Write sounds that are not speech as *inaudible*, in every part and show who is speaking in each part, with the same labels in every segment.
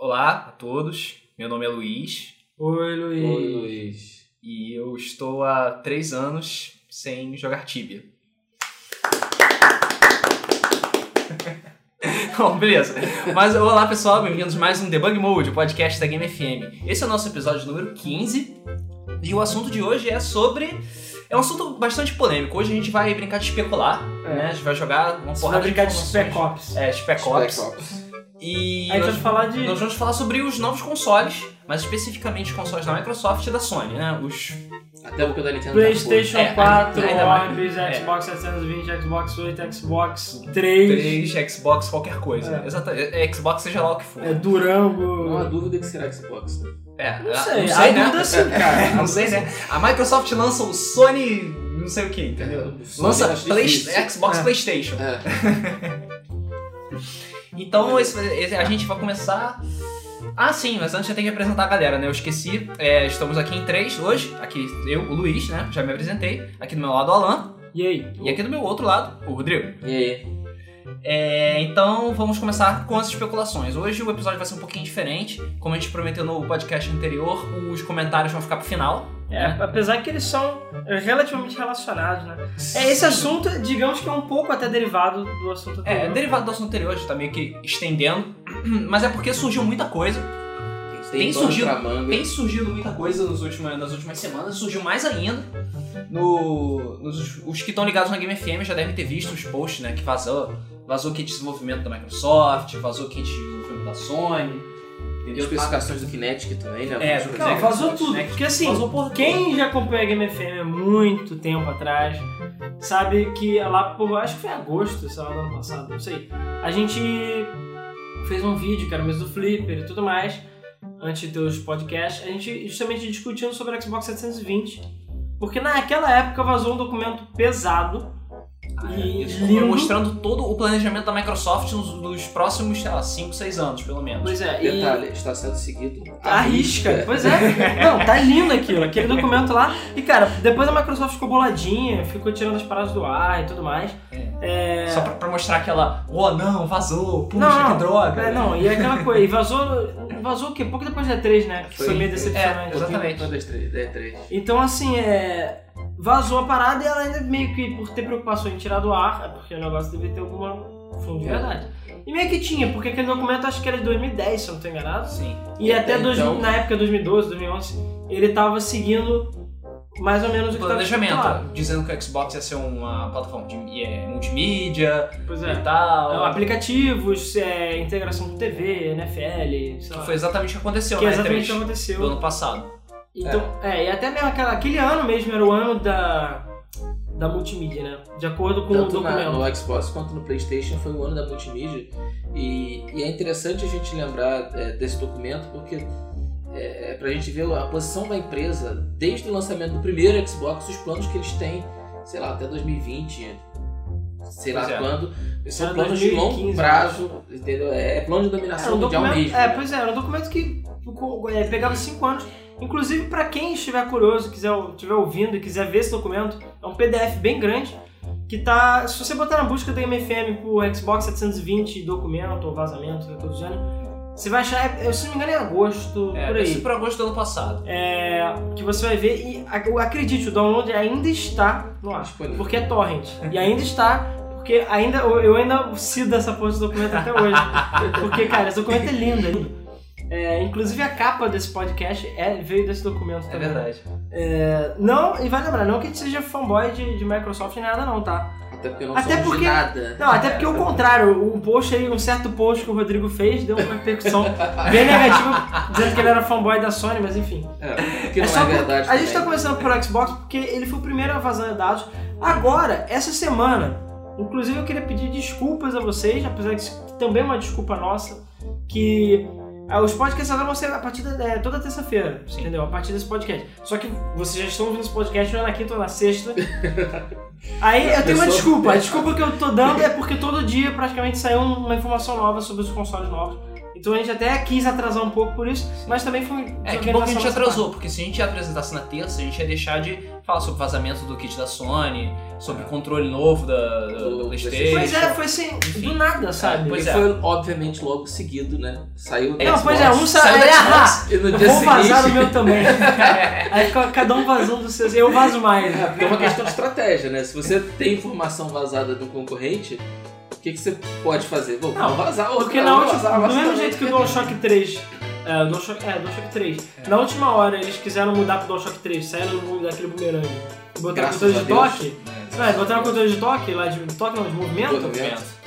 Speaker 1: Olá a todos, meu nome é Luiz
Speaker 2: Oi, Luiz.
Speaker 3: Oi, Luiz.
Speaker 1: e eu estou há três anos sem jogar Tibia. *laughs* Bom, beleza. Mas olá pessoal, bem-vindos a mais um Debug Mode, o podcast da Game FM. Esse é o nosso episódio número 15 e o assunto de hoje é sobre. É um assunto bastante polêmico. Hoje a gente vai brincar de especular, né? A gente vai jogar uma
Speaker 2: É. Você
Speaker 1: porrada
Speaker 2: vai brincar de
Speaker 1: informações.
Speaker 2: Spec Ops.
Speaker 1: É, Spec Ops.
Speaker 3: Spec Ops.
Speaker 1: E
Speaker 2: Aí a gente
Speaker 1: nós-
Speaker 2: vai falar de.
Speaker 1: nós vamos falar sobre os novos consoles, mas especificamente os consoles da Microsoft e da Sony, né? Os
Speaker 3: Até porque o da Nintendo tá
Speaker 2: PlayStation
Speaker 1: É,
Speaker 2: 4,
Speaker 1: ainda mais.
Speaker 2: Orbis,
Speaker 1: É.
Speaker 2: Xbox 720, Xbox 8, Xbox 3,
Speaker 1: 3, Xbox, qualquer coisa.
Speaker 2: É.
Speaker 1: Exatamente. É, Xbox seja lá o que for. É,
Speaker 2: é,
Speaker 3: Não há
Speaker 2: Durango.
Speaker 3: dúvida que será Xbox. né?
Speaker 1: é,
Speaker 2: Não
Speaker 1: a-
Speaker 2: sei,
Speaker 1: não sei né?
Speaker 2: a dúvida é assim, cara.
Speaker 1: *laughs* não sei, né? A Microsoft lança o Sony não sei o que, entendeu?
Speaker 3: O Sony eu
Speaker 1: Lança
Speaker 3: acho
Speaker 1: Play-
Speaker 3: difícil.
Speaker 1: Xbox
Speaker 2: É.
Speaker 1: Playstation.
Speaker 3: É.
Speaker 1: Então esse- esse- a gente vai começar. Ah, sim, mas antes eu tenho que apresentar a galera, né? Eu esqueci. É, estamos aqui em três hoje. Aqui eu, o Luiz, né? Já me apresentei. Aqui do meu lado o Alan.
Speaker 2: E aí?
Speaker 1: E é- aqui do meu outro lado, o Rodrigo.
Speaker 3: E aí?
Speaker 1: É, então vamos começar com as especulações. Hoje o episódio vai ser um pouquinho diferente. Como a gente prometeu no podcast anterior, os comentários vão ficar pro final.
Speaker 2: É, apesar que eles são é, relativamente relacionados, né? É, esse assunto, digamos que é um pouco até derivado do assunto
Speaker 1: É,
Speaker 2: anterior.
Speaker 1: derivado do assunto anterior, a gente tá meio que estendendo. *clears throat* Mas é porque surgiu muita coisa.
Speaker 3: Tem,
Speaker 1: Tem
Speaker 3: pano
Speaker 1: surgido-
Speaker 3: pra manga.
Speaker 1: Tem surgido muita coisa nos últimos, nas últimas semanas, surgiu mais ainda. No, nos, os que estão ligados na Game FM já devem ter visto os posts, né? Que vazou. Vazou o kit de desenvolvimento da Microsoft, vazou o kit de desenvolvimento da Sony.
Speaker 3: Tem
Speaker 1: Entendeu?
Speaker 3: especificações do Kinetic também, né?
Speaker 1: É,
Speaker 3: Algumas
Speaker 1: do
Speaker 3: coisas.
Speaker 2: Não,
Speaker 1: Kinetic.
Speaker 2: vazou tudo. Porque assim,
Speaker 1: Vazou por
Speaker 2: quem já acompanha a Game FM há muito tempo atrás, sabe que lá por, acho que foi agosto, sei lá, do ano passado, não sei. A gente fez um vídeo, que era o mesmo do Flipper e tudo mais, antes de ter os podcasts, a gente justamente discutindo sobre o Xbox 720. Porque naquela época vazou um documento pesado e
Speaker 1: Ah, é. Isso,
Speaker 2: lindo.
Speaker 1: mostrando todo o planejamento da Microsoft nos, nos próximos, sei lá, 5, 6 anos, pelo menos.
Speaker 2: Pois é, e
Speaker 3: Detalhe, Tá está sendo seguido.
Speaker 2: A risca. Pois é. Não, tá lindo aquilo, aquele documento lá. E cara, depois a Microsoft ficou boladinha, ficou tirando as paradas do ar e tudo mais. É.
Speaker 1: Só pra, pra mostrar aquela, oh não, vazou, puxa,
Speaker 2: Não,
Speaker 1: que droga.
Speaker 2: é, não, e aquela coisa, e vazou, vazou o quê? Pouco depois da E3, né? Que foi,
Speaker 3: Foi.
Speaker 2: meio
Speaker 1: É,
Speaker 2: decepcionante.
Speaker 1: Exatamente.
Speaker 3: Uma das três. É, três.
Speaker 2: então, assim, é. Vazou a parada e ela ainda meio que, por ter preocupação em tirar do ar, é porque o negócio devia ter algum fundo de
Speaker 3: É.
Speaker 2: verdade. E meio que tinha, porque aquele documento acho que era de 2010, se eu não tô enganado.
Speaker 1: Sim.
Speaker 2: E até
Speaker 3: Então-
Speaker 2: dois- na época 2012, 2011, ele tava seguindo mais ou menos o
Speaker 1: O
Speaker 2: que tá tava
Speaker 1: planejamento,
Speaker 2: estipulado.
Speaker 1: dizendo que o Xbox ia ser uma plataforma de é, multimídia
Speaker 2: Pois
Speaker 1: e
Speaker 2: é.
Speaker 1: tal.
Speaker 2: Aplicativos, é, integração com TV, NFL, sei lá.
Speaker 1: que foi exatamente o que aconteceu,
Speaker 2: que é
Speaker 1: né,
Speaker 2: exatamente o que
Speaker 1: E3 do
Speaker 2: aconteceu.
Speaker 1: ano passado.
Speaker 2: Então, é. e até mesmo aquela- aquele ano mesmo era o ano da, da multimídia, né? De acordo com o
Speaker 3: Tanto na,
Speaker 2: documento.
Speaker 3: no Xbox quanto no Playstation foi o ano da multimídia. E, e é interessante a gente lembrar é, desse documento porque é, é pra gente ver a posição da empresa desde o lançamento do primeiro Xbox, os planos que eles têm, sei lá, até 2020, sei lá
Speaker 1: Pois é.
Speaker 3: quando. São
Speaker 2: Era
Speaker 3: planos de
Speaker 2: 2015,
Speaker 3: longo
Speaker 1: né?
Speaker 3: prazo, entendeu? É plano de dominação
Speaker 2: Era um
Speaker 3: mundial
Speaker 2: documento,
Speaker 3: mesmo.
Speaker 2: é,
Speaker 3: né?
Speaker 2: pois é, era um documento que co- é, pegava cinco anos. Inclusive, pra quem estiver curioso, quiser estiver ouvindo e quiser ver esse documento, é um PDF bem grande que tá. Se você botar na busca da MFM por Xbox 720 documento ou vazamento, né, coisa do gênero, você vai achar, é, se não me engano, é em agosto,
Speaker 1: É,
Speaker 2: por
Speaker 1: isso
Speaker 2: aí.
Speaker 1: por agosto do ano passado.
Speaker 2: É, que você vai ver e ac- acredite, o download ainda está no ar.
Speaker 3: Disponível.
Speaker 2: Porque é torrent. E ainda está, porque ainda, eu eu ainda cido essa porra desse documento
Speaker 1: *laughs*
Speaker 2: até hoje. Porque, cara, esse documento é lindo, é lindo. É, inclusive a capa desse podcast é, veio desse documento
Speaker 1: É
Speaker 2: também.
Speaker 1: verdade.
Speaker 2: É, não, e vai lembrar, não que a gente seja fanboy de, de Microsoft nem nada não, tá?
Speaker 3: Até porque não
Speaker 2: Até
Speaker 3: somos
Speaker 2: porque-
Speaker 3: de nada.
Speaker 2: Não,
Speaker 1: É,
Speaker 2: até porque o contrário, um post aí, um certo post que o Rodrigo fez deu uma repercussão bem negativa, dizendo que ele era fanboy da Sony, mas enfim.
Speaker 3: *laughs* É, que
Speaker 2: É
Speaker 3: não
Speaker 2: só
Speaker 3: é
Speaker 2: porque-
Speaker 3: verdade.
Speaker 2: A gente tá
Speaker 3: também.
Speaker 2: começando pelo Xbox porque ele foi o primeiro a vazar dados. Agora, essa semana, inclusive eu queria pedir desculpas a vocês, apesar que isso também é uma desculpa nossa, que ah, os podcasts agora vão ser a partir da, é, toda terça-feira,
Speaker 1: Sim.
Speaker 2: entendeu? A partir desse podcast. Só que vocês já estão ouvindo esse podcast ou é na quinta ou na
Speaker 3: *laughs*
Speaker 2: sexta. Aí eu tenho uma
Speaker 3: Pessoa-
Speaker 2: desculpa. um, A desculpa que eu tô dando é porque todo dia praticamente saiu uma informação nova sobre os consoles novos. Então a gente até quis atrasar um pouco por isso, mas também foi. um
Speaker 1: É, que bom que a gente atrasou, porque se a gente apresentasse na terça, a gente ia deixar de falar sobre vazamento do kit da Sony, sobre controle novo da, da- do
Speaker 3: Do
Speaker 1: Playstation.
Speaker 2: É.
Speaker 3: PlayStation.
Speaker 2: Pois é, foi assim,
Speaker 1: Enfim.
Speaker 2: do
Speaker 3: Ah,
Speaker 2: nada, sabe?
Speaker 1: pois
Speaker 3: e
Speaker 1: é.
Speaker 3: foi, obviamente, logo seguido, né? Saiu da
Speaker 2: Não,
Speaker 3: Xbox.
Speaker 2: pois é, um saiu.
Speaker 1: Saiu da Xbox.
Speaker 3: E no dia
Speaker 2: Vou vazar o
Speaker 3: seguinte...
Speaker 2: meu
Speaker 3: *laughs*
Speaker 2: também. Aí fica cada um vazando dos seus. Eu vazo mais.
Speaker 3: É, porque é uma questão de estratégia, né? Se você tem informação vazada do concorrente, o que, que você pode fazer? Bom,
Speaker 2: Não,
Speaker 3: vou vazar outro.
Speaker 2: Porque
Speaker 3: não,
Speaker 2: na
Speaker 3: vou
Speaker 2: última,
Speaker 3: vazar,
Speaker 2: do
Speaker 3: vazar
Speaker 2: mesmo
Speaker 3: também.
Speaker 2: jeito que o DualShock 3. É, o DualShock, é, DualShock 3. Na última hora eles quiseram mudar pro DualShock 3, saíram do- daquele bumerangue. e Botaram
Speaker 3: Graças
Speaker 2: controle
Speaker 3: a
Speaker 2: de
Speaker 3: Deus.
Speaker 2: toque. É, botaram controle de toque lá, de toque não, de
Speaker 3: Do
Speaker 2: movimento.
Speaker 3: movimento. *laughs*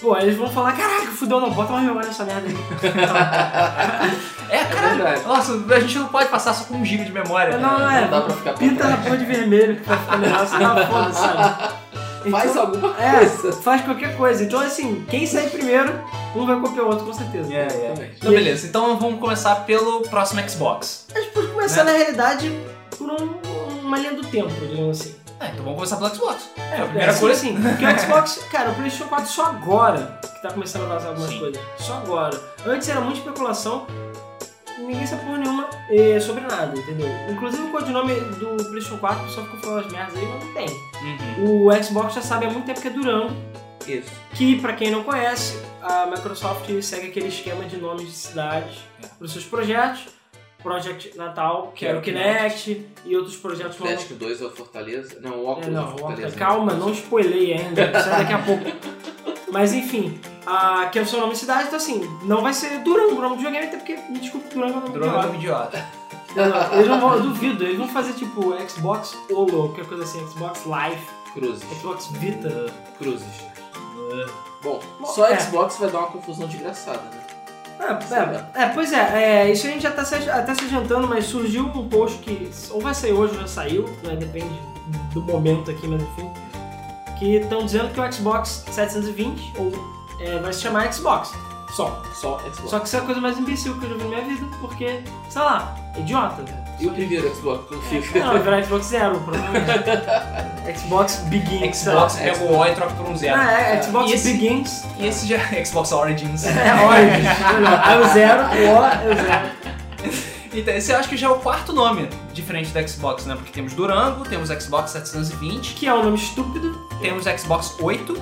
Speaker 2: Pô, aí eles vão falar: caraca, fudeu, não, bota mais memória nessa merda
Speaker 3: *laughs*
Speaker 2: aí.
Speaker 1: É, caralho.
Speaker 3: verdade.
Speaker 1: nossa, a gente não pode passar só com um giga de memória.
Speaker 2: não, não, é.
Speaker 3: Não dá pra ficar pra
Speaker 2: Pinta na
Speaker 3: trás.
Speaker 2: cor de vermelho que vai ficar melhor, você tá foda, sabe?
Speaker 3: *laughs* Faz
Speaker 2: Então,
Speaker 3: alguma
Speaker 2: É,
Speaker 3: coisa.
Speaker 2: faz qualquer coisa. Então, assim, quem sair primeiro, um vai copiar o outro, com certeza.
Speaker 1: É, é.
Speaker 3: Exatamente.
Speaker 1: Então, beleza. Então vamos começar pelo próximo Xbox.
Speaker 2: A gente pode tipo, começar,
Speaker 1: Né?
Speaker 2: na realidade, por um- uma linha do tempo, digamos assim.
Speaker 1: É, então vamos começar pelo Xbox.
Speaker 2: É,
Speaker 1: a primeira
Speaker 2: assim,
Speaker 1: coisa-
Speaker 2: assim, porque
Speaker 1: *laughs*
Speaker 2: o Xbox, cara, o PlayStation 4 só agora que tá começando a vazar algumas
Speaker 1: Sim.
Speaker 2: coisas. Só agora. Antes era muita especulação, ninguém sabe porra nenhuma eh, sobre nada, entendeu? Inclusive o codinome do PlayStation 4 só ficou falando as merdas aí, mas não tem.
Speaker 1: assim. Uhum.
Speaker 2: O Xbox já sabe há muito tempo que é Durango,
Speaker 3: né? Isso.
Speaker 2: que pra quem não conhece, a Microsoft segue aquele esquema de nomes de cidades para os seus projetos. Project Natal, que era o Kinect, e outros projetos novos
Speaker 3: Atlético 2 é o Fortaleza. Não, o óculos
Speaker 2: é,
Speaker 3: é,
Speaker 2: não,
Speaker 3: o Fortaleza.
Speaker 2: calma, não spoilei ainda, isso é daqui a pouco. Mas enfim, a, que é o seu nome de cidade, então assim, não vai ser Durango o nome do videogame, até porque, me desculpe, Durango é o nome do
Speaker 1: Droga do
Speaker 2: videogame.
Speaker 1: um idiota.
Speaker 2: Não, Eles não vão, eu duvido, eles vão fazer tipo Xbox Olo, qualquer coisa assim, Xbox Live,
Speaker 3: Cruzes.
Speaker 2: Xbox Vita.
Speaker 3: Cruzes. Bom, só
Speaker 2: é.
Speaker 3: Xbox vai dar uma confusão desgraçada, né?
Speaker 2: É, é, é, pois é, é, isso a gente já tá se, até se adiantando, mas surgiu um post que ou vai sair hoje ou já saiu, né, depende do momento aqui, mas enfim, que estão dizendo que o Xbox 720 ou, é, vai se chamar Xbox, só.
Speaker 3: Só Xbox.
Speaker 2: Só que isso é a coisa mais imbecil que eu já vi na minha vida, porque, sei lá, é idiota. velho.
Speaker 3: E o primeiro Xbox,
Speaker 2: É.
Speaker 3: como fica?
Speaker 2: Não, vai virar Xbox Zero, provavelmente. Xbox Begins. sei lá.
Speaker 1: Xbox pega o O e troca por um zero.
Speaker 2: Ah, é, Xbox
Speaker 1: E esse-
Speaker 2: Begins.
Speaker 1: E esse já é Xbox Origins.
Speaker 2: É, Origins. É o zero, o O é o zero.
Speaker 1: Então, esse eu acho que já é o quarto nome diferente da Xbox, né? Porque temos Durango, temos Xbox 720,
Speaker 2: Que é um nome estúpido,
Speaker 1: temos Xbox 8.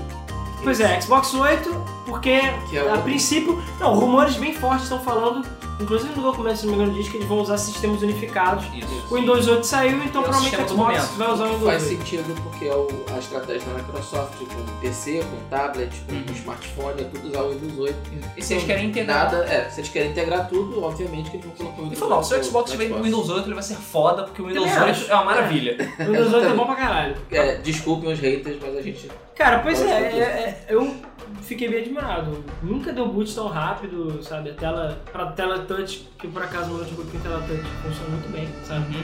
Speaker 2: Pois é, Xbox 8, porque
Speaker 3: Que é o-
Speaker 2: a princípio. Não, rumores bem fortes estão falando, inclusive no documento, se não me engano, diz que eles vão usar sistemas unificados.
Speaker 1: Isso.
Speaker 2: O Windows 8 saiu,
Speaker 1: É
Speaker 2: então
Speaker 1: o
Speaker 2: provavelmente
Speaker 1: sistema
Speaker 2: o
Speaker 1: do
Speaker 2: Xbox
Speaker 1: momento.
Speaker 2: vai usar o Windows
Speaker 3: Faz
Speaker 2: 8.
Speaker 3: sentido porque é o- a estratégia da Microsoft com PC, com tablet, com
Speaker 1: Uhum.
Speaker 3: smartphone, é tudo usar o Windows 8.
Speaker 1: E se eles querem integrar.
Speaker 3: Nada, é, se eles querem integrar tudo, obviamente que eles vão colocar o Windows
Speaker 1: E falar,
Speaker 3: 8
Speaker 1: se o Xbox
Speaker 3: no
Speaker 1: vem com o Windows 8, ele vai ser foda, porque o Windows
Speaker 2: Também
Speaker 1: 8
Speaker 2: acho.
Speaker 1: é uma maravilha.
Speaker 2: O Windows 8 é bom pra caralho.
Speaker 3: É, desculpem os haters, mas a gente...
Speaker 2: Cara, pois
Speaker 3: Gosto
Speaker 2: é,
Speaker 3: disso.
Speaker 2: é- é, eu fiquei bem admirado. Nunca deu boot tão rápido, sabe? A tela, pra tela touch, que por acaso o meu notebook tem tela touch, funciona muito bem, sabe?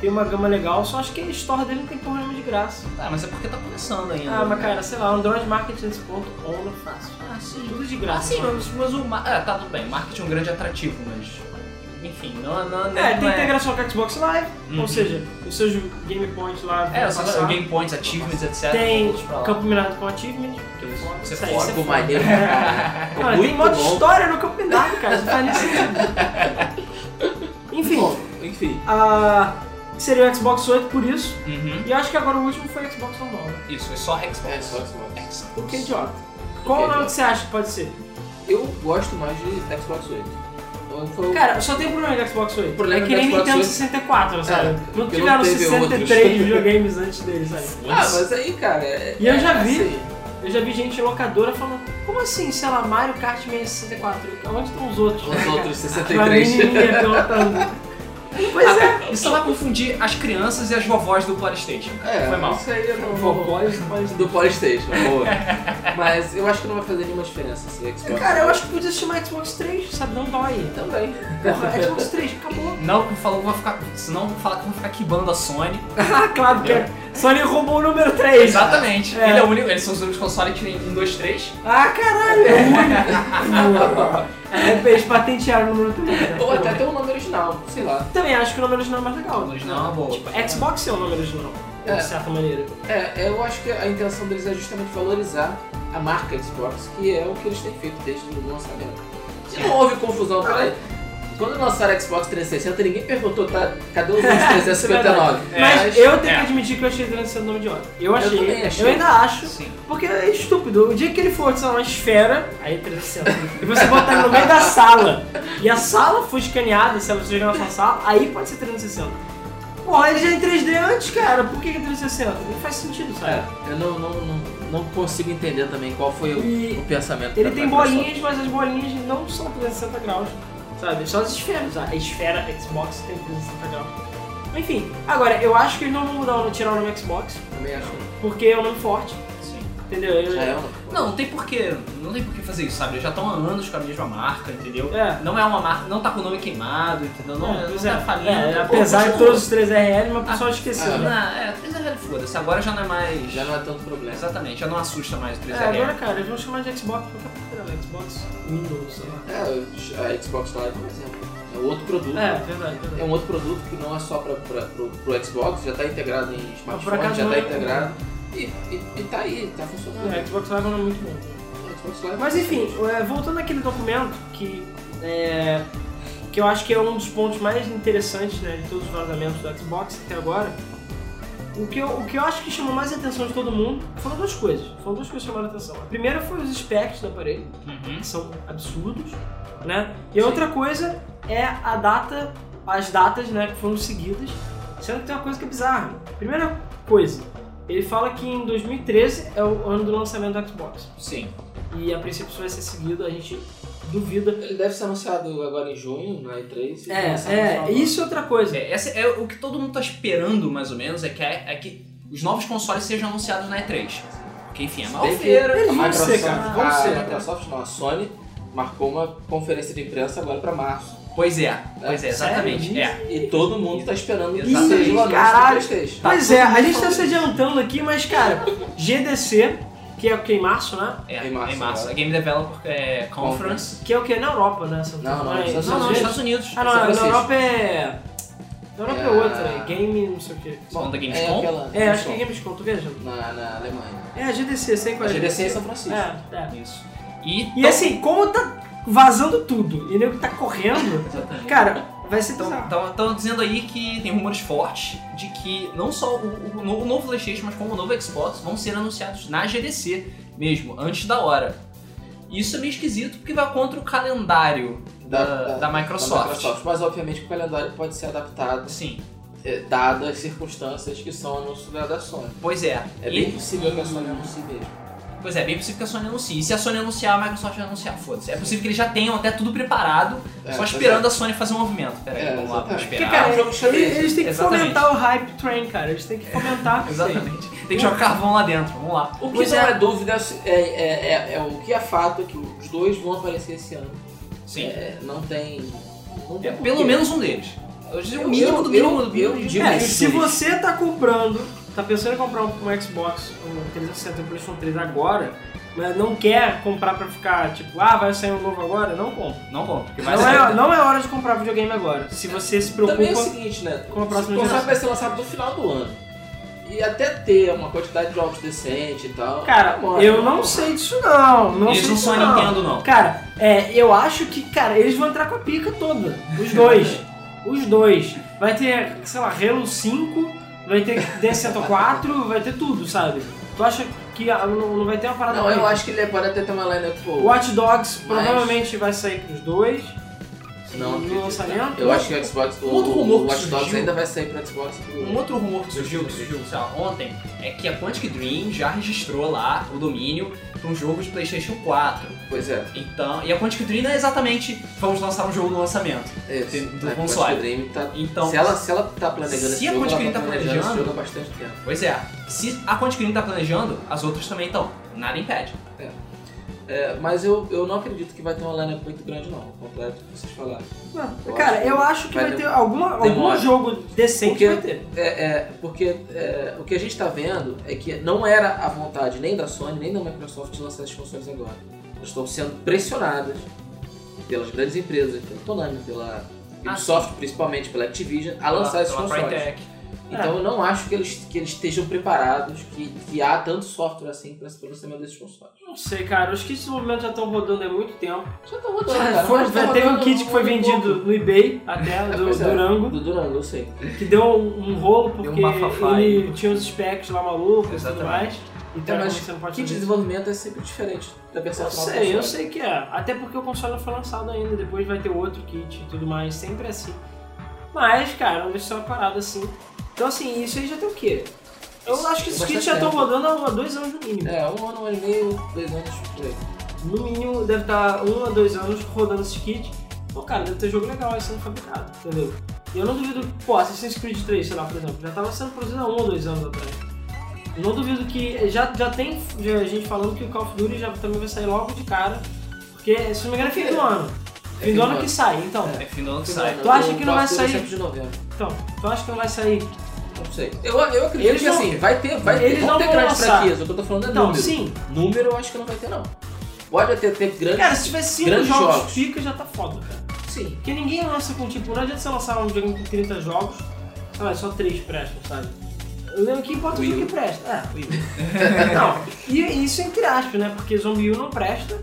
Speaker 2: Tem uma gama legal, só acho que a Store dele não tem porra nenhuma de graça.
Speaker 1: Ah, mas é porque tá começando ainda.
Speaker 2: Ah, mas cara, sei lá, Android Market nesse ponto, on no fácil.
Speaker 1: Ah, sim.
Speaker 2: Tudo de
Speaker 1: Ah,
Speaker 2: graça.
Speaker 1: sim, mas, mas o. ma- Ah, tá tudo bem. Marketing é um grande atrativo, mas. Enfim, não, não, não
Speaker 2: É, tem
Speaker 1: não
Speaker 2: integração com o Xbox Live,
Speaker 1: Uhum.
Speaker 2: ou seja, os seus Game Points lá vão
Speaker 1: É, você
Speaker 2: passar.
Speaker 1: vai- Game Points, Achievements, etc.
Speaker 2: Tem
Speaker 1: todos pra lá.
Speaker 2: Campo Minado com Achievement.
Speaker 1: Que você
Speaker 2: Isso aí,
Speaker 1: foca.
Speaker 2: você
Speaker 3: Foco
Speaker 2: foi.
Speaker 3: maneiro, cara. Ficou
Speaker 2: Cara, Ah, tem
Speaker 3: É muito
Speaker 2: modo
Speaker 3: bom.
Speaker 2: história no Campo Minado, cara, isso não faz nem
Speaker 3: *laughs*
Speaker 2: sentido. Enfim,
Speaker 3: Bom, enfim.
Speaker 2: a... seria o Xbox 8 por isso,
Speaker 1: Uhum.
Speaker 2: e acho que agora o último foi o Xbox normal, né?
Speaker 1: Isso, é só Xbox.
Speaker 3: É, só Xbox.
Speaker 1: Xbox.
Speaker 2: Porque é idiota. Qual o nome
Speaker 3: idiota.
Speaker 2: que você acha que pode ser?
Speaker 3: Eu gosto mais de Xbox 8. Então, foi o-
Speaker 2: Cara, só tem um problema com o Xbox 8.
Speaker 3: O problema
Speaker 2: é que
Speaker 3: do
Speaker 2: nem
Speaker 3: Xbox
Speaker 2: Nintendo
Speaker 3: 8.
Speaker 2: 64, sabe?
Speaker 3: É,
Speaker 2: não
Speaker 3: porque
Speaker 2: tiveram
Speaker 3: não teve
Speaker 2: 63
Speaker 3: outros.
Speaker 2: videogames antes dele, sabe?
Speaker 3: Ah, mas aí, cara... é-
Speaker 2: E eu
Speaker 3: é
Speaker 2: já vi.
Speaker 3: assim.
Speaker 2: Eu já vi gente em locadora falando, como assim, sei lá, Mario Kart 64? Onde estão os outros? *laughs*
Speaker 3: Os outros
Speaker 2: Uma
Speaker 3: 63.
Speaker 2: menininha pilotando. Pois é.
Speaker 1: Ah, Isso vai confundir as crianças e as vovós do PlayStation. cara.
Speaker 3: É,
Speaker 1: Foi mal.
Speaker 3: Isso aí eu não vou.
Speaker 2: Vovó e pais do-
Speaker 3: Do Polystation, *laughs* boa. Mas eu acho que não vai fazer nenhuma diferença esse Xbox.
Speaker 2: Cara, eu acho que podia se chamar Xbox 3, sabe? Não dói.
Speaker 3: Também.
Speaker 2: Porra, Xbox 3,
Speaker 1: *laughs*
Speaker 2: acabou.
Speaker 1: Não, falou que vai ficar. Senão falar que vai ficar quibando a Sony.
Speaker 2: Ah, claro *laughs* que é. Só ele roubou o número 3.
Speaker 1: Exatamente.
Speaker 2: É.
Speaker 1: Ele é o único. Eles são os únicos consoles que um, tem 1, 2, 3.
Speaker 2: Ah, caralho, *laughs* é muito. Eles patentearam o número 3. né?
Speaker 3: Ou até tem o nome original, sei lá.
Speaker 2: Também acho que o nome original é mais legal.
Speaker 1: O original é uma boa.
Speaker 2: Tipo, Xbox é o nome original,
Speaker 3: É.
Speaker 2: de certa maneira.
Speaker 3: É, eu acho que a intenção deles é justamente valorizar a marca Xbox, que é o que eles têm feito desde o lançamento. E não houve confusão. Cara. Quando lançaram a Xbox 360, ninguém perguntou, tá, cadê os *laughs* outros 359?
Speaker 1: É.
Speaker 2: Mas eu tenho
Speaker 1: É.
Speaker 2: que admitir que eu achei Adriano sendo nome de homem. Eu
Speaker 3: também
Speaker 2: achei.
Speaker 3: achei.
Speaker 2: Eu ainda acho.
Speaker 1: Sim.
Speaker 2: Porque é estúpido. O dia que ele for, sei lá, uma esfera, aí é 360, e você botar ele no meio da sala, e a sala for escaneada, se ela estiver na sua sala, aí pode ser 360. Porra, ele já é em 3D antes, cara. Por que que é 360? Não faz sentido, sabe?
Speaker 3: É, eu não, não, não, não consigo entender também qual foi o,
Speaker 2: E
Speaker 3: o pensamento
Speaker 2: Ele
Speaker 3: da
Speaker 2: tem
Speaker 3: Microsoft.
Speaker 2: bolinhas, mas as bolinhas não são 360 graus, sabe? Só as esferas. A esfera Xbox tem 360 graus. Enfim, agora, eu acho que eles não vão mudar, o- tirar o nome Xbox,
Speaker 3: Também acho.
Speaker 2: porque é um nome forte,
Speaker 1: Sim.
Speaker 2: entendeu? Eu-
Speaker 3: Já é uma-
Speaker 1: Não, não tem porquê. Não tem porquê fazer isso, sabe? Eles já estão há anos com a mesma marca,
Speaker 3: um
Speaker 1: entendeu?
Speaker 2: É.
Speaker 1: Não é uma marca, não tá com o nome queimado, entendeu? Não,
Speaker 2: É,
Speaker 1: não
Speaker 2: pois
Speaker 1: tá
Speaker 2: é.
Speaker 1: falindo.
Speaker 2: É,
Speaker 1: tá-
Speaker 2: apesar
Speaker 1: Pô,
Speaker 2: de todos os três RL, mas o pessoal
Speaker 3: ah,
Speaker 2: esqueceu, né?
Speaker 1: Não, é, 3RL foda-se. Agora já não é mais.
Speaker 3: Já não é tanto problema.
Speaker 1: Exatamente, já não assusta mais o 3RL.
Speaker 2: É, agora, cara, eles vão chamar de Xbox qualquer porra, né? Xbox Windows, sei lá.
Speaker 3: É, a Xbox Live, por exemplo, é outro produto.
Speaker 2: É, verdade, verdade.
Speaker 3: É um outro produto que não é só para pro, pro Xbox, já está integrado em
Speaker 2: Ah, por
Speaker 3: smartphone,
Speaker 2: acaso
Speaker 3: já
Speaker 2: não
Speaker 3: está
Speaker 2: é-
Speaker 3: integrado. E, e, e tá aí, tá funcionando.
Speaker 2: É, Xbox Live é um nome muito bom.
Speaker 3: O Xbox Live.
Speaker 2: Mas enfim, é, voltando àquele documento que é, que eu acho que é um dos pontos mais interessantes né, de todos os vazamentos do Xbox até agora. O que, eu, o que eu acho que chamou mais a atenção de todo mundo foram duas coisas. Foram duas coisas que chamaram a atenção. A primeira foi os specs do aparelho.
Speaker 1: Uhum.
Speaker 2: que são absurdos, né? E a outra coisa é a data, as datas, né, que foram seguidas, sendo que tem uma coisa que é bizarra. Primeira coisa, ele fala que em 2013 é o ano do lançamento do Xbox.
Speaker 1: Sim.
Speaker 2: E a princípio isso vai ser seguido, a gente duvida.
Speaker 3: Ele deve ser anunciado agora em junho, na E3. e
Speaker 2: É,
Speaker 3: lançado no
Speaker 2: é,
Speaker 3: final do
Speaker 2: isso é outra coisa.
Speaker 1: É, essa é o que todo mundo tá esperando, mais ou menos, é que, é, é que os novos consoles sejam anunciados na E3. Porque, enfim, é
Speaker 3: ano.
Speaker 1: mal
Speaker 3: Bem que
Speaker 1: feira.
Speaker 2: Eles vão
Speaker 3: a
Speaker 2: ser,
Speaker 3: Microsoft-
Speaker 2: cara, vão ser,
Speaker 3: A
Speaker 2: cara.
Speaker 3: Microsoft, não, a Sony, marcou uma conferência de imprensa agora para março.
Speaker 1: Pois é, pois é, exatamente.
Speaker 2: Sério?
Speaker 1: É.
Speaker 3: E todo mundo tá esperando que
Speaker 1: Exatamente.
Speaker 3: seja o anúncio
Speaker 2: Caralho.
Speaker 3: do PlayStation.
Speaker 2: Pois é, a gente tá se adiantando aqui, mas cara, GDC, que é o que em março, né?
Speaker 1: É,
Speaker 3: Em
Speaker 1: em
Speaker 3: março,
Speaker 1: março.
Speaker 3: agora.
Speaker 1: A Game Developer é, Conference.
Speaker 2: Que é o que na Europa, né? Se eu
Speaker 3: Não, não,
Speaker 2: é,
Speaker 3: nos
Speaker 1: Não, não,
Speaker 3: Estados
Speaker 1: Estados Unidos.
Speaker 2: Ah, não,
Speaker 3: São
Speaker 2: na
Speaker 3: Francisco.
Speaker 2: Europa é. Na Europa é,
Speaker 3: É.
Speaker 2: outra, é game, não sei o quê.
Speaker 1: Falando da
Speaker 3: é
Speaker 1: Gamescom.
Speaker 3: aquela.
Speaker 2: É, acho que é Gamescom, tô viajando.
Speaker 3: na, na Alemanha.
Speaker 2: É a GDC, sem
Speaker 3: A
Speaker 2: qual
Speaker 3: GDC em São Francisco.
Speaker 2: É, é.
Speaker 1: Isso. E,
Speaker 2: E
Speaker 3: Então-
Speaker 2: assim, como tá vazando tudo e nego tá correndo, cara, vai
Speaker 3: Então,
Speaker 2: ser bizarro.
Speaker 3: tá
Speaker 1: Estão dizendo aí que tem rumores fortes de que não só o, o no- o novo PlayStation, mas como o novo Xbox vão ser anunciados na GDC mesmo, antes da hora. Isso é meio esquisito porque vai contra o calendário da, da Microsoft.
Speaker 3: Mas obviamente que o calendário pode ser adaptado,
Speaker 1: Sim,
Speaker 3: eh, dadas as circunstâncias que são anúncios da da Sony.
Speaker 1: pois é.
Speaker 3: É
Speaker 1: E-
Speaker 3: bem possível que a Sony anuncie mesmo.
Speaker 1: Pois é, bem possível que a Sony anuncie. E se a Sony anunciar, a Microsoft vai anunciar, foda-se. É possível que eles já tenham até tudo preparado,
Speaker 3: É,
Speaker 1: só
Speaker 3: pois
Speaker 1: esperando
Speaker 3: é.
Speaker 1: a Sony fazer um movimento. Pera aí,
Speaker 3: É,
Speaker 1: vamos lá, vamos
Speaker 3: exatamente.
Speaker 2: Porque,
Speaker 1: esperar.
Speaker 2: cara,
Speaker 3: É um jogo
Speaker 2: eles,
Speaker 3: chinês.
Speaker 2: eles têm que
Speaker 1: Exatamente.
Speaker 2: fomentar o hype train, cara. Eles têm que
Speaker 3: *laughs*
Speaker 2: fomentar. isso aí.
Speaker 1: Exatamente. Tem que jogar carvão lá dentro, vamos lá.
Speaker 3: O que
Speaker 2: Pois
Speaker 3: não
Speaker 2: é.
Speaker 3: é, dúvida é, é- é- é o que é fato é que os dois vão aparecer esse ano.
Speaker 1: Sim.
Speaker 3: É, não tem. não tem
Speaker 1: É,
Speaker 3: porquê.
Speaker 1: pelo menos um deles. Eu diria
Speaker 3: Eu-
Speaker 1: o mínimo do
Speaker 3: eu-
Speaker 1: mínimo do
Speaker 3: eu-
Speaker 1: mínimo.
Speaker 3: eu
Speaker 1: de-
Speaker 3: digo-
Speaker 2: É,
Speaker 3: Isso,
Speaker 2: se
Speaker 3: isso.
Speaker 2: você tá comprando, tá pensando em comprar um, um Xbox, um 360 e um PlayStation 3 agora, mas não quer comprar pra ficar tipo, ah, vai sair um novo agora, não compra.
Speaker 1: Não bom, porque vai
Speaker 2: Não
Speaker 1: ser-
Speaker 2: é, não é hora de comprar videogame agora. Se você se preocupa.
Speaker 3: Também é o seguinte, né?
Speaker 2: com a próxima
Speaker 3: o console
Speaker 2: geração.
Speaker 3: vai ser lançado no final do ano. E até ter uma quantidade de jogos decente e tal.
Speaker 2: Cara,
Speaker 3: demora.
Speaker 2: eu não sei disso não. não
Speaker 1: Eles
Speaker 2: sei
Speaker 1: não é.
Speaker 2: disso
Speaker 1: são a
Speaker 2: não.
Speaker 1: Nintendo, não.
Speaker 2: Cara, é, eu acho que, cara, eles vão entrar com a pica toda.
Speaker 1: *laughs*
Speaker 2: Os dois. os dois. Vai ter, sei lá, Halo 5, vai ter The 104, vai ter tudo, sabe? Tu acha que a- não, não vai ter uma parada
Speaker 3: Não, eu
Speaker 2: aí?
Speaker 3: acho que ele é- pode até ter uma lineup boa.
Speaker 2: Watch Dogs
Speaker 3: Mas-
Speaker 2: provavelmente vai sair pros dois.
Speaker 3: Não,
Speaker 2: no
Speaker 3: acredito.
Speaker 2: lançamento.
Speaker 3: Eu acho que o Xbox, o,
Speaker 1: Um outro rumor
Speaker 3: o
Speaker 1: que
Speaker 3: Watch Dogs
Speaker 1: surgiu.
Speaker 3: ainda vai sair pra Xbox. e pro-
Speaker 1: Um outro rumor que surgiu, que surgiu sei lá, ontem, é que a Quantic Dream já registrou lá o domínio para um jogo de PlayStation 4.
Speaker 3: Pois é,
Speaker 1: Então, e a Quantic Dream não é exatamente vamos lançar um jogo no lançamento.
Speaker 3: é
Speaker 1: Tem- do
Speaker 3: a
Speaker 1: console.
Speaker 3: Quantic Dream tá-
Speaker 1: Então,
Speaker 3: se, ela, se ela tá planejando
Speaker 1: se
Speaker 3: esse
Speaker 1: a
Speaker 3: jogo,
Speaker 1: Quantic
Speaker 3: ela
Speaker 1: Dream tá
Speaker 3: planejando esse
Speaker 1: planejando-
Speaker 3: jogo há bastante tempo.
Speaker 1: pois é, se a Quantic Dream tá planejando, as outras também estão. Nada impede.
Speaker 3: É, mas eu, eu não acredito que vai ter uma lineup muito grande, não. Ao contrário do que vocês falaram.
Speaker 2: Não,
Speaker 3: Eu
Speaker 2: cara,
Speaker 3: acho que
Speaker 2: eu acho que
Speaker 3: vai
Speaker 2: vai,
Speaker 3: ter-
Speaker 2: ter alguma, algum
Speaker 3: demora.
Speaker 2: jogo decente
Speaker 3: Porque-
Speaker 2: vai ter.
Speaker 3: É, é, porque é, o que a gente tá vendo é que não era a vontade nem da Sony, nem da Microsoft de lançar as consoles agora. Elas estão sendo pressionadas pelas grandes empresas, pela Konami, pela
Speaker 1: Ah,
Speaker 3: Ubisoft, principalmente pela Activision, a lançar esses
Speaker 1: Pela- pela
Speaker 3: consoles.
Speaker 1: Crytek.
Speaker 3: Então eu não acho que eles, que eles estejam preparados, que, que há tanto software assim para o lançamento desses consoles.
Speaker 2: Não sei, cara. Os kits de desenvolvimento já estão rodando há muito tempo.
Speaker 3: Já tá rodando, cara.
Speaker 2: Foi-
Speaker 3: mas tá
Speaker 2: teve um
Speaker 3: rodando
Speaker 2: kit que foi
Speaker 3: um
Speaker 2: vendido
Speaker 3: pouco.
Speaker 2: no eBay, até,
Speaker 3: *laughs* É,
Speaker 2: do
Speaker 3: pois é,
Speaker 2: Durango,
Speaker 3: Do Durango, eu sei.
Speaker 2: que deu um, um rolo
Speaker 1: Deu um
Speaker 2: porque
Speaker 1: bafafá
Speaker 2: ele
Speaker 1: aí.
Speaker 2: tinha uns specs lá malucos e tudo
Speaker 1: Exatamente.
Speaker 2: mais. Então
Speaker 3: É, mas
Speaker 2: você não pode fazer
Speaker 3: Kit de
Speaker 2: isso.
Speaker 3: desenvolvimento é sempre diferente da versão
Speaker 2: Eu
Speaker 3: final do
Speaker 2: sei, eu
Speaker 3: console.
Speaker 2: sei que é. Até porque o console não foi lançado ainda, depois vai ter outro kit e tudo mais, sempre assim. Mas, cara, não deixa ser uma parada assim. Então, assim, isso aí já tem o quê? Eu acho que esses
Speaker 3: Bastante
Speaker 2: kits já estão
Speaker 3: tempo.
Speaker 2: rodando há dois anos no mínimo.
Speaker 3: É, um ano, um ano e meio, dois anos por aí.
Speaker 2: No mínimo, deve estar um a dois anos rodando esses kits. Pô, cara, deve ter jogo legal aí sendo fabricado, entendeu? E eu não duvido, pô, Assassin's Creed 3, sei lá, por exemplo, já tava sendo produzido há um ou dois anos atrás. Eu não duvido que. Já, já tem já, gente falando que o Call of Duty já também vai sair logo de cara. Porque, se não me engano, é fim do ano.
Speaker 3: É
Speaker 2: Fim do ano que sai, então.
Speaker 1: É fim do ano que
Speaker 3: Fim um do
Speaker 1: sai.
Speaker 3: ano,
Speaker 2: Tu acha que não vai
Speaker 3: quase todo
Speaker 2: sair?
Speaker 3: sempre de novembro.
Speaker 2: Então, tu acha que não vai sair?
Speaker 3: Não sei. Eu, eu acredito
Speaker 2: Eles
Speaker 3: que
Speaker 2: não-
Speaker 3: assim, vai ter, vai
Speaker 2: eles
Speaker 3: ter, vão
Speaker 2: não
Speaker 3: ter
Speaker 2: vão
Speaker 3: grandes
Speaker 2: lançar.
Speaker 3: franquias. O que eu tô falando é
Speaker 2: Então,
Speaker 3: número.
Speaker 2: sim.
Speaker 3: Número eu acho que não vai ter, não. Pode até ter grandes.
Speaker 2: Cara, se tiver cinco
Speaker 3: Grandes
Speaker 2: jogos,
Speaker 3: jogos.
Speaker 2: pica, já tá foda, cara.
Speaker 3: sim.
Speaker 2: Porque ninguém lança com tipo, não adianta você lançar um jogo com 30 jogos, sei lá, só 3 prestam, sabe? Eu lembro que importa o
Speaker 3: Will.
Speaker 2: jogo que presta. É, Will. *laughs* não, e isso entre aspas, né? Porque Zombie U não presta,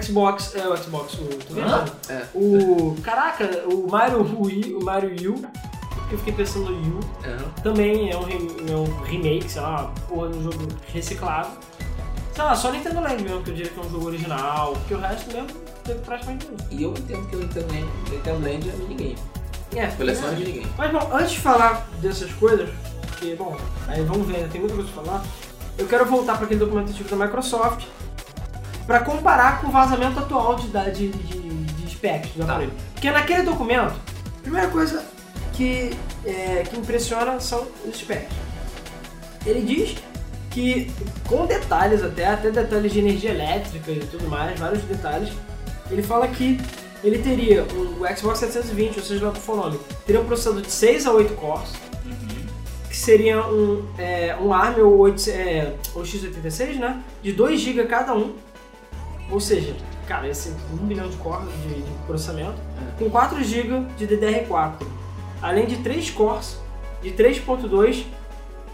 Speaker 2: Xbox, é o Xbox, o. Tô vendo?
Speaker 3: É.
Speaker 2: O. Caraca, o Mario Wii, o Mario U, que eu fiquei pensando no U,
Speaker 3: É.
Speaker 2: também é um, re- é um remake, sei lá, uma porra de um jogo reciclado. Sei lá, só Nintendo Land mesmo, que eu diria que é um jogo original, porque o resto mesmo teve praticamente nenhum.
Speaker 3: E eu entendo que o Nintendo Land, Nintendo Land é minigame.
Speaker 2: É,
Speaker 3: Coleção
Speaker 2: é.
Speaker 3: de minigame.
Speaker 2: Mas bom, antes de falar dessas coisas, que bom, aí vamos ver, né? tem muita coisa pra falar, eu quero voltar para aquele documentativo da Microsoft para comparar com o vazamento atual de, da- de, de, de specs do
Speaker 1: Tá.
Speaker 2: aparelho. Porque naquele documento, a primeira coisa que, é, que impressiona são os specs. Ele diz que, com detalhes até, até detalhes de energia elétrica e tudo mais, vários detalhes, ele fala que ele teria o Xbox 720, ou seja, lá pro Fonome, teria um processador de 6 a 8 cores, que seria um, é, um ARM ou, 8, é, ou x86, né? De 2 GB cada um. Ou seja, cara, esse 1 bilhão de cores de, de processamento, com 4 GB de DDR4. Além de 3 cores de 3.2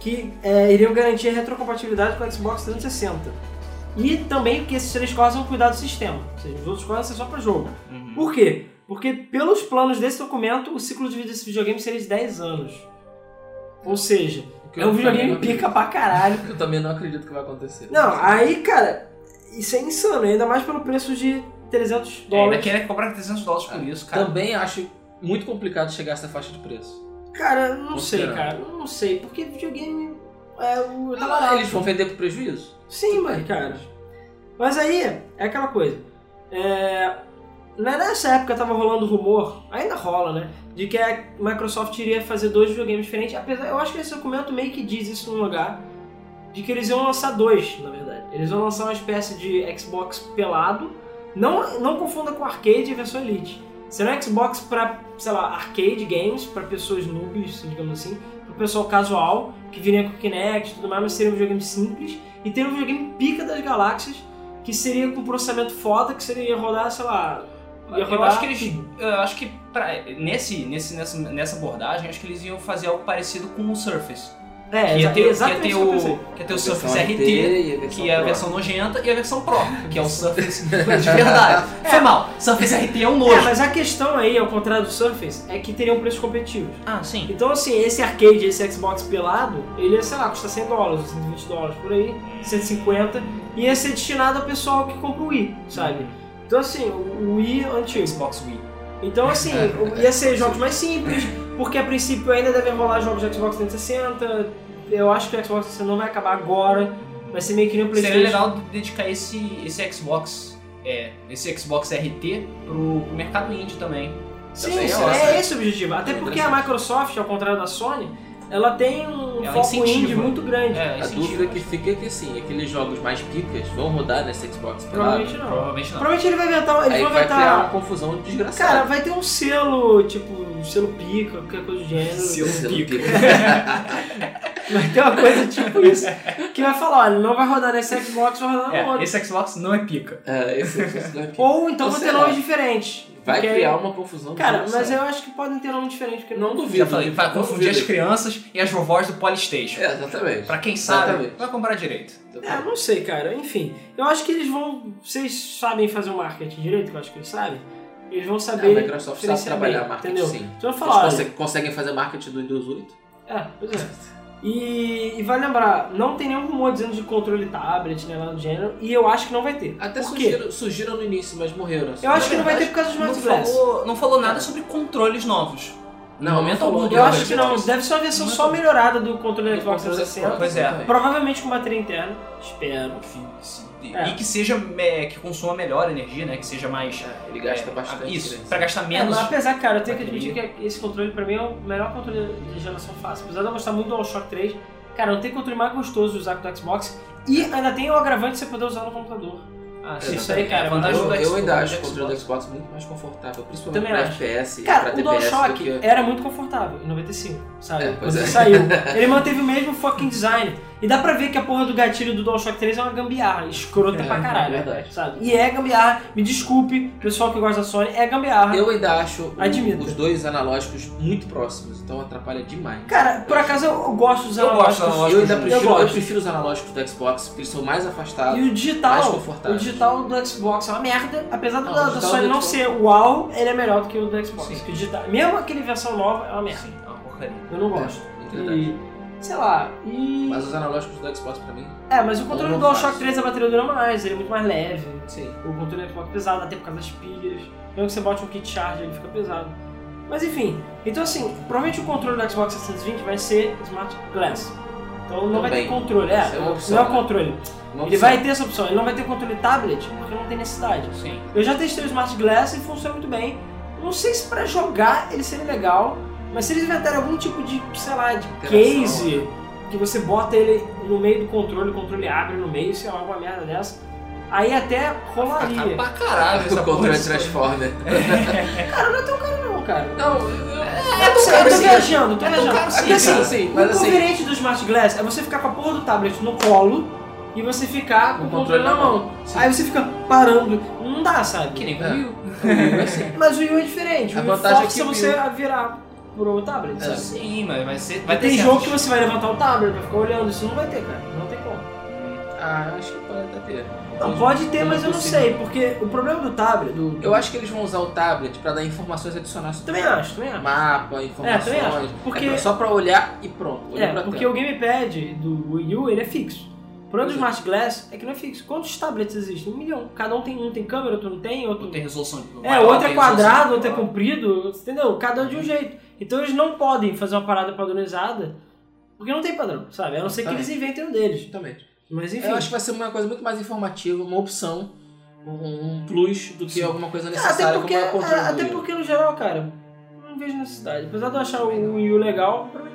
Speaker 2: que é, iriam garantir a retrocompatibilidade com o Xbox 360. E também que esses três cores vão cuidar do sistema. Ou seja, os outros cores são só para jogo.
Speaker 1: Uhum.
Speaker 2: Por quê? Porque pelos planos desse documento, o ciclo de vida desse videogame seria de 10 anos. Ou seja,
Speaker 3: O que
Speaker 2: é um
Speaker 3: eu também
Speaker 2: videogame
Speaker 3: não acredito-
Speaker 2: pica pra caralho.
Speaker 3: Eu também não acredito que vai acontecer.
Speaker 2: Não, aí, cara, isso é insano, ainda mais pelo preço de 300
Speaker 3: né?
Speaker 1: É, ainda
Speaker 2: dólares.
Speaker 1: querem cobrar 300 dólares por isso, cara.
Speaker 3: Também acho muito complicado chegar a essa faixa de preço.
Speaker 2: Cara, eu não sei,
Speaker 3: Considerando.
Speaker 2: cara, eu não sei, porque videogame é o. Tá
Speaker 3: Ah,
Speaker 2: barato.
Speaker 3: eles vão vender por prejuízo?
Speaker 2: Sim, mas, cara. Mas aí, é aquela coisa. É, né, Nessa época tava rolando rumor, ainda rola, né? De que a Microsoft iria fazer dois videogames diferentes. Apesar, eu acho que esse documento meio que diz isso num lugar. De que eles iam lançar dois, na verdade. Eles iam lançar uma espécie de Xbox pelado. Não, não confunda com arcade e versão Elite. Será um Xbox pra, sei lá, arcade games, pra pessoas noobs, digamos assim. Pro pessoal casual, que viria com Kinect e tudo mais, mas seria um videogame simples e tem um videogame pica das galáxias, que seria com processamento foda, que seria ia rodar, sei lá. Ia
Speaker 1: Eu
Speaker 2: rodar
Speaker 1: acho que eles. Eu acho que pra- nesse, nesse, nessa, nessa abordagem, acho que eles iam fazer algo parecido com o Surface.
Speaker 2: É,
Speaker 1: que ia
Speaker 2: exa
Speaker 1: ter,
Speaker 2: exatamente
Speaker 1: que ia
Speaker 2: isso que Então, eu
Speaker 1: ter o, que ia ter
Speaker 2: pensei.
Speaker 3: A
Speaker 1: o
Speaker 3: versão
Speaker 1: Surface RT, que
Speaker 3: e a versão
Speaker 1: é a
Speaker 3: Pro.
Speaker 1: versão nojenta, e a versão Pro, que é o Surface de verdade. Foi mal, Surface RT é um
Speaker 2: É,
Speaker 1: nojo.
Speaker 2: mas a questão aí, ao contrário do Surface, é que teriam preços competitivos.
Speaker 1: Ah, sim.
Speaker 2: Então, assim, esse arcade, esse Xbox pelado, ele ia, sei lá, custar 100 dólares, 120 dólares por aí, 150, e ia ser destinado ao pessoal que compra o Wii, sabe? Então, assim, o o Wii antigo.
Speaker 1: Xbox Wii.
Speaker 2: Então, assim,
Speaker 1: É.
Speaker 2: ia ser jogos mais simples, porque a princípio ainda devem rolar jogos de Xbox 360. Eu acho que o Xbox 360 não vai acabar agora, vai ser meio que nem o PlayStation.
Speaker 1: Seria legal dedicar esse, esse Xbox. É, esse Xbox RT pro, pro mercado indie também. né?
Speaker 2: Sim,
Speaker 3: Também é
Speaker 2: sim,
Speaker 3: ótimo.
Speaker 2: é esse o objetivo. Até
Speaker 3: É
Speaker 2: porque a
Speaker 3: interessante.
Speaker 2: Microsoft, ao contrário da Sony, ela tem um
Speaker 1: Ela
Speaker 2: foco
Speaker 1: incentiva.
Speaker 2: indie muito grande.
Speaker 1: É,
Speaker 3: A
Speaker 1: esse
Speaker 3: dúvida
Speaker 1: tipo.
Speaker 3: que fica é que assim, aqueles jogos mais picas vão rodar nesse Xbox pelado.
Speaker 2: Provavelmente não.
Speaker 1: Provavelmente não.
Speaker 2: Provavelmente ele vai inventar. Eles
Speaker 3: Aí
Speaker 2: vão
Speaker 3: vai criar uma
Speaker 2: inventar.
Speaker 3: confusão
Speaker 2: Cara,
Speaker 3: desgraçada.
Speaker 2: vai ter um selo, tipo, um selo pica, qualquer coisa do gênero.
Speaker 1: Selo
Speaker 3: Você não
Speaker 1: pica.
Speaker 2: Vai ter uma coisa tipo isso. Que vai falar, olha, não vai rodar nesse Xbox, vai rodar no outro.
Speaker 1: É, esse Xbox não é pica.
Speaker 3: *laughs* É, esse, esse daqui.
Speaker 2: Ou então
Speaker 3: Ou
Speaker 2: vão ter
Speaker 3: será?
Speaker 2: nomes diferentes.
Speaker 3: Vai
Speaker 2: Porque-
Speaker 3: criar uma confusão. que
Speaker 2: Cara,
Speaker 3: não
Speaker 2: mas
Speaker 3: sai.
Speaker 2: eu acho que podem ter nome diferente. Porque
Speaker 3: Não
Speaker 1: Já
Speaker 3: duvido.
Speaker 1: falei, vai
Speaker 3: não
Speaker 1: confundir as
Speaker 3: duvido.
Speaker 1: crianças e as vovós do Polystation.
Speaker 3: É, exatamente. Então, tá.
Speaker 1: Pra quem sabe,
Speaker 3: Exatamente.
Speaker 1: vai comprar direito.
Speaker 2: É,
Speaker 3: Exatamente.
Speaker 2: não sei, cara. Enfim, eu acho que eles vão. Vocês sabem fazer o marketing direito, que eu acho que eles sabem. Eles vão
Speaker 3: Ah, A
Speaker 2: saber.
Speaker 3: Microsoft sabe
Speaker 2: diferenciar
Speaker 3: trabalhar
Speaker 2: bem,
Speaker 3: marketing
Speaker 2: entendeu?
Speaker 3: sim.
Speaker 2: Então eu vou
Speaker 3: Eles
Speaker 2: falar, olha,
Speaker 3: conseguem, conseguem fazer marketing do Windows 8?
Speaker 2: É, pois é. E, e vai lembrar, não tem nenhum rumor dizendo de controle tablet, né, lá do gênero, e eu acho que não vai ter.
Speaker 3: Até
Speaker 2: Por quê?
Speaker 3: surgiram, surgiram no início, mas morreram. assim.
Speaker 2: Eu acho
Speaker 3: Na
Speaker 2: que não vai ter
Speaker 3: verdade,
Speaker 2: por causa do
Speaker 1: Não
Speaker 2: Smart Glass.
Speaker 1: falou, não falou nada sobre controles novos.
Speaker 3: Não,
Speaker 1: Em momento
Speaker 3: não falou.
Speaker 1: algum. do
Speaker 2: Eu
Speaker 1: Xbox.
Speaker 2: acho que não, deve ser uma versão
Speaker 1: Não.
Speaker 2: só melhorada do controle do
Speaker 3: Do
Speaker 2: Xbox
Speaker 3: controle
Speaker 2: 360.
Speaker 1: Pois é.
Speaker 3: exatamente.
Speaker 2: Provavelmente com bateria interna, espero. É.
Speaker 1: E que seja é, que consuma melhor energia, né? Que seja mais.
Speaker 3: É, Ele gasta
Speaker 1: é,
Speaker 3: bastante.
Speaker 1: Isso,
Speaker 3: né?
Speaker 1: pra gastar
Speaker 2: É,
Speaker 1: menos.
Speaker 2: mas apesar, cara, eu tenho que admitir que esse controle pra mim é o melhor controle de geração fácil. Apesar de eu gostar muito do DualShock 3, cara, não tem controle mais gostoso de usar que o do Xbox. E
Speaker 3: É.
Speaker 2: ainda tem o agravante de você poder usar no computador.
Speaker 1: Ah,
Speaker 3: sim.
Speaker 1: isso aí, cara.
Speaker 2: Eu-
Speaker 1: Vantagem
Speaker 3: Eu,
Speaker 1: do
Speaker 3: eu
Speaker 1: Xbox,
Speaker 3: ainda
Speaker 1: do
Speaker 3: acho o controle do
Speaker 1: Xbox.
Speaker 3: Xbox muito mais confortável, principalmente
Speaker 2: Também
Speaker 3: pra
Speaker 2: acho.
Speaker 3: FPS e
Speaker 2: Cara,
Speaker 3: pra
Speaker 2: o
Speaker 3: TPS
Speaker 2: DualShock é
Speaker 3: do que...
Speaker 2: era muito confortável em 95, sabe?
Speaker 3: É,
Speaker 2: Quando
Speaker 3: pois
Speaker 2: ele
Speaker 3: é. *laughs*
Speaker 2: saiu. Ele manteve o mesmo fucking design. E dá pra ver que a porra do gatilho do DualShock 3 é uma gambiarra, escrota
Speaker 3: É,
Speaker 2: pra caralho,
Speaker 3: é verdade.
Speaker 2: sabe? E é gambiarra, me desculpe, pessoal que gosta da Sony, é gambiarra.
Speaker 3: Eu ainda acho o-
Speaker 2: Admito.
Speaker 3: os dois analógicos muito próximos, então atrapalha demais.
Speaker 2: Cara, por acaso eu, eu gosto dos
Speaker 1: Eu gosto
Speaker 2: analógicos.
Speaker 1: do analógico.
Speaker 3: eu ainda
Speaker 1: eu
Speaker 3: prefiro, eu,
Speaker 2: gosto.
Speaker 3: prefiro os analógicos do Xbox, porque eles são mais afastados,
Speaker 2: E o
Speaker 3: mais
Speaker 2: digital, o
Speaker 3: confortáveis.
Speaker 2: digital do Xbox é uma merda, apesar do
Speaker 3: Não, o
Speaker 2: da, da
Speaker 3: digital é
Speaker 2: Sony
Speaker 3: do
Speaker 2: não
Speaker 3: Xbox-
Speaker 2: ser uau, ele é melhor do que o do Xbox.
Speaker 1: Sim.
Speaker 2: Que o digital, mesmo aquele versão nova é uma merda.
Speaker 1: Sim, é uma porcaria.
Speaker 2: Eu não
Speaker 3: É,
Speaker 2: gosto.
Speaker 3: é verdade.
Speaker 2: E, sei lá, e...
Speaker 3: Mas os analógicos do Xbox pra mim,
Speaker 2: É, mas o controle
Speaker 3: Ou
Speaker 2: do
Speaker 3: não
Speaker 2: DualShock
Speaker 3: faz.
Speaker 2: 3 a bateria dura mais, ele é muito mais leve.
Speaker 3: sim.
Speaker 2: O controle é um pouco pesado, até por causa das pilhas. Mesmo que você bote um kit charge, ele fica pesado. Mas enfim, então assim, provavelmente o controle do Xbox 720 vai ser Smart Glass. Então não vai ter
Speaker 3: Também.
Speaker 2: controle, é,
Speaker 3: Essa é uma opção,
Speaker 2: não é o
Speaker 3: né?
Speaker 2: controle.
Speaker 3: Uma
Speaker 2: Ele
Speaker 3: opção.
Speaker 2: vai ter essa opção, ele não vai ter controle tablet, porque não tem necessidade.
Speaker 1: Sim.
Speaker 2: Eu já testei o Smart Glass e funciona muito bem. Não sei se pra jogar ele seria legal, mas se eles inventarem algum tipo de, sei lá, de
Speaker 3: Interação,
Speaker 2: case, que você bota ele no meio do controle, o controle abre no meio, sei lá, alguma merda dessa, aí até
Speaker 3: *laughs*
Speaker 2: rolaria.
Speaker 1: Pra caralho, essa
Speaker 3: o controle é
Speaker 1: porra.
Speaker 3: Transformer.
Speaker 2: Não, cara.
Speaker 3: Não, eu- eu-
Speaker 2: É tão eu
Speaker 3: caro
Speaker 2: tô
Speaker 3: sim.
Speaker 2: viajando, eu tô
Speaker 1: É tão
Speaker 2: viajando.
Speaker 1: caro sim,
Speaker 2: Porque
Speaker 1: cara.
Speaker 2: assim,
Speaker 3: Sim,
Speaker 2: o
Speaker 3: mas assim-
Speaker 2: conveniente do Smart Glass é você ficar com a porra do tablet no colo e você ficar com o controle na mão.
Speaker 3: Sim.
Speaker 2: Aí você fica parando. Não dá, sabe?
Speaker 1: Que nem
Speaker 3: É.
Speaker 1: comigo.
Speaker 3: Mas sim.
Speaker 2: Mas o Wii U é diferente.
Speaker 3: A
Speaker 2: o Wii
Speaker 3: vantagem
Speaker 2: força
Speaker 3: é que o É.
Speaker 2: você a virar pro tablet, sabe?
Speaker 1: Sim, mas vai ser.
Speaker 2: Vai
Speaker 1: Vai
Speaker 2: tem
Speaker 1: ter
Speaker 2: jogo que
Speaker 1: certos-
Speaker 2: você vai levantar o tablet, vai ficar olhando, isso não vai ter, cara. Não tem como.
Speaker 3: Ah, acho que pode até ter.
Speaker 2: Não, pode ter,
Speaker 3: Não é
Speaker 2: mas eu não
Speaker 3: possível.
Speaker 2: sei, porque o problema do tablet, do...
Speaker 3: Eu acho que eles vão usar o tablet pra dar informações adicionais sobre
Speaker 2: Também acho, também acho.
Speaker 3: mapa, informações.
Speaker 2: também acho, porque-
Speaker 3: pra- só pra olhar e pronto. Olhar
Speaker 2: É,
Speaker 3: pra
Speaker 2: porque
Speaker 3: tela.
Speaker 2: o gamepad do Wii U, ele é fixo. O problema do Smart Glass é que não é fixo. Quantos tablets existem? Um milhão. Cada um tem um, tem câmera, outro não tem, outro...
Speaker 1: Não tem resolução.
Speaker 2: É,
Speaker 1: maior,
Speaker 3: assim,
Speaker 2: outro
Speaker 1: tem
Speaker 2: é
Speaker 1: resolução
Speaker 2: quadrado, outro é
Speaker 1: maior.
Speaker 2: comprido, entendeu? Cada um de um jeito. Então eles não podem fazer uma parada padronizada, porque não tem padrão, sabe? A não ser que
Speaker 3: Também.
Speaker 2: eles inventem um deles.
Speaker 3: Justamente.
Speaker 2: Mas enfim.
Speaker 3: Eu acho que vai ser uma coisa muito mais informativa, uma opção, um, um plus do que
Speaker 1: Sim.
Speaker 3: alguma coisa necessária
Speaker 2: Ah, Até porque, ah,
Speaker 3: como é o controle
Speaker 2: até
Speaker 3: do Wii.
Speaker 2: porque, no geral, cara, não vejo necessidade. Apesar de eu achar o Wii U legal, pra mim-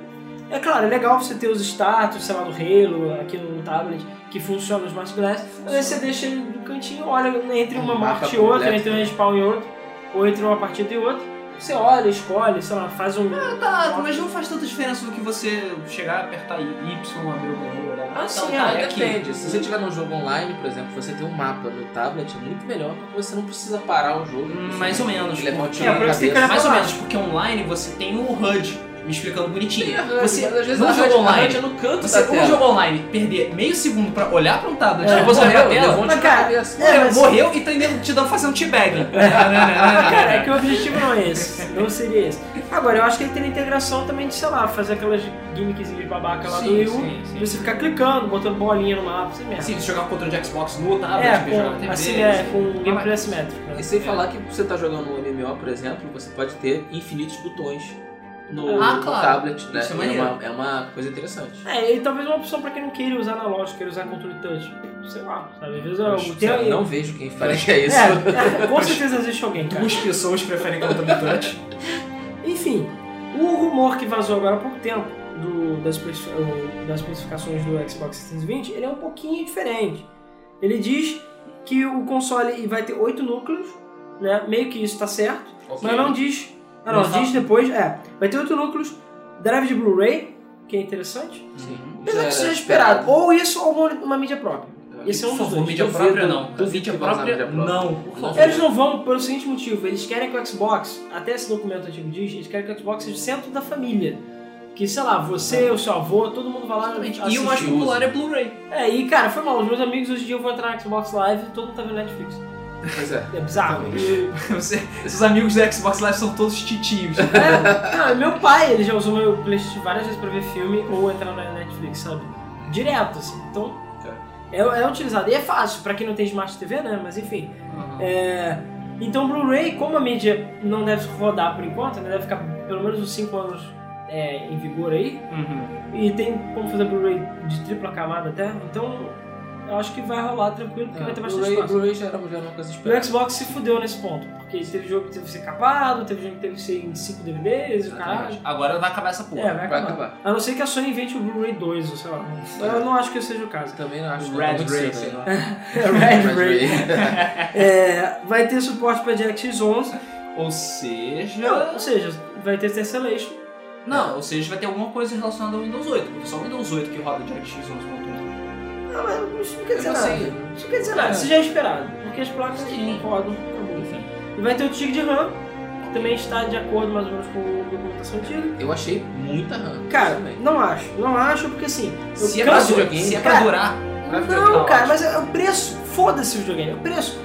Speaker 2: é claro, é legal você ter os status, sei lá, do Halo, aqui no tablet, que funciona no Smart Glass, mas aí você deixa ele do cantinho, olha entre
Speaker 3: Um
Speaker 2: uma
Speaker 3: mapa
Speaker 2: parte e outra,
Speaker 3: completo,
Speaker 2: entre um respawn e outro, ou entre uma partida e outra, você olha, escolhe, sei lá, faz um...
Speaker 3: É,
Speaker 1: Tá, mas não faz tanta diferença do que você chegar, apertar Y, abrir o menu, olhar.
Speaker 2: Ah,
Speaker 3: Assim,
Speaker 2: sim,
Speaker 1: tá,
Speaker 2: ah,
Speaker 1: é aqui.
Speaker 3: Depende. Se você tiver num jogo online, por exemplo, você tem um mapa no tablet, é muito melhor porque você não precisa parar o jogo.
Speaker 1: Hum, Mais ou menos.
Speaker 3: Ele é bom
Speaker 2: É, pra você ficar-
Speaker 1: Mais ou
Speaker 2: falar.
Speaker 1: menos, porque online você tem o HUD me explicando bonitinho.
Speaker 3: assim, Você,
Speaker 1: Você,
Speaker 3: às vezes,
Speaker 1: num
Speaker 3: a
Speaker 1: jogo
Speaker 3: HUD- a
Speaker 1: online,
Speaker 3: HUD é no canto
Speaker 1: você
Speaker 3: da
Speaker 1: num
Speaker 3: tela.
Speaker 1: jogo online, perder meio segundo pra olhar pra um tablet,
Speaker 2: É,
Speaker 1: depois olhar pra tela,
Speaker 2: Mas, cara, é, mas-
Speaker 1: morreu e tá indo- te dando fazendo teabag.
Speaker 2: Cara, é
Speaker 1: Cara,
Speaker 2: que o objetivo não é esse, não seria esse. Agora, eu acho que ele tem integração também de, sei lá, fazer aquelas gimmickzinhas babaca lá do Wii U, de você ficar clicando, botando bolinha no mapa, você merda.
Speaker 1: Sim, se jogar o controle de Xbox no tablet,
Speaker 2: É,
Speaker 1: jogar na
Speaker 2: com,
Speaker 1: TV. assim.
Speaker 2: assim, é, com gameplay assimétrico. né?
Speaker 3: E sem
Speaker 1: É.
Speaker 3: falar que você tá jogando um MMO, por exemplo, você pode ter infinitos botões no,
Speaker 1: Ah,
Speaker 3: no
Speaker 1: claro.
Speaker 3: tablet, né?
Speaker 1: Isso é
Speaker 3: é,
Speaker 1: maneiro.
Speaker 3: uma, é uma coisa interessante.
Speaker 2: É, e talvez uma opção pra quem não queira usar analógico, queira usar controle touch. Sei lá, sabe? Às vezes é eu,
Speaker 1: Poxa,
Speaker 2: tem
Speaker 3: Eu
Speaker 2: aí.
Speaker 3: não vejo quem faria isso.
Speaker 2: É, é, com certeza
Speaker 1: *laughs*
Speaker 2: existe alguém, cara.
Speaker 1: Duas pessoas preferem controle touch.
Speaker 2: Enfim, o rumor que vazou agora há pouco tempo do- das, especi- o- das especificações do Xbox 620, ele é um pouquinho diferente. Ele diz que o console vai ter 8 núcleos, né? Meio que isso tá certo. Mas
Speaker 3: é
Speaker 2: não diz. Ah, não,
Speaker 1: Não
Speaker 2: diz depois. É, vai ter outro núcleos, drive de Blu-ray, que é interessante.
Speaker 3: Sim.
Speaker 2: Apesar que seja esperado. Ou isso ou uma, uma mídia própria.
Speaker 3: É. cara.
Speaker 2: Esse é
Speaker 1: Por
Speaker 2: um dos
Speaker 1: favor,
Speaker 2: dois.
Speaker 1: mídia
Speaker 3: Duvido,
Speaker 1: própria não.
Speaker 3: duvido
Speaker 1: Mídia
Speaker 3: que vão usar
Speaker 1: própria,
Speaker 3: mídia própria.
Speaker 1: não, por favor.
Speaker 2: Eles não vão pelo seguinte motivo, eles querem que o Xbox, até esse documento antigo diz, eles querem que o Xbox seja o centro da família. Que, sei lá, você, o seu avô, todo mundo vai lá
Speaker 1: É. Exatamente. E
Speaker 2: assistir.
Speaker 1: o mais popular é Blu-ray.
Speaker 2: É, e cara, foi mal, os meus amigos hoje em dia eu vou entrar na Xbox Live e todo mundo tá vendo Netflix.
Speaker 3: Pois é.
Speaker 2: É bizarro. E-
Speaker 1: *laughs* Você- Seus amigos da Xbox Live são todos titios.
Speaker 2: É, não, meu pai, ele já usou meu Playstation várias vezes pra ver filme ou entrar na Netflix, sabe? Direto, assim. Então, é, é utilizado. E é fácil, pra quem não tem Smart TV, né? Mas enfim. É, então, Blu-ray, como a mídia não deve rodar por enquanto, né, deve ficar pelo menos uns 5 anos é, em vigor aí,
Speaker 1: Uhum.
Speaker 2: e tem como fazer Blu-ray de tripla camada até, então eu acho que vai rolar tranquilo, porque vai ter bastante
Speaker 3: Blu-ray
Speaker 2: espaço.
Speaker 3: Blu-ray já era já era uma coisa
Speaker 2: O
Speaker 3: esperada.
Speaker 2: Xbox se fudeu nesse ponto, porque teve jogo que teve que ser capado, teve jogo que teve que ser em 5 DVDs, o caralho.
Speaker 1: Agora vai acabar essa porra.
Speaker 2: É, vai acabar.
Speaker 3: Vai acabar.
Speaker 2: A não ser que a Sony invente o Blu-ray 2, ou sei lá.
Speaker 3: É.
Speaker 2: Eu não acho que esse seja o *laughs* É. caso.
Speaker 3: Também não acho que
Speaker 1: Red
Speaker 3: tá muito
Speaker 1: Ray,
Speaker 3: cedo
Speaker 1: sei *laughs*
Speaker 3: ainda.
Speaker 1: lá.
Speaker 2: Red Ray.
Speaker 3: Ray.
Speaker 2: É, vai ter suporte pra DirectX 11,
Speaker 1: Ou seja.
Speaker 2: ou seja, vai ter Tessellation.
Speaker 1: Não, ou seja, vai ter alguma coisa relacionada ao Windows 8. Porque só o Windows 8 que roda DirectX 11.1.
Speaker 2: Não, mas assim, isso não quer
Speaker 3: Eu
Speaker 2: dizer
Speaker 3: não
Speaker 2: nada.
Speaker 3: *laughs* sei.
Speaker 2: Isso não quer dizer nada, isso já é esperado. Porque as placas
Speaker 1: Sim.
Speaker 2: rodam, acabou, enfim. E vai ter o TIG de RAM, que também está de acordo mais ou menos com a documentação antiga.
Speaker 3: Eu achei muita RAM.
Speaker 2: Cara,
Speaker 3: também.
Speaker 2: não acho, não acho, porque assim. eu
Speaker 1: Se é, pra,
Speaker 2: canso-
Speaker 3: videogame,
Speaker 1: se é pra
Speaker 2: cara,
Speaker 1: durar.
Speaker 3: pra videogame,
Speaker 2: Não,
Speaker 1: tá
Speaker 2: cara, mas é o preço. Foda-se o videogame, é o preço.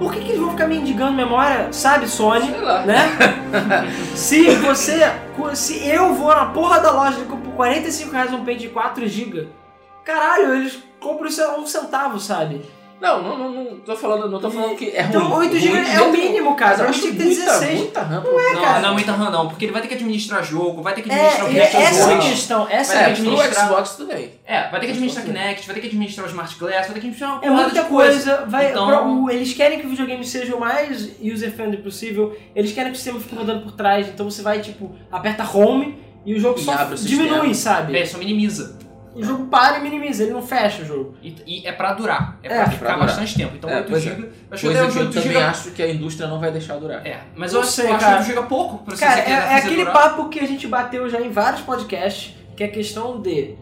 Speaker 2: Por que, que eles vão ficar mendigando memória, sabe, Sony?
Speaker 3: Sei lá.
Speaker 2: né?
Speaker 1: *laughs*
Speaker 2: se você. Se eu vou na porra da loja e compro por 45 reais um pente de 4GB, caralho, eles compram isso a um centavo, sabe?
Speaker 3: Não, não, não, não tô falando, não tô falando que é ruim.
Speaker 2: Então 8 GB
Speaker 3: Ruim
Speaker 2: é
Speaker 3: de
Speaker 2: o
Speaker 3: jeito nenhum.
Speaker 2: mínimo, cara. é
Speaker 3: Mas eu
Speaker 2: Pra mim
Speaker 3: acho
Speaker 2: tinha que ter
Speaker 3: muita,
Speaker 2: 16.
Speaker 3: muita RAM.
Speaker 1: não,
Speaker 2: cara.
Speaker 1: não aumenta RAM não, porque ele vai ter que administrar jogo, vai ter que
Speaker 2: É,
Speaker 1: administrar
Speaker 2: é, essa é a
Speaker 1: PlayStation.
Speaker 2: questão. Essa é a
Speaker 3: É,
Speaker 2: questão.
Speaker 3: no
Speaker 1: administrar-
Speaker 3: Xbox tudo bem.
Speaker 1: É, vai ter que administrar Kinect, vai ter que administrar o Smart Glass, vai ter que administrar uma
Speaker 2: É
Speaker 1: porrada
Speaker 2: muita
Speaker 1: de coisa.
Speaker 2: coisa. Vai,
Speaker 1: Então-
Speaker 2: pra- o- eles querem que o videogame seja o mais user-friendly possível. Eles querem que o sistema fique rodando por trás. Então você vai, tipo, aperta home e o jogo
Speaker 3: E
Speaker 2: só
Speaker 3: abre o sistema.
Speaker 2: diminui, sabe?
Speaker 1: É, só minimiza.
Speaker 2: O jogo para e minimiza, ele não fecha o jogo.
Speaker 1: E, e é pra durar. É,
Speaker 2: É,
Speaker 1: pra ficar
Speaker 3: pra durar.
Speaker 1: bastante tempo. Então
Speaker 3: É,
Speaker 1: 8
Speaker 3: pois é.
Speaker 1: GB. Eu acho que até
Speaker 3: Coisa
Speaker 1: os
Speaker 3: que eu
Speaker 1: 8
Speaker 3: também
Speaker 1: GB.
Speaker 3: acho que a indústria não vai deixar durar.
Speaker 1: É, mas eu,
Speaker 2: Não
Speaker 1: acho,
Speaker 2: sei,
Speaker 1: eu acho
Speaker 2: cara.
Speaker 1: 8 GB pouco pra você
Speaker 2: Cara,
Speaker 1: você
Speaker 2: é,
Speaker 1: querer
Speaker 2: é
Speaker 1: fazer
Speaker 2: aquele
Speaker 1: durar.
Speaker 2: papo que a gente bateu já em vários podcasts, que é a questão de.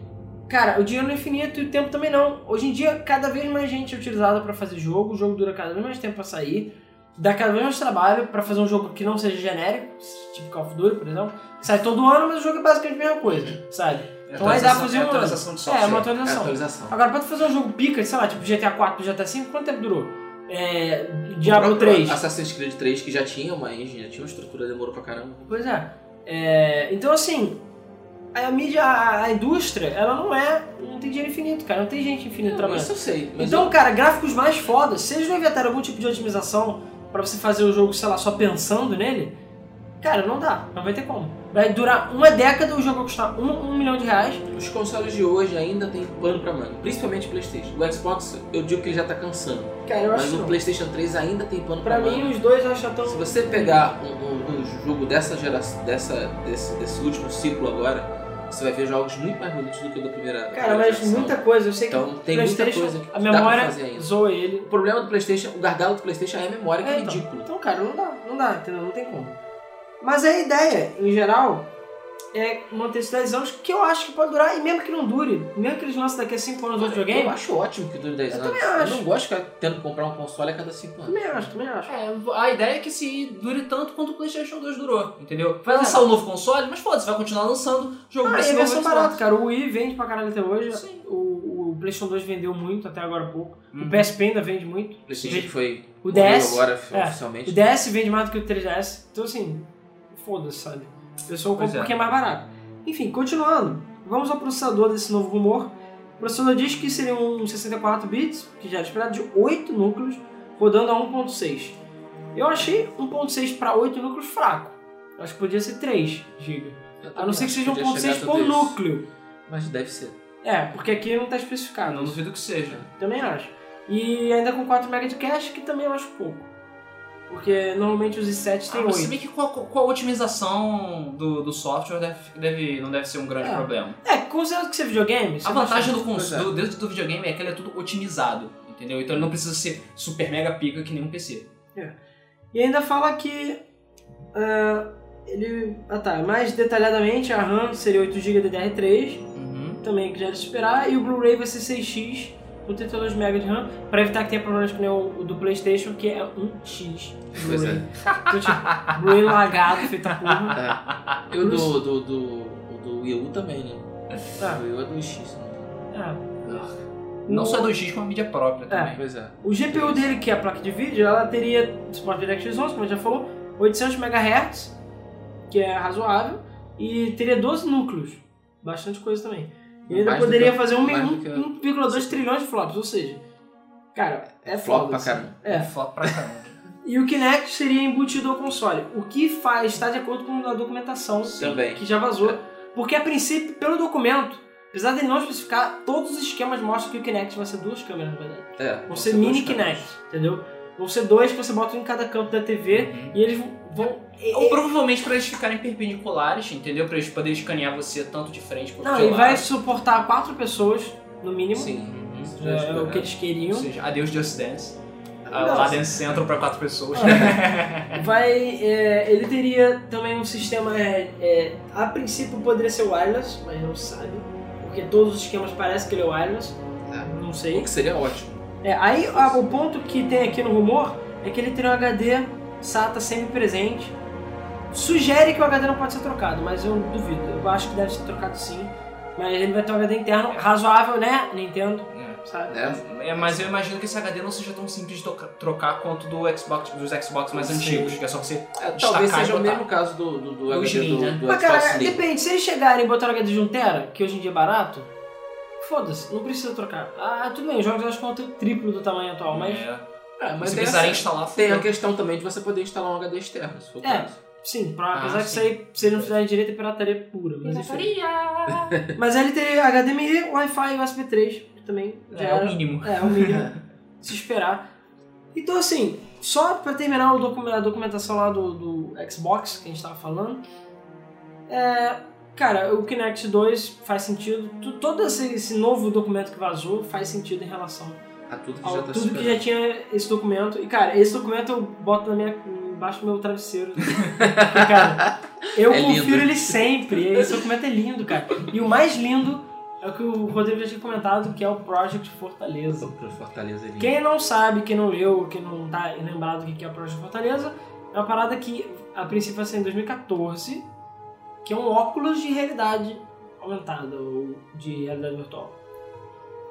Speaker 2: Cara, o dinheiro não é infinito e o tempo também não. Hoje em dia, cada vez mais gente é utilizada pra fazer jogo, o jogo dura cada vez mais tempo pra sair, dá cada vez mais trabalho pra fazer um jogo que não seja genérico, tipo Call of Duty, por exemplo. Sai todo ano, mas o jogo é basicamente a mesma coisa, sabe?
Speaker 1: É
Speaker 2: Então aí dá pra
Speaker 1: atualização-
Speaker 2: fazer
Speaker 1: é
Speaker 2: um-
Speaker 1: atualização de
Speaker 2: É,
Speaker 1: software.
Speaker 2: uma
Speaker 3: É
Speaker 2: atualização.
Speaker 3: atualização.
Speaker 2: Agora, pra tu fazer um jogo pica, sei lá, tipo GTA 4 GTA 5, quanto tempo durou? É, Diablo
Speaker 3: O próprio
Speaker 2: 3.
Speaker 3: Assassin's Creed 3, que já tinha uma engine, já tinha uma estrutura, demorou pra caramba.
Speaker 2: Pois é. É, Então, assim, a mídia, a, a indústria, ela não é. Não tem dinheiro infinito, cara. Não tem gente infinita
Speaker 3: Não,
Speaker 2: trabalhando.
Speaker 3: isso eu sei. Mas é.
Speaker 2: Então, cara, gráficos mais fodas, se eles não inventarem algum tipo de otimização pra você fazer o jogo, sei lá, só pensando nele, cara, não dá. Não vai ter como. Vai durar uma década, o jogo vai custar um, um milhão de reais.
Speaker 3: os consoles de hoje ainda tem pano pra mano, principalmente o PlayStation. O Xbox, eu digo que ele já tá cansando.
Speaker 2: Cara, eu acho
Speaker 3: Mas
Speaker 2: que
Speaker 3: o
Speaker 2: não.
Speaker 3: PlayStation 3 ainda tem pano pra,
Speaker 2: Pra
Speaker 3: mano.
Speaker 2: mim, os dois eu acho tão.
Speaker 3: Se você pegar um, um- um jogo dessa geração, dessa, desse, desse último ciclo agora, você vai ver jogos muito mais bonitos do que o da primeira.
Speaker 2: Cara,
Speaker 3: primeira
Speaker 2: mas
Speaker 3: geração.
Speaker 2: muita coisa, eu sei que.
Speaker 3: Então tem muita
Speaker 2: PlayStation,
Speaker 3: coisa que
Speaker 2: a
Speaker 3: dá pra
Speaker 2: memória
Speaker 3: fazer ainda.
Speaker 2: zoa ele.
Speaker 3: O problema do PlayStation, o gargalo do PlayStation é a memória, que é,
Speaker 2: É, então.
Speaker 3: ridículo.
Speaker 2: Então, cara, não dá, não dá, entendeu? Não tem como. Mas a ideia, em geral, é manter esses 10 anos, que eu acho que pode durar, e mesmo que não dure, mesmo que eles lancem daqui a 5 anos outro
Speaker 3: Eu
Speaker 2: videogame,
Speaker 3: acho ótimo que dure 10
Speaker 2: Eu
Speaker 3: anos.
Speaker 2: também acho.
Speaker 3: Eu não gosto de ficar tendo que comprar um console a cada 5 anos.
Speaker 2: também acho, também acho.
Speaker 1: É, a ideia é que se dure tanto quanto o PlayStation 2 durou, entendeu? Vai lançar um novo console, mas foda-se, vai continuar lançando jogo
Speaker 2: Ah,
Speaker 1: pra
Speaker 2: e é
Speaker 1: esse novo
Speaker 2: versão
Speaker 1: Xbox.
Speaker 2: barata, cara. O Wii vende pra caralho até hoje.
Speaker 1: Sim.
Speaker 2: O, o PlayStation 2 vendeu muito, até agora pouco.
Speaker 1: Uhum.
Speaker 2: O PSP ainda vende muito.
Speaker 3: O PlayStation foi
Speaker 2: O DS.
Speaker 3: agora
Speaker 2: é.
Speaker 3: oficialmente.
Speaker 2: O DS vende mais do que o 3DS. Então, assim, foda-se, sabe? O pessoal
Speaker 1: Pois é.
Speaker 2: compra porque é mais barato. Enfim, continuando. Vamos ao processador desse novo rumor. O processador diz que seria um 64 bits, que já era esperado, de 8 núcleos, rodando a 1.6. Eu achei 1.6 para 8 núcleos fraco. Eu acho que podia ser 3 GB.
Speaker 3: Eu
Speaker 2: A não ser que seja
Speaker 3: também acho podia
Speaker 2: 1.6
Speaker 3: chegar
Speaker 2: por
Speaker 3: tudo isso.
Speaker 2: núcleo.
Speaker 3: Mas deve ser.
Speaker 2: *laughs* É, porque aqui não está especificado.
Speaker 1: Ah, Não duvido que seja.
Speaker 2: Também acho. E ainda com 4 MB de cache, que também eu acho pouco. Porque normalmente os i7
Speaker 1: Ah,
Speaker 2: tem
Speaker 1: mas
Speaker 2: 8.
Speaker 1: se bem que com a, com a otimização do, do software deve, deve- não deve ser um grande
Speaker 2: É.
Speaker 1: problema.
Speaker 2: É, considerando que você é videogame, você
Speaker 1: A vantagem
Speaker 2: não
Speaker 1: do, cons-
Speaker 3: Pois é.
Speaker 1: do, dentro do videogame é que ele é tudo otimizado, entendeu? Então ele não precisa ser super mega pica que nem um PC.
Speaker 2: E ainda fala que. ah, ele. Ah tá, mais detalhadamente a RAM seria 8GB DDR3,
Speaker 1: Uhum.
Speaker 2: é também que já era de esperar, e o Blu-ray vai ser 6x com 32 MB de RAM pra evitar que tenha problemas que nem o, o do PlayStation, que é um X.
Speaker 3: Pois é.
Speaker 2: Então, tipo, Blu-ray lagado,
Speaker 1: *laughs*
Speaker 2: feita porra. Ah.
Speaker 3: É. Eu do, do, do, o do Wii U também, né?
Speaker 2: Ah,
Speaker 3: O Wii U é do X, né?
Speaker 2: ah.
Speaker 1: Não
Speaker 2: O-
Speaker 1: só do X, como a mídia própria também.
Speaker 3: Pois é.
Speaker 2: O GPU dele, que é a placa de vídeo, ela teria suporte DirectX 11, como a gente já falou, 800 MHz, que é razoável, e teria 12 núcleos, bastante coisa também. E ainda
Speaker 3: Mais do
Speaker 2: poderia
Speaker 3: que-
Speaker 2: fazer um-
Speaker 3: mais do que-
Speaker 2: 1,2 trilhões de flops, ou seja, cara, é
Speaker 3: Flop
Speaker 2: foda.
Speaker 3: pra
Speaker 2: assim.
Speaker 3: caramba.
Speaker 2: É.
Speaker 1: Flop pra caramba.
Speaker 2: E o Kinect seria embutido ao console, o que faz, está de acordo com a documentação
Speaker 3: Também.
Speaker 2: que já vazou. Porque a princípio, pelo documento, apesar dele não especificar, todos os esquemas mostram que o Kinect vai ser duas câmeras, na verdade.
Speaker 3: É.
Speaker 2: Vão ser
Speaker 3: você
Speaker 2: mini
Speaker 3: gosta.
Speaker 2: Kinect, entendeu? Vão ser dois que você bota um em cada canto da TV
Speaker 1: Uhum.
Speaker 2: e eles vão- vão.
Speaker 1: Ou provavelmente pra eles ficarem perpendiculares, entendeu? Pra eles poderem escanear você tanto de frente quanto
Speaker 2: Não,
Speaker 1: de
Speaker 2: ele
Speaker 1: lado.
Speaker 2: vai suportar quatro pessoas, no mínimo.
Speaker 3: Sim. Isso já
Speaker 2: É,
Speaker 3: ajuda,
Speaker 2: o que eles
Speaker 1: Ou
Speaker 2: queriam.
Speaker 1: seja, adeus Just Dance. Ah,
Speaker 2: Não.
Speaker 1: Lá dentro centro pra quatro pessoas.
Speaker 2: Vai, é, ele teria também um sistema. é, é, a princípio poderia ser wireless, mas não se sabe. Porque todos os esquemas parecem que ele é wireless.
Speaker 3: É.
Speaker 2: Não
Speaker 3: né? O
Speaker 2: sei.
Speaker 3: que seria ótimo.
Speaker 2: É, aí a- o ponto que tem aqui no rumor é que ele teria um HD SATA semi-presente. Sugere que o HD não pode ser trocado, mas eu duvido. Eu acho que deve ser trocado sim. Mas ele vai ter um HD interno razoável, né, Nintendo?
Speaker 1: É.
Speaker 2: Sabe?
Speaker 3: Né?
Speaker 1: *laughs* É, mas eu imagino que esse HD não seja tão simples de toca- trocar quanto do Xbox, dos Xbox mais
Speaker 2: Sim.
Speaker 1: antigos, que é só você.
Speaker 3: É,
Speaker 1: Destacar e
Speaker 3: talvez seja o
Speaker 1: botar.
Speaker 3: mesmo caso do, do, do
Speaker 1: Do
Speaker 3: HD
Speaker 1: Slim,
Speaker 3: do,
Speaker 1: né?
Speaker 3: do
Speaker 2: Mas
Speaker 3: Xbox
Speaker 2: cara,
Speaker 3: Slim.
Speaker 2: depende. Se eles chegarem e botarem o HD de 1 tera, que hoje em dia é barato, foda-se, não precisa trocar. Ah, tudo bem, os jogos eu acho que vão ter o triplo do tamanho atual, mas
Speaker 1: é,
Speaker 3: É, mas
Speaker 1: se
Speaker 3: tem
Speaker 1: precisarem
Speaker 3: essa-
Speaker 1: instalar,
Speaker 3: Tem
Speaker 1: fudeu.
Speaker 3: a questão também de você poder instalar um HD externo, se for o
Speaker 2: É.
Speaker 3: caso.
Speaker 2: sim, pra,
Speaker 1: Ah,
Speaker 2: apesar que
Speaker 1: sim.
Speaker 2: isso aí, se eles não fizerem direito, é pirataria pura. Mas, enfim.
Speaker 1: Pirataria!
Speaker 2: *laughs* mas aí ele teria HDMI, Wi-Fi e USB 3, que também já
Speaker 1: É o
Speaker 2: era
Speaker 1: mínimo.
Speaker 2: É, o mínimo. se esperar. Então, assim, só pra terminar o docu- a documentação lá do, do Xbox que a gente tava falando. é, cara, o Kinect 2 faz sentido. Tu- todo esse, esse novo documento que vazou faz sentido em relação
Speaker 3: A tudo que
Speaker 2: ao
Speaker 3: já tá
Speaker 2: tudo que já tinha esse documento. E, cara, esse documento eu boto na minha, embaixo do meu travesseiro. Porque,
Speaker 3: *laughs*
Speaker 2: cara, eu
Speaker 3: É
Speaker 2: confiro
Speaker 3: lindo.
Speaker 2: ele sempre. E Esse documento é lindo, cara. E o mais lindo é o que o Rodrigo já tinha comentado, que é o Project Fortaleza.
Speaker 3: Pro Fortaleza ali.
Speaker 2: Quem não sabe, quem não leu, quem não tá lembrado do que é o Project Fortaleza, é uma parada que a princípio vai ser em 2014, que é um óculos de realidade aumentada, ou de realidade virtual.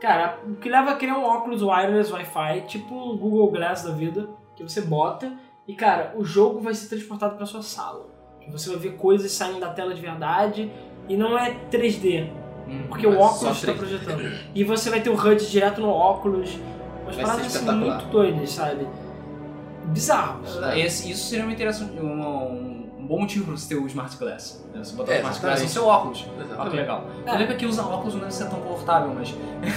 Speaker 2: Cara, o que leva a criar um óculos wireless Wi-Fi, tipo um Google Glass da vida, que você bota e, cara, o jogo vai ser transportado pra sua sala. Você vai ver coisas saindo da tela de verdade e não é 3D, porque o
Speaker 3: Mas só
Speaker 2: óculos está
Speaker 3: 3D.
Speaker 2: projetando. E você vai ter o HUD direto no óculos. Umas
Speaker 3: Vai
Speaker 2: paradas
Speaker 3: ser
Speaker 2: assim,
Speaker 3: espetacular.
Speaker 2: muito doidas, sabe? Bizarro.
Speaker 1: Tá, Esse- isso seria uma interação, um, um bom motivo pra você ter o Smart Glass. né? Você botar
Speaker 3: É,
Speaker 1: o Smart Glass no
Speaker 3: exatamente.
Speaker 1: seu óculos. Olha que
Speaker 3: Exatamente.
Speaker 1: legal. Eu lembro que usar óculos não deve ser tão confortável, mas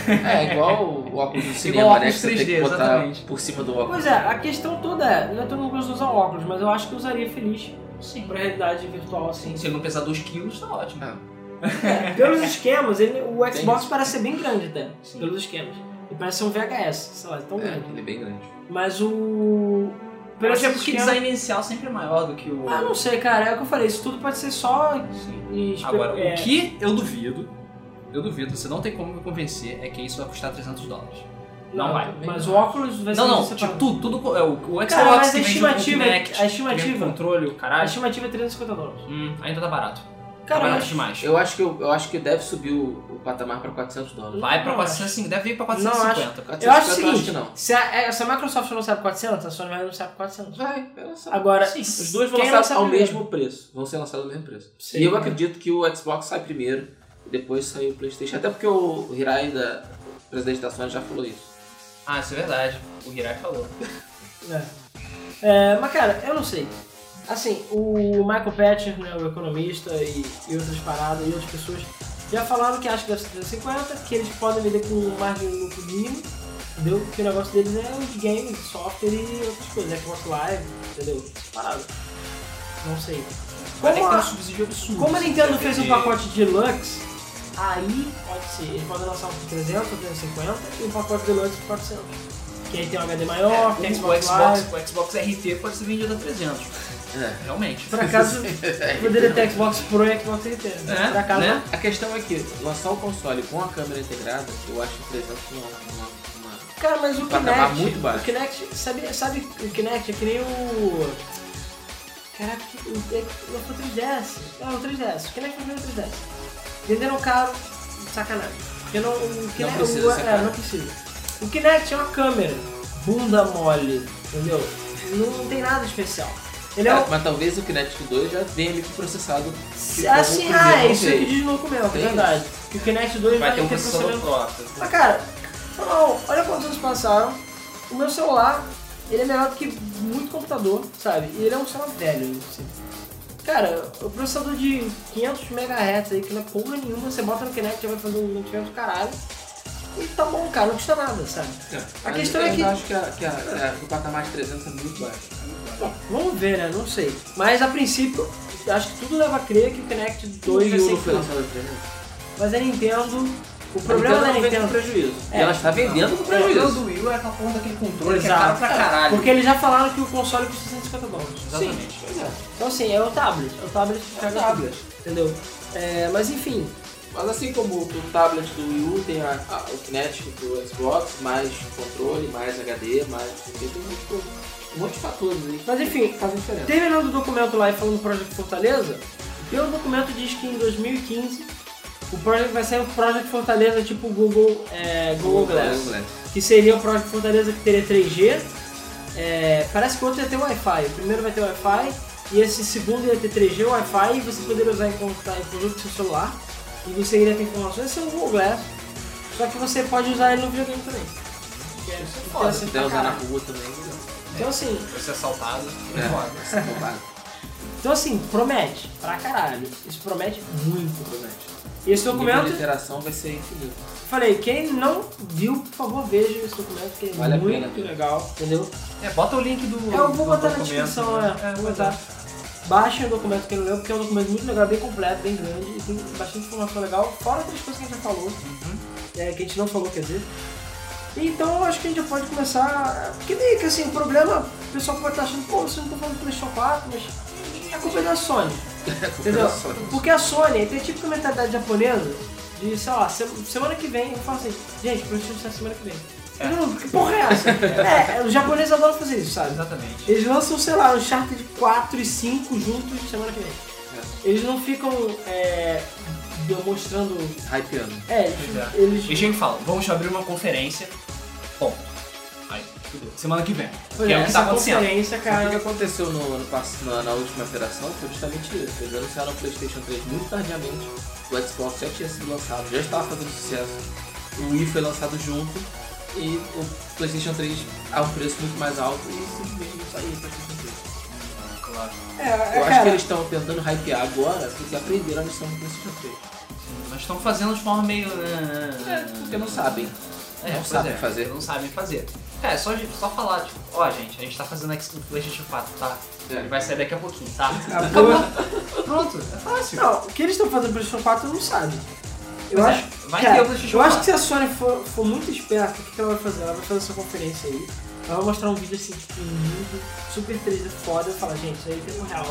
Speaker 3: É igual o óculos do cinema,
Speaker 1: óculos
Speaker 3: né? Que você tem
Speaker 1: 3D,
Speaker 3: que botar
Speaker 1: exatamente.
Speaker 3: por cima do óculos.
Speaker 2: Pois é, a questão toda é, não é todo mundo gosta de usar óculos, mas eu acho que eu usaria feliz
Speaker 1: sim.
Speaker 2: pra realidade virtual,
Speaker 3: *laughs*
Speaker 2: assim.
Speaker 1: Se ele não pesar 2 quilos, tá ótimo.
Speaker 3: Ah,
Speaker 2: É, pelos esquemas, ele, o Xbox
Speaker 3: isso.
Speaker 2: parece ser bem grande até,
Speaker 1: Sim.
Speaker 2: pelos esquemas. E parece ser um VHS, sei lá, é tão
Speaker 3: É,
Speaker 2: grande.
Speaker 3: ele é bem grande.
Speaker 2: Mas o...
Speaker 1: Eu
Speaker 2: Pelo
Speaker 1: acho que é porque o design inicial sempre é maior do que o.
Speaker 2: Ah, não sei, cara, é o que eu falei, isso tudo pode ser só...
Speaker 1: Sim.
Speaker 2: e espe-
Speaker 1: Agora,
Speaker 2: é,
Speaker 1: o que eu duvido, eu duvido, você não tem como me convencer, é que isso vai custar 300 dólares. Não vai.
Speaker 2: Mas o óculos vai ser
Speaker 1: Não, não,
Speaker 2: separado.
Speaker 1: tipo, tudo, tudo co- é, o, o Xbox
Speaker 2: Cara, mas
Speaker 1: que
Speaker 2: a
Speaker 1: vem junto com o
Speaker 2: estimativa-
Speaker 1: Kinect,
Speaker 2: a estimativa-
Speaker 1: que vem com o controle, o
Speaker 2: A
Speaker 1: caralho,
Speaker 2: estimativa é 350 dólares.
Speaker 1: hum, ainda tá barato. tá
Speaker 2: Cara,
Speaker 1: barato
Speaker 2: mas-
Speaker 1: demais.
Speaker 3: Eu acho que, eu, eu acho que deve subir o, o patamar pra 400 dólares.
Speaker 1: Vai pra
Speaker 2: não
Speaker 1: 405, deve ir pra
Speaker 2: Não acho.
Speaker 1: 450.
Speaker 3: 450,
Speaker 2: eu acho o seguinte,
Speaker 3: que não.
Speaker 2: se, a, é, se a Microsoft não sabe 400, a Sony vai anunciar por 400.
Speaker 3: Vai, vai lançar.
Speaker 2: Agora,
Speaker 1: Sim,
Speaker 3: Os dois vão
Speaker 2: quem
Speaker 3: lançar
Speaker 2: lança
Speaker 3: ao
Speaker 2: primeiro?
Speaker 3: mesmo preço. Vão ser lançados ao mesmo preço.
Speaker 2: Sim.
Speaker 3: E eu acredito que o Xbox sai primeiro e depois sai o Playstation. Até porque o Hirai, da, o presidente da Sony, já falou isso.
Speaker 1: Ah, isso é verdade. O Hirai falou.
Speaker 2: É. É, mas cara, eu não sei. Assim, o Michael Patcher, né, o economista e, e outras paradas, e outras pessoas, já falaram que acho que deve ser 350, que eles podem vender com margem de lucro mínimo, entendeu? Que o negócio deles é os games, software e outras coisas, Xbox Live, entendeu? Parada. Não sei.
Speaker 1: Vai ter que ter
Speaker 2: a-
Speaker 1: um subsídio absurdo. assim, é
Speaker 2: Como a Nintendo
Speaker 1: Vai
Speaker 2: fez um
Speaker 1: ter-
Speaker 2: pacote deluxe, aí pode ser, eles podem lançar um por 300, ou 350 e um pacote deluxe por 400. Que aí tem um HD maior, tem
Speaker 1: O
Speaker 2: Xbox,
Speaker 1: é, Xbox,
Speaker 2: Live.
Speaker 1: o Xbox RT pode ser vendido a 300,
Speaker 3: É.
Speaker 1: realmente.
Speaker 2: Por acaso, *laughs*
Speaker 3: *laughs*
Speaker 2: poderia ter Xbox Pro e Xbox RT.
Speaker 1: É,
Speaker 2: Por acaso,
Speaker 1: né?
Speaker 3: A questão é que lançar o console com a câmera integrada, eu acho que 300 não, não,
Speaker 2: Cara, mas o
Speaker 3: Patamar
Speaker 2: Kinect.
Speaker 3: muito baixo.
Speaker 2: O Kinect, sabe, sabe o Kinect? É que nem o. Caraca, o, é, não foi o 3DS. É, o 3DS. O Kinect foi o primeiro 3DS. Venderam caro, sacanagem. Porque não, o Kinect.
Speaker 3: precisa
Speaker 2: o,
Speaker 3: ser
Speaker 2: é,
Speaker 3: caro.
Speaker 2: não precisa. O Kinect é uma câmera, bunda mole, entendeu? Não tem nada especial. Ele é
Speaker 3: Ah,
Speaker 2: um.
Speaker 3: Mas talvez o Kinect 2 já venha ali processado. que
Speaker 2: Assim,
Speaker 3: como o
Speaker 2: ah,
Speaker 3: primeiro
Speaker 2: isso aqui
Speaker 3: fez.
Speaker 2: diz no documento, é
Speaker 3: Tem
Speaker 2: verdade. Que o Kinect 2
Speaker 1: Vai ter um
Speaker 2: processamento
Speaker 1: processador próprio.
Speaker 2: Mas cara, não, olha quantos anos passaram. O meu celular, ele é melhor do que muito computador, sabe? E ele é um celular velho, assim. Cara, o processador de 500 MHz aí, que não é porra nenhuma, você bota no Kinect já vai fazer um lançamento do caralho. E tá bom, cara, não custa nada, sabe?
Speaker 3: É,
Speaker 2: A
Speaker 3: mas
Speaker 2: questão
Speaker 3: eu
Speaker 2: é que-
Speaker 3: ainda acho que, a- que a- a- que o patamar de 300 é muito baixo. É muito baixo.
Speaker 2: Bom, vamos ver, né? Não sei. Mas a princípio, acho que tudo leva a crer que o Kinect 2
Speaker 3: Hoje
Speaker 2: vai
Speaker 3: eu
Speaker 2: ser
Speaker 3: não fui
Speaker 2: incrível.
Speaker 3: lançado em 300.
Speaker 2: Mas a Nintendo, o problema da
Speaker 3: não Então vende
Speaker 2: Nintendo...
Speaker 3: com prejuízo.
Speaker 2: É.
Speaker 3: E ela está vendendo com prejuízo.
Speaker 1: do Will é aquela porra daquele controle que é caro
Speaker 2: Exato.
Speaker 1: pra caralho.
Speaker 2: Porque eles já falaram que o console custa 150 dólares.
Speaker 1: Exatamente.
Speaker 3: Pois é,
Speaker 2: Então assim, é o tablet, é o tablet que
Speaker 3: é um
Speaker 2: caga tudo,
Speaker 3: tablet.
Speaker 2: entendeu? É, mas enfim,
Speaker 3: Mas assim como o tablet do Wii U tem a, a- o Kinetic do Xbox, mais controle, mais HD, mais... Tem um monte de coisa. Um monte de fatores aí.
Speaker 2: mas enfim,
Speaker 3: que fazem diferença.
Speaker 2: terminando o documento lá e falando do Project Fortaleza, pelo documento diz que em 2015 o Project vai sair um Project Fortaleza tipo Google, é, Google Glass, que seria o Project Fortaleza que teria 3G, é, parece que o outro ia ter Wi-Fi, o primeiro vai ter Wi-Fi e esse segundo ia ter 3G Wi-Fi e você poderia usar em, conta- em conjunto com seu celular e você iria ter informações, esse é o Google Glass, só que você pode usar ele no videogame também. Que é
Speaker 1: foda.
Speaker 2: interessante
Speaker 3: Se
Speaker 2: pra
Speaker 3: puder usar na
Speaker 2: caralho.
Speaker 3: rua também, né?
Speaker 2: Então assim,
Speaker 1: Vai ser assaltado.
Speaker 3: É.
Speaker 1: Foda.
Speaker 3: é roubado.
Speaker 2: então assim, promete pra caralho. Isso promete
Speaker 3: é
Speaker 2: muito, promete. E esse
Speaker 3: O nível de
Speaker 2: documento,
Speaker 3: interação vai ser infinito.
Speaker 2: falei, quem não viu, por favor, veja esse documento, que é
Speaker 3: Vale a
Speaker 2: muito
Speaker 3: pena.
Speaker 2: legal, entendeu?
Speaker 1: É, bota o link do.
Speaker 2: Eu vou
Speaker 1: do
Speaker 2: botar na
Speaker 1: um documento.
Speaker 2: descrição, é,
Speaker 1: É,
Speaker 2: vou botar. Baixem o documento que eu não leu, porque é um documento muito legal, bem completo, bem grande, e tem bastante informação legal, fora outras coisas que a gente já falou, é, que a gente não falou, quer dizer. Então eu acho que a gente já pode começar. Porque meio que assim, o problema, o pessoal pode estar achando, pô, vocês não estão falando do PlayStation 4, mas a culpa é da Sony.
Speaker 3: É,
Speaker 2: Entendeu? Porque a Sony tem tipo mentalidade japonesa de, sei lá, se- semana que vem, eu falo assim, gente, PlayStation sai semana que vem.
Speaker 1: É.
Speaker 2: Não, que porra é essa? é, os japoneses adoram fazer isso, sabe?
Speaker 1: Exatamente.
Speaker 2: Eles lançam, sei lá, Uncharted 4 e 5 juntos semana que vem. Eles não ficam é, demonstrando.
Speaker 3: Hypeando.
Speaker 2: É, eles.
Speaker 1: Pois é.
Speaker 2: eles-
Speaker 1: E gente fala, vamos abrir uma conferência. Ponto. Aí, fudeu. Semana que vem.
Speaker 2: Pois
Speaker 1: que é
Speaker 2: é,
Speaker 1: o que
Speaker 2: essa
Speaker 1: tá acontecendo.
Speaker 2: conferência,
Speaker 3: É, O que
Speaker 2: cara.
Speaker 3: aconteceu no, ano pass- na, na última geração foi justamente isso. Eles anunciaram o PlayStation 3 muito tardiamente. O Xbox já tinha sido lançado, já estava fazendo sucesso. O Wii foi lançado junto. E o PlayStation 3 a um preço muito mais alto. E simplesmente não saiu o PlayStation 3.
Speaker 1: Ah, Claro.
Speaker 2: É,
Speaker 3: Eu
Speaker 2: é,
Speaker 3: acho que
Speaker 2: cara.
Speaker 3: eles estão tentando hypear agora porque aprenderam a lição do PlayStation 3.
Speaker 1: Mas estão fazendo de forma meio. eh,
Speaker 3: É, porque não sabem.
Speaker 1: É,
Speaker 3: Não
Speaker 1: pois
Speaker 3: sabem
Speaker 1: é,
Speaker 3: fazer.
Speaker 1: Não sabem fazer. É, só, só falar, tipo, ó, gente, a gente tá fazendo X com o PlayStation 4, tá?
Speaker 3: É.
Speaker 1: Ele vai sair daqui a pouquinho, tá? *laughs*
Speaker 2: Acabou.
Speaker 1: Pronto, é fácil.
Speaker 2: Não, o que eles estão fazendo pro PlayStation 4 eu não sabe. Eu
Speaker 1: Pois é,
Speaker 2: acho.
Speaker 1: vai
Speaker 2: cara,
Speaker 1: ter o PlayStation
Speaker 2: Eu acho
Speaker 1: 4.
Speaker 2: que se a Sony for, for muito esperta, o que, que ela vai fazer? Ela vai fazer essa conferência aí. Ela vai mostrar um vídeo assim, tipo, lindo, super 3D foda. E falar, gente, isso aí tem um real.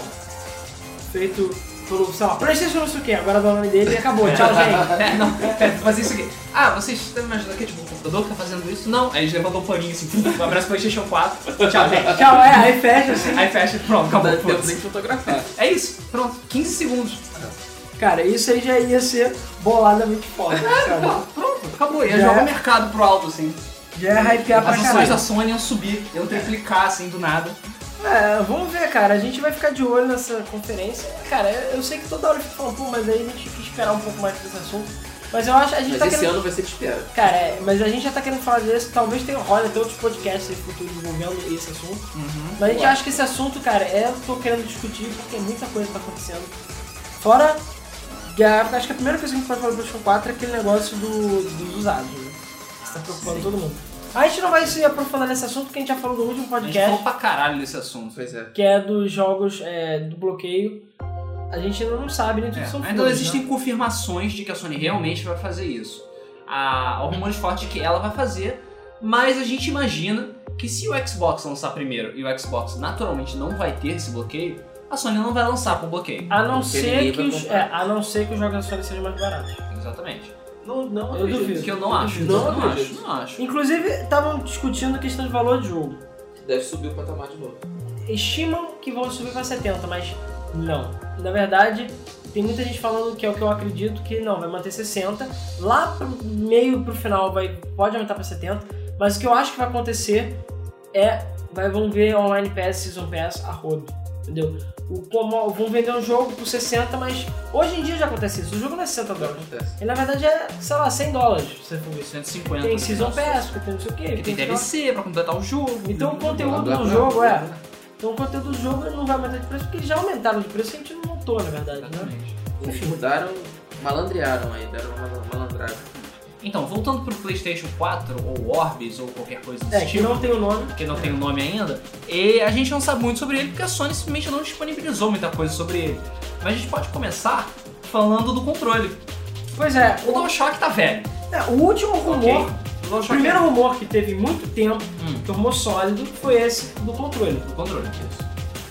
Speaker 2: Feito por, sei lá, PlayStation não sei o que, agora dá o nome dele e acabou.
Speaker 1: *laughs*
Speaker 2: Tchau, gente.
Speaker 1: É, não, é, fazer isso aqui. Ah, vocês estão imaginando que é tipo um computador que tá fazendo isso? Não. Aí eles levantam um paninho assim, um abraço pro PlayStation 4, tchau, gente.
Speaker 2: Tchau, é, aí fecha assim.
Speaker 1: Aí fecha, pronto,
Speaker 3: Não
Speaker 1: acabou.
Speaker 3: dá tempo
Speaker 1: putz.
Speaker 3: nem de fotografar.
Speaker 1: É isso, pronto, 15 segundos.
Speaker 2: Cara, isso aí já ia ser boladamente foda, né, sabe?
Speaker 1: Pronto, acabou. Ia
Speaker 2: Já
Speaker 1: jogar
Speaker 2: é.
Speaker 1: o mercado pro alto, assim.
Speaker 2: Já ia hypear pra
Speaker 1: As ações da
Speaker 2: caralho.
Speaker 1: Sony iam subir, iam triplicar, assim, do nada.
Speaker 2: É, vamos ver, cara. A gente vai ficar de olho nessa conferência. Cara, eu eu sei que toda hora eu fico falando, pô, mas aí a gente tem que esperar um pouco mais desse assunto. Mas eu acho, a gente
Speaker 3: Mas
Speaker 2: tá
Speaker 3: esse
Speaker 2: querendo...
Speaker 3: ano vai ser de espera.
Speaker 2: Cara, é, mas a gente já tá querendo falar disso, talvez tenha rola até outros podcasts aí futuros envolvendo esse assunto.
Speaker 1: Uhum.
Speaker 2: Mas a gente
Speaker 3: Claro.
Speaker 2: acha que esse assunto, cara, é, eu tô querendo discutir porque muita coisa tá acontecendo. Fora, que a- acho que a primeira coisa que a gente pode falar do PlayStation 4 é aquele negócio do, dos usados, né? Isso tá preocupando todo mundo. A gente não vai se aprofundar nesse assunto porque a gente já falou no último
Speaker 1: A gente falou
Speaker 2: podcast,
Speaker 1: pra caralho desse assunto.
Speaker 3: Pois é.
Speaker 2: que é dos jogos é, do bloqueio. A gente ainda não sabe, né? Tudo
Speaker 1: É,
Speaker 2: são
Speaker 1: ainda não
Speaker 2: flores,
Speaker 1: existem confirmações de que a Sony realmente vai fazer isso. Há há rumores fortes de que ela vai fazer, mas a gente imagina que se o Xbox lançar primeiro e o Xbox naturalmente não vai ter esse bloqueio, a Sony não vai lançar com bloqueio.
Speaker 2: A não,
Speaker 3: Porque
Speaker 2: ser
Speaker 3: ninguém
Speaker 2: que
Speaker 3: vai
Speaker 2: os,
Speaker 3: comprar.
Speaker 2: é, a não ser que os jogos da Sony sejam mais baratos.
Speaker 1: Exatamente.
Speaker 2: Não, não
Speaker 3: Eu
Speaker 2: acredito.
Speaker 3: duvido.
Speaker 1: Que eu não acho.
Speaker 3: Não
Speaker 1: não acho,
Speaker 3: acredito.
Speaker 1: não acho.
Speaker 2: Inclusive, estavam discutindo a questão de valor de jogo.
Speaker 3: Deve subir o patamar de novo.
Speaker 2: Estimam que vão subir para 70, mas não. Na verdade, tem muita gente falando que é o que eu acredito que não, vai manter 60. Lá pro meio pro final vai pode aumentar para 70, mas o que eu acho que vai acontecer é vai vão ver online pass, season pass a rodo. Entendeu? O, como- vão vender um jogo por 60, mas hoje em dia já acontece isso. O jogo não é 60
Speaker 3: Não
Speaker 2: dólares.
Speaker 3: acontece.
Speaker 2: Ele na verdade é, sei lá, 100 dólares. se você for ver.
Speaker 1: 150.
Speaker 2: Tem season
Speaker 1: nossa.
Speaker 2: pass, porque tem não sei o que.
Speaker 1: Porque tem DLC pra completar o jogo.
Speaker 2: Então o conteúdo
Speaker 3: Blá, blá,
Speaker 2: do
Speaker 3: blá,
Speaker 2: jogo
Speaker 3: blá,
Speaker 2: é.
Speaker 3: blá.
Speaker 2: Então o conteúdo do jogo não vai aumentar de preço, porque eles já aumentaram de preço e a gente não montou, na verdade, né?
Speaker 1: Exatamente.
Speaker 3: Eles mudaram, malandrearam aí, deram uma mal- malandrada.
Speaker 1: Então, voltando pro PlayStation 4, ou Orbis, ou qualquer coisa desse
Speaker 2: É, que
Speaker 1: tipo,
Speaker 2: não tem o nome.
Speaker 1: que não tem o nome ainda, e a gente não sabe muito sobre ele porque a Sony simplesmente não disponibilizou muita coisa sobre ele. Mas a gente pode começar falando do controle.
Speaker 2: Pois é,
Speaker 1: O
Speaker 2: o,
Speaker 1: DualShock tá velho.
Speaker 2: é, o último rumor,
Speaker 1: O
Speaker 2: o
Speaker 1: DualShock é
Speaker 2: primeiro rumor que teve muito tempo,
Speaker 1: Hum.
Speaker 2: que tornou sólido, foi esse do controle.
Speaker 1: é do controle.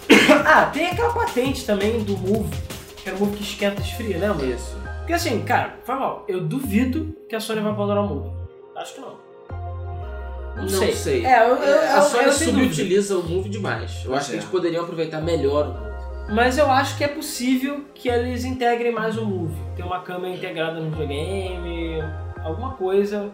Speaker 1: Isso.
Speaker 2: Ah, tem aquela patente também do Move, que era o Move que esquenta e esfria, lembra?
Speaker 3: Isso.
Speaker 2: Porque assim, cara, foi mal, eu duvido que a Sony vai abandonar o Move. Acho que não.
Speaker 3: Não
Speaker 2: sei.
Speaker 3: sei.
Speaker 2: É, eu, eu, eu,
Speaker 3: a Sony
Speaker 2: eu tenho dúvida.
Speaker 3: subutiliza o Move demais. Eu acho que
Speaker 1: é.
Speaker 3: eles poderiam aproveitar melhor o Move.
Speaker 2: Mas eu acho que é possível que eles integrem mais o Move. Ter uma câmera integrada no videogame, alguma coisa,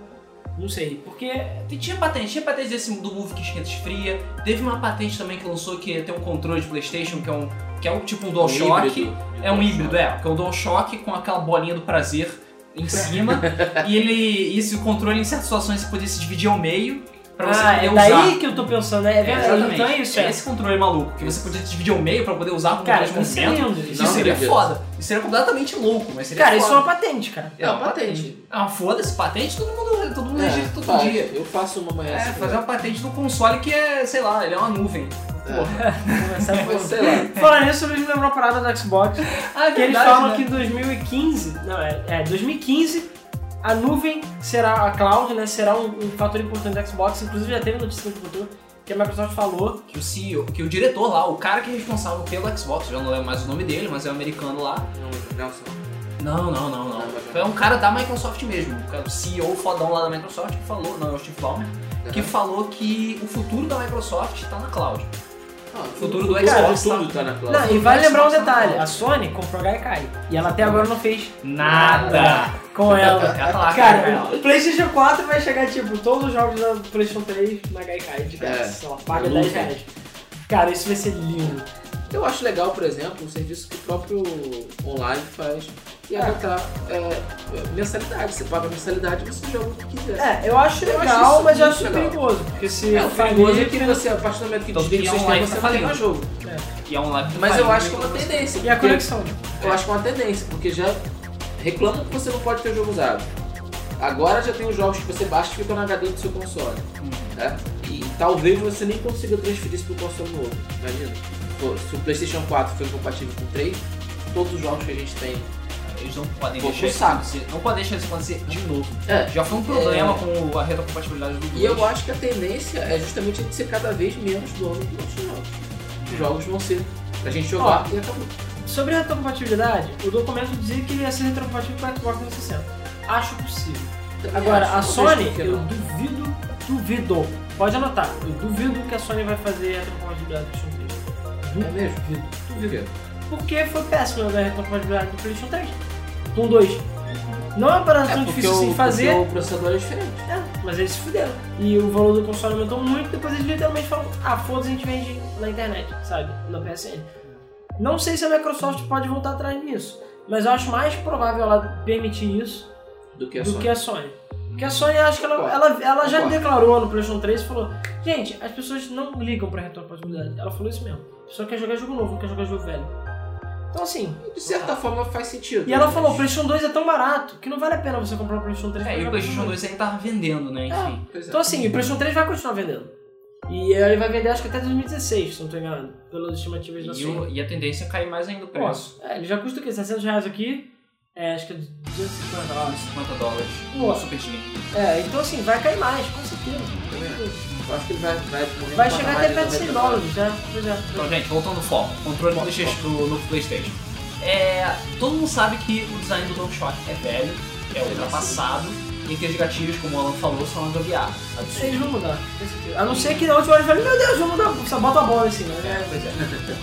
Speaker 2: não sei. Porque
Speaker 1: E tinha patente, tinha patente desse do Move que esquenta e esfria. Teve uma patente também que lançou que tem um controle de PlayStation que é um que é um tipo um DualShock.
Speaker 3: híbrido.
Speaker 1: É um híbrido, é, porque é um DualShock com aquela bolinha do prazer em
Speaker 2: *laughs*
Speaker 1: cima. e ele. E se o controle em certas situações você podia se dividir ao meio pra você
Speaker 2: ah,
Speaker 1: poder
Speaker 2: é
Speaker 1: usar.
Speaker 2: daí que eu tô pensando, né? É verdade.
Speaker 1: exatamente.
Speaker 2: então é isso, é.
Speaker 1: esse controle maluco, que você podia se dividir ao meio pra poder usar com
Speaker 2: Cara,
Speaker 1: o
Speaker 2: isso
Speaker 1: mesmo
Speaker 2: é
Speaker 1: centro.
Speaker 2: lindo.
Speaker 1: Isso
Speaker 3: Não,
Speaker 1: seria
Speaker 3: beleza.
Speaker 1: foda. Isso seria completamente louco, mas seria
Speaker 2: Cara, isso é
Speaker 1: foda.
Speaker 2: uma patente, *laughs* cara.
Speaker 3: É uma patente. É,
Speaker 1: Ah, foda-se, patente todo mundo, todo
Speaker 2: É,
Speaker 1: mundo registra todo
Speaker 3: faz.
Speaker 1: dia.
Speaker 3: Eu faço uma manhã
Speaker 1: É,
Speaker 3: assim.
Speaker 1: fazer uma patente do console que é, sei lá, ele é uma
Speaker 2: *laughs*
Speaker 1: nuvem. Porra.
Speaker 2: Começar
Speaker 3: Mas
Speaker 2: por-
Speaker 3: né? É. sei
Speaker 2: *laughs*
Speaker 3: lá.
Speaker 2: Falando nisso, é. eu me lembro uma parada da Xbox.
Speaker 1: Ah, é
Speaker 2: Que eles
Speaker 1: verdade,
Speaker 2: falam
Speaker 1: né?
Speaker 2: que em 2015, não, é, é 2015, a nuvem será, a cloud, né, será um, um fator importante da Xbox. Inclusive já teve notícia que botou, que a Microsoft falou.
Speaker 1: que o CEO, que o diretor lá, o cara que é responsável pelo Xbox, já não lembro mais o nome dele, mas é um americano lá.
Speaker 3: Não, Nelson.
Speaker 1: Não, não, não, não.
Speaker 3: Não, mas não.
Speaker 1: Foi um cara da Microsoft mesmo, o cara- um o CEO fodão lá da Microsoft que falou, não, é o Steve Ballmer, que falou que o futuro da Microsoft tá na cloud.
Speaker 3: Não, o
Speaker 1: futuro do
Speaker 3: cara,
Speaker 1: Xbox
Speaker 3: Tudo tá na cloud.
Speaker 2: Não, e vale
Speaker 1: Xbox
Speaker 2: lembrar um
Speaker 1: não
Speaker 2: detalhe,
Speaker 1: fala.
Speaker 2: a Sony comprou a Gaikai. E ela até agora não fez
Speaker 1: Nada!
Speaker 2: Tá com ela.
Speaker 1: Ela tá lá,
Speaker 2: Cara,
Speaker 1: ela.
Speaker 2: o Playstation 4 vai chegar, tipo, todos os jogos da Playstation 3 na Gaikai, de graça. Ela paga
Speaker 3: Eu
Speaker 2: 10
Speaker 3: nunca.
Speaker 2: reais. Cara, isso vai ser lindo.
Speaker 3: Eu acho legal, por exemplo, um serviço que o próprio online faz. E é. adotar é, mensalidade. Você paga mensalidade e você joga o que quiser.
Speaker 2: É, eu acho
Speaker 3: Eu acho
Speaker 2: legal,
Speaker 3: isso
Speaker 2: mas eu
Speaker 3: muito
Speaker 2: acho
Speaker 3: legal.
Speaker 2: perigoso. Porque se
Speaker 3: É, o perigoso é
Speaker 2: falir,
Speaker 3: que você, a partir do momento que
Speaker 1: Então,
Speaker 3: desliga o
Speaker 1: que
Speaker 3: sistema,
Speaker 1: online
Speaker 3: você
Speaker 1: tá
Speaker 3: não tem
Speaker 1: falindo.
Speaker 3: mais jogo.
Speaker 1: E é um live que
Speaker 3: Mas
Speaker 1: faz
Speaker 3: eu acho que é
Speaker 1: muito
Speaker 3: uma
Speaker 1: bem.
Speaker 3: tendência.
Speaker 2: E a
Speaker 3: porque-
Speaker 2: conexão.
Speaker 3: Eu acho que é uma tendência, porque já reclamam que você não pode ter o jogo usado. Agora já tem os jogos que você baixa e ficam no HD do seu console. Né? E talvez você nem consiga transferir isso para o console novo. Imagina. Pô, Se o PlayStation 4 foi compatível com o 3, todos os jogos que a gente tem.
Speaker 1: Eles não podem
Speaker 3: Pô,
Speaker 1: deixar isso
Speaker 3: saco.
Speaker 1: acontecer. Não podem deixar isso acontecer de novo.
Speaker 3: É.
Speaker 1: Já foi um problema
Speaker 3: É.
Speaker 1: com a retrocompatibilidade do
Speaker 3: E eu
Speaker 1: dois.
Speaker 3: acho que a tendência é justamente a gente ser cada vez menos dono dos nossos jogos. Os jogos vão ser pra gente jogar e acabou.
Speaker 2: Sobre a retrocompatibilidade, o documento dizia que ele ia ser retrocompatível com o Xbox 360. Acho possível. Agora, a
Speaker 3: Acho, não vejo
Speaker 2: Sony,
Speaker 3: por que
Speaker 2: eu
Speaker 3: não.
Speaker 2: duvido, duvido. Pode anotar, eu duvido que a Sony vai fazer a retrocompatibilidade do PlayStation 3.
Speaker 3: É mesmo? É
Speaker 2: Duvido,
Speaker 3: Por
Speaker 2: duvido.
Speaker 3: quê?
Speaker 2: Porque foi péssima a retrocompatibilidade do PlayStation 3 com 2. Não é uma parada tão
Speaker 3: É porque
Speaker 2: difícil assim
Speaker 3: o-
Speaker 2: de fazer,
Speaker 3: porque o processador é diferente.
Speaker 2: é, mas eles se fuderam. E o valor do console aumentou muito, depois eles literalmente falam: ah, foda-se, a gente vende na internet, sabe? Na PSN. Não sei se a Microsoft pode voltar atrás nisso, mas eu acho mais provável ela permitir isso
Speaker 3: Do que a
Speaker 2: do
Speaker 3: Sony.
Speaker 2: que a Sony. Porque a Sony, acho que ela,
Speaker 3: Concordo.
Speaker 2: ela, ela já
Speaker 3: Concordo.
Speaker 2: declarou no PlayStation 3 e falou: Gente, as pessoas não ligam pra retrocompatibilidade. Ela falou isso mesmo. A pessoa quer jogar jogo novo, não quer jogar jogo velho. Então, assim.
Speaker 3: De certa forma faz sentido.
Speaker 2: E ela falou: o PlayStation 2 é tão barato que não vale a pena você comprar o PlayStation 3 pra
Speaker 1: É, e o
Speaker 2: jogar
Speaker 1: PlayStation
Speaker 2: jogo
Speaker 1: 2 ainda tava vendendo, né? Enfim.
Speaker 3: É, pois é.
Speaker 2: Então, assim, o PlayStation 3 vai continuar vendendo. E ele vai vender, acho que até 2016, se não tô enganado, pelas estimativas da
Speaker 1: E,
Speaker 2: Sony.
Speaker 1: o- e a tendência é cair mais ainda o
Speaker 2: Pô,
Speaker 1: preço.
Speaker 2: é, ele já custa o quê? 700 reais aqui? É, acho que é 250
Speaker 1: Uns
Speaker 2: reais.
Speaker 1: 50 dólares.
Speaker 2: Pô.
Speaker 1: Um Super Slim.
Speaker 2: É, então, assim, vai cair mais, com certeza.
Speaker 3: Eu acho que ele vai, vai, morrer
Speaker 2: Vai
Speaker 3: no
Speaker 2: chegar
Speaker 3: patamar
Speaker 2: até
Speaker 3: de
Speaker 2: perto de 100
Speaker 3: 90
Speaker 2: dólares, né? Pois é.
Speaker 1: Então, gente, voltando ao foco. Controle do, PlayStation, do novo PlayStation. É, todo mundo sabe que o design do DualShock é velho. é ultrapassado e que os gatilhos, como o Alan falou, são uma gambiarra. Absurdo.
Speaker 2: Eles vão mudar, com certeza. A não ser que na última hora eles falem, meu Deus, vamos mudar, só bota a bola assim, né?
Speaker 1: Pois é.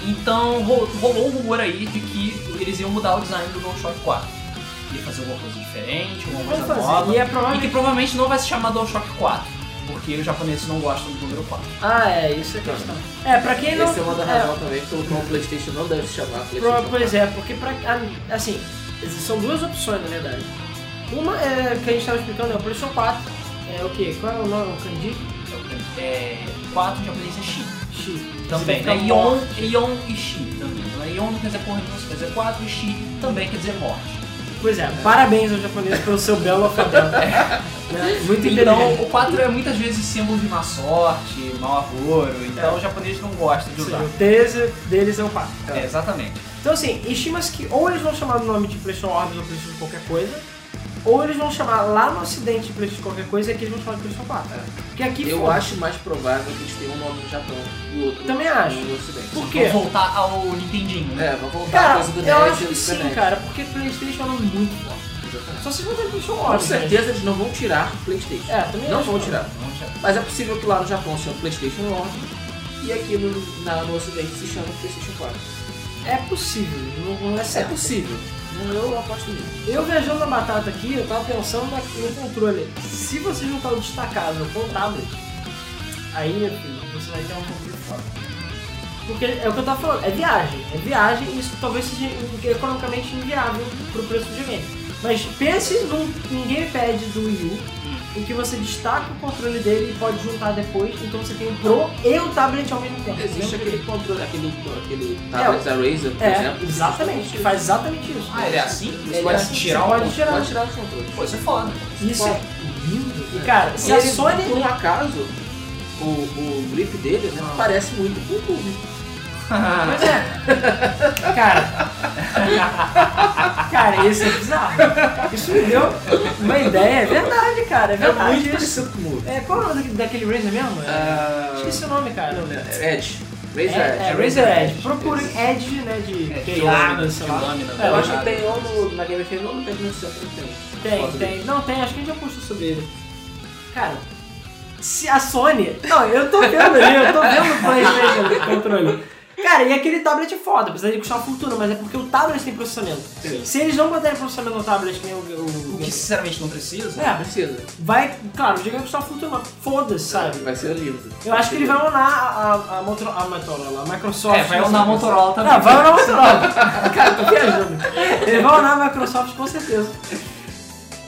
Speaker 1: Então ro- rolou um rumor aí de que eles iam mudar o design do DualShock 4. Ia fazer alguma coisa diferente, alguma
Speaker 2: Vamos
Speaker 1: coisa nova.
Speaker 2: fazer. E é
Speaker 1: E que
Speaker 2: provavelmente.
Speaker 1: provavelmente não vai se chamar DualShock 4, porque os japoneses não gostam do número 4.
Speaker 2: Ah, é, isso é questão. É, pra quem não.
Speaker 3: Essa é uma da razão também pelo qual o PlayStation não deve se chamar
Speaker 2: É,
Speaker 3: PlayStation.
Speaker 2: pro-
Speaker 3: 4.
Speaker 2: pois é, porque pra. ah, Assim, são duas opções na verdade. Uma é que a gente tava explicando, é o PlayStation 4. É o quê? Qual é o nome? O Candy?
Speaker 1: É, 4 em japonês é Shin.
Speaker 2: X.
Speaker 1: Também,
Speaker 2: Significa
Speaker 1: né? Ion, Ion e Shi também. Então, Ion não quer dizer porra nenhuma, só quer dizer 4 e Shi também quer dizer morte.
Speaker 2: Pois é, parabéns aos japoneses pelo seu
Speaker 1: *laughs*
Speaker 2: belo alfabeto. Né? Muito
Speaker 1: Então,
Speaker 2: inteligente.
Speaker 1: o 4 é muitas vezes símbolo de má sorte, mau avoro, então os japoneses não gostam de
Speaker 2: Ou seja,
Speaker 1: usar.
Speaker 2: o 13 deles é o 4.
Speaker 1: É, exatamente.
Speaker 2: Então assim, estima-se que ou eles vão chamar o nome de PlayStation Orbs ou PlayStation qualquer coisa, ou eles vão chamar lá no ocidente de PlayStation qualquer coisa e aqui eles vão chamar de PlayStation 4. Porque aqui
Speaker 3: É. Eu
Speaker 2: foda-se.
Speaker 3: acho mais provável que eles tenham um nome no Japão e outro
Speaker 2: Também acho.
Speaker 3: no Ocidente.
Speaker 2: Por quê?
Speaker 1: Vamos voltar ao Nintendinho, né?
Speaker 3: É, vamos voltar à
Speaker 2: Cara,
Speaker 3: coisa do
Speaker 2: eu
Speaker 3: Nerd é
Speaker 2: acho
Speaker 3: e do
Speaker 2: que sim,
Speaker 3: Super Nerd.
Speaker 2: cara, porque PlayStation é um nome muito forte. Só se não tem PlayStation
Speaker 3: Com
Speaker 2: Orbs. né?
Speaker 3: certeza eles não vão tirar o PlayStation.
Speaker 2: É, também
Speaker 3: não
Speaker 2: acho
Speaker 3: vão
Speaker 2: que
Speaker 3: tirar.
Speaker 1: Vamos já-
Speaker 3: Mas é possível que lá no Japão seja o PlayStation Norte e aqui no, na- no Ocidente se chama PlayStation 4.
Speaker 2: É possível, não, não é
Speaker 3: É
Speaker 2: certo.
Speaker 3: possível. Não, Eu aposto nisso.
Speaker 2: Eu viajando na batata aqui, eu tava pensando na- no controle. Se você juntar o destacável com o tablet, aí, meu filho, você vai ter um controle foda. Porque é o que eu tava falando, é viagem. É viagem e isso talvez seja economicamente inviável pro preço de game. Mas pense num, num gamepad do Wii U, em que você destaca o controle dele e pode juntar depois, então você tem o Pro e o tablet ao mesmo tempo.
Speaker 3: Existe
Speaker 2: Lembra
Speaker 3: aquele controle, aquele, aquele tablet da Razer, por
Speaker 2: que- É,
Speaker 3: exemplo.
Speaker 2: exatamente, que faz exatamente isso.
Speaker 1: Ah, ele é assim? Você
Speaker 3: Ele
Speaker 1: pode
Speaker 3: é assim,
Speaker 1: tirar
Speaker 2: você
Speaker 1: o
Speaker 2: pode
Speaker 1: ponto?
Speaker 2: tirar.
Speaker 3: Pode tirar os controles.
Speaker 1: Pô, isso é foda.
Speaker 2: Isso é
Speaker 3: Pode.
Speaker 2: lindo. E, cara, se
Speaker 3: E
Speaker 2: a
Speaker 3: ele,
Speaker 2: Sony...
Speaker 3: por um acaso, o, o grip dele né,
Speaker 2: Ah.
Speaker 3: parece muito com o Cube.
Speaker 2: Pois
Speaker 1: *laughs*
Speaker 2: é. Cara. Cara, isso é bizarro. Isso me deu uma ideia. É verdade, cara. É
Speaker 3: É
Speaker 2: verdade
Speaker 3: muito
Speaker 2: isso.
Speaker 3: parecido com o Cube.
Speaker 2: É, qual é o nome daquele- daquele Razer mesmo? É,
Speaker 3: Ah,
Speaker 2: Esqueci o nome, cara.
Speaker 3: Edge.
Speaker 2: É,
Speaker 3: Razer Edge.
Speaker 2: é, Razer Edge. Procurem Edge, né?
Speaker 1: É,
Speaker 2: De
Speaker 1: de
Speaker 2: queimada,
Speaker 1: lâmina,
Speaker 2: sei
Speaker 1: de
Speaker 2: lá.
Speaker 1: lâmina,
Speaker 2: É,
Speaker 1: tá
Speaker 3: Eu acho que
Speaker 1: ligado?
Speaker 3: tem ou no, na Game FM ou no Tecno Centro tem.
Speaker 2: Tem,
Speaker 3: Foto
Speaker 2: tem. Não, tem, acho que a gente já postou sobre ele. Cara, se a Sony. Não, eu tô vendo ali, eu tô vendo o PlayStation controle. Cara, e aquele tablet é foda, apesar de custar uma fortuna, mas é porque o tablet tem processamento.
Speaker 3: Sim.
Speaker 2: Se eles não botarem processamento no tablet, que nem o. o,
Speaker 1: O que sinceramente não precisa.
Speaker 2: É,
Speaker 3: Precisa.
Speaker 2: vai. Claro, o jogo vai custar uma fortuna, mas foda-se, sabe?
Speaker 3: né? Vai ser lindo.
Speaker 2: Eu acho que ele vai onar a, a, a, Motoro- a Motorola, a Microsoft.
Speaker 1: É, vai ou na Motorola também.
Speaker 2: Ah, vai na Motorola. *laughs* Cara, tô viajando. Ele vai onar a Microsoft com certeza.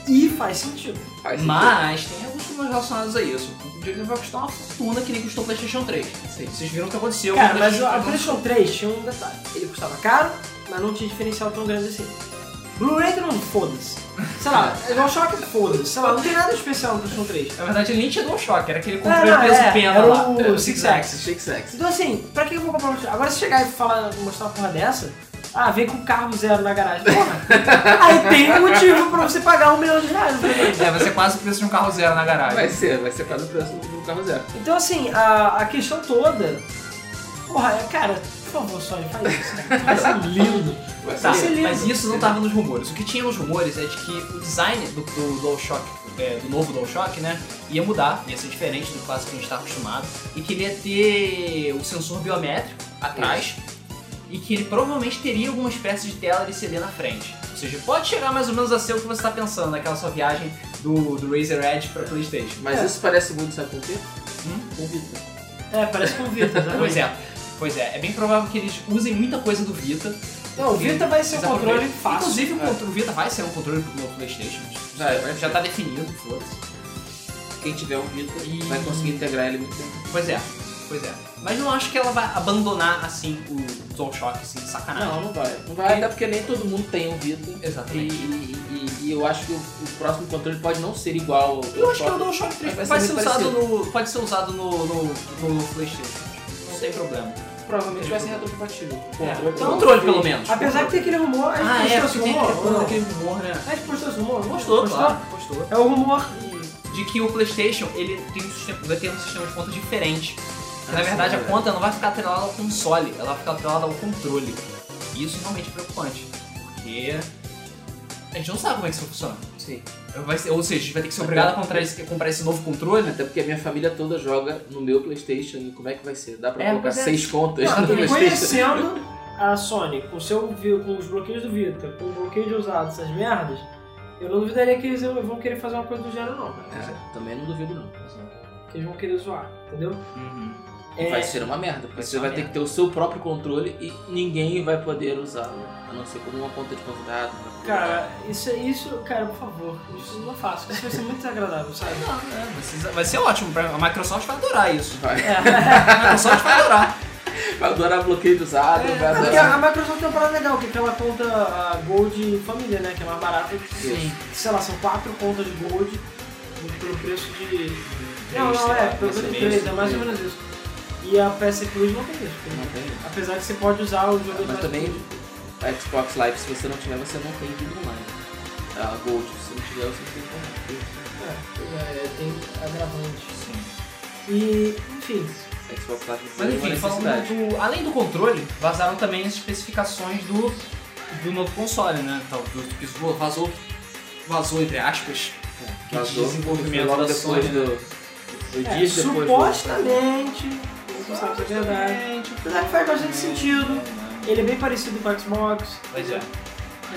Speaker 2: E faz sentido.
Speaker 3: Faz
Speaker 1: Mas tem alguns problemas relacionados a isso. O Jack vai custar uma fortuna que nem custou o PlayStation 3. Vocês viram o que aconteceu.
Speaker 2: Cara,
Speaker 1: quando
Speaker 2: mas
Speaker 1: eles-
Speaker 2: a PlayStation 3 tinha um detalhe. Ele custava caro, mas não tinha diferencial tão grande assim. Blu-ray não foda-se. Sei lá, é igual choque, foda-se. Sei lá, não tem nada especial no PlayStation 3.
Speaker 1: Na verdade, ele nem te deu um choque, era aquele
Speaker 2: É,
Speaker 1: controle
Speaker 2: não,
Speaker 1: peso
Speaker 2: é,
Speaker 1: pena
Speaker 2: era
Speaker 1: lá.
Speaker 2: o
Speaker 1: É,
Speaker 2: Six
Speaker 1: zig-zag.
Speaker 2: Axis.
Speaker 3: Six Sex.
Speaker 2: Então assim, pra que eu vou comprar um Agora se chegar e falar, mostrar uma porra dessa, ah, vem com carro zero na garagem.
Speaker 1: *laughs*
Speaker 2: Porra, aí tem um motivo pra você pagar um milhão de reais. no Blu-ray.
Speaker 1: É, vai ser quase o preço de um carro zero na garagem.
Speaker 3: Vai ser, vai ser quase o preço do carro zero.
Speaker 2: Então assim, a, a questão toda, porra, é, cara, por favor, Sony, faz isso. cara. Vai ser lindo.
Speaker 3: Vai
Speaker 1: Tá,
Speaker 2: Isso é
Speaker 3: ser
Speaker 2: lindo.
Speaker 1: mas isso não tava nos rumores. O que tinha nos rumores é de que o design do, do DualShock, é, do novo DualShock, né, ia mudar, ia ser diferente do clássico que a gente tá acostumado, e que ele ia ter o sensor biométrico atrás, e que ele provavelmente teria alguma espécie de tela LCD na frente. Ou seja, pode chegar mais ou menos a ser o que você tá pensando, naquela sua viagem do, do Razer Edge pra Playstation.
Speaker 3: Mas
Speaker 2: É.
Speaker 3: isso parece muito, sabe com o quê?
Speaker 1: Hum?
Speaker 3: Com o Vita.
Speaker 2: É, parece com o Vita,
Speaker 1: Pois é, pois é. É bem provável que eles usem muita coisa do Vita,
Speaker 2: Não, o Vita vai ser um
Speaker 1: Exatamente.
Speaker 2: controle fácil. é.
Speaker 1: Inclusive, o controle- o Vita vai ser um controle pro novo PlayStation. mas
Speaker 3: Vai, vai
Speaker 1: já
Speaker 3: ser.
Speaker 1: tá definido, foda-se.
Speaker 3: Quem tiver um Vita
Speaker 1: E-
Speaker 3: vai conseguir integrar ele muito bem.
Speaker 1: Pois é, pois é. Mas não acho que ela vai abandonar assim o DualShock, assim, de sacanagem.
Speaker 3: Não, não vai. Não vai, até porque nem todo mundo tem um Vita. E,
Speaker 1: Exatamente.
Speaker 3: e- e- e eu acho que o, o próximo controle pode não ser igual. ao-
Speaker 1: Eu acho que o DualShock 3
Speaker 3: Vai
Speaker 1: vai
Speaker 3: ser
Speaker 1: ser
Speaker 3: muito
Speaker 1: usado no, pode ser usado no, no, no PlayStation. Não tem problema.
Speaker 3: provavelmente vai ser retrocompatível. então
Speaker 1: É, controle, pelo menos.
Speaker 2: Apesar de ter aquele rumor, a gente
Speaker 1: Ah, é,
Speaker 2: postou
Speaker 1: porque
Speaker 2: esse
Speaker 1: tem
Speaker 2: rumor.
Speaker 1: aquele
Speaker 2: ou não?
Speaker 1: rumor, aquele rumor, né?
Speaker 2: A gente postou esse rumor? não
Speaker 1: Postou,
Speaker 2: postou?
Speaker 1: claro, postou.
Speaker 2: É o rumor.
Speaker 1: De que o PlayStation ele tem um sistema, vai ter um sistema de conta diferente. Na
Speaker 3: Ah, sim,
Speaker 1: verdade, a
Speaker 3: é.
Speaker 1: conta não vai ficar atrelada ao console, ela vai ficar atrelada ao controle. E isso realmente é preocupante, porque a gente não sabe como é que isso funciona.
Speaker 3: Sim.
Speaker 1: Vai ser- ou seja, a gente vai ter que ser obrigado a comprar esse, comprar esse novo controle.
Speaker 3: Até porque a minha família toda joga no meu Playstation e como é que vai ser? Dá pra
Speaker 1: É,
Speaker 3: colocar
Speaker 1: pois é.
Speaker 3: seis contas
Speaker 1: Não,
Speaker 3: no
Speaker 1: tem
Speaker 3: *laughs* Playstation?
Speaker 2: Conhecendo a Sony com, o seu, vi- com os bloqueios do Vita, com o bloqueio de usado, essas merdas, eu não duvidaria que eles vão querer fazer uma coisa do gênero, não. Cara.
Speaker 3: É, também não duvido não.
Speaker 2: Que eles vão querer zoar, entendeu?
Speaker 1: Uhum.
Speaker 2: É,
Speaker 3: Vai ser uma merda, porque
Speaker 1: Vai ser
Speaker 3: você
Speaker 1: uma
Speaker 3: vai ter
Speaker 1: merda.
Speaker 3: que ter o seu próprio controle e ninguém vai poder usá-lo. A não ser como uma conta de convidado. uma coisa.
Speaker 2: Cara, isso, é, isso, cara, por favor, isso não faça. Isso vai ser muito desagradável, sabe?
Speaker 1: É, vai ser- vai ser ótimo, pra- a Microsoft vai adorar isso.
Speaker 3: Vai,
Speaker 2: É.
Speaker 1: A Microsoft vai adorar.
Speaker 3: vai *laughs* adorar bloqueio de
Speaker 1: É,
Speaker 3: usado, vai
Speaker 2: Não, porque a
Speaker 3: adorar.
Speaker 2: a Microsoft tem uma parada legal, que é aquela conta a Gold Família, né? Que é mais barata.
Speaker 3: Sim.
Speaker 2: Sei lá, são quatro contas de Gold um pelo preço de.
Speaker 1: Três,
Speaker 2: Não, não,
Speaker 1: sei
Speaker 2: é,
Speaker 1: lá,
Speaker 2: pelo
Speaker 1: dois
Speaker 2: preço de
Speaker 1: e meio,
Speaker 2: três, é mais ou menos isso. E a PS Plus não tem
Speaker 3: Não
Speaker 2: isso. né?
Speaker 3: tem. né?
Speaker 2: Apesar que você pode usar o jogo
Speaker 3: Mas
Speaker 2: mais-
Speaker 3: também a Xbox Live, se você não tiver, você não tem vídeo online. A Gold, se não tiver, você não tem como.
Speaker 2: É, pois é, tem agravante. E, enfim.
Speaker 3: A Xbox Live não
Speaker 1: Mas
Speaker 3: tem
Speaker 1: enfim,
Speaker 3: nenhuma necessidade.
Speaker 1: falando do. Além do controle, vazaram também as especificações do, do novo console, né? Tal, do, do que vazou- vazou. Vazou, entre aspas.
Speaker 3: É,
Speaker 1: que
Speaker 3: vazou,
Speaker 1: desenvolvimento
Speaker 3: foi logo
Speaker 1: da
Speaker 3: depois
Speaker 1: Sony,
Speaker 3: do. Foi
Speaker 2: É,
Speaker 3: dias depois do-
Speaker 2: supostamente. Não sabe se é verdade. Apesar que é, faz bastante sentido. Ele é bem parecido com o Xbox.
Speaker 1: Pois é.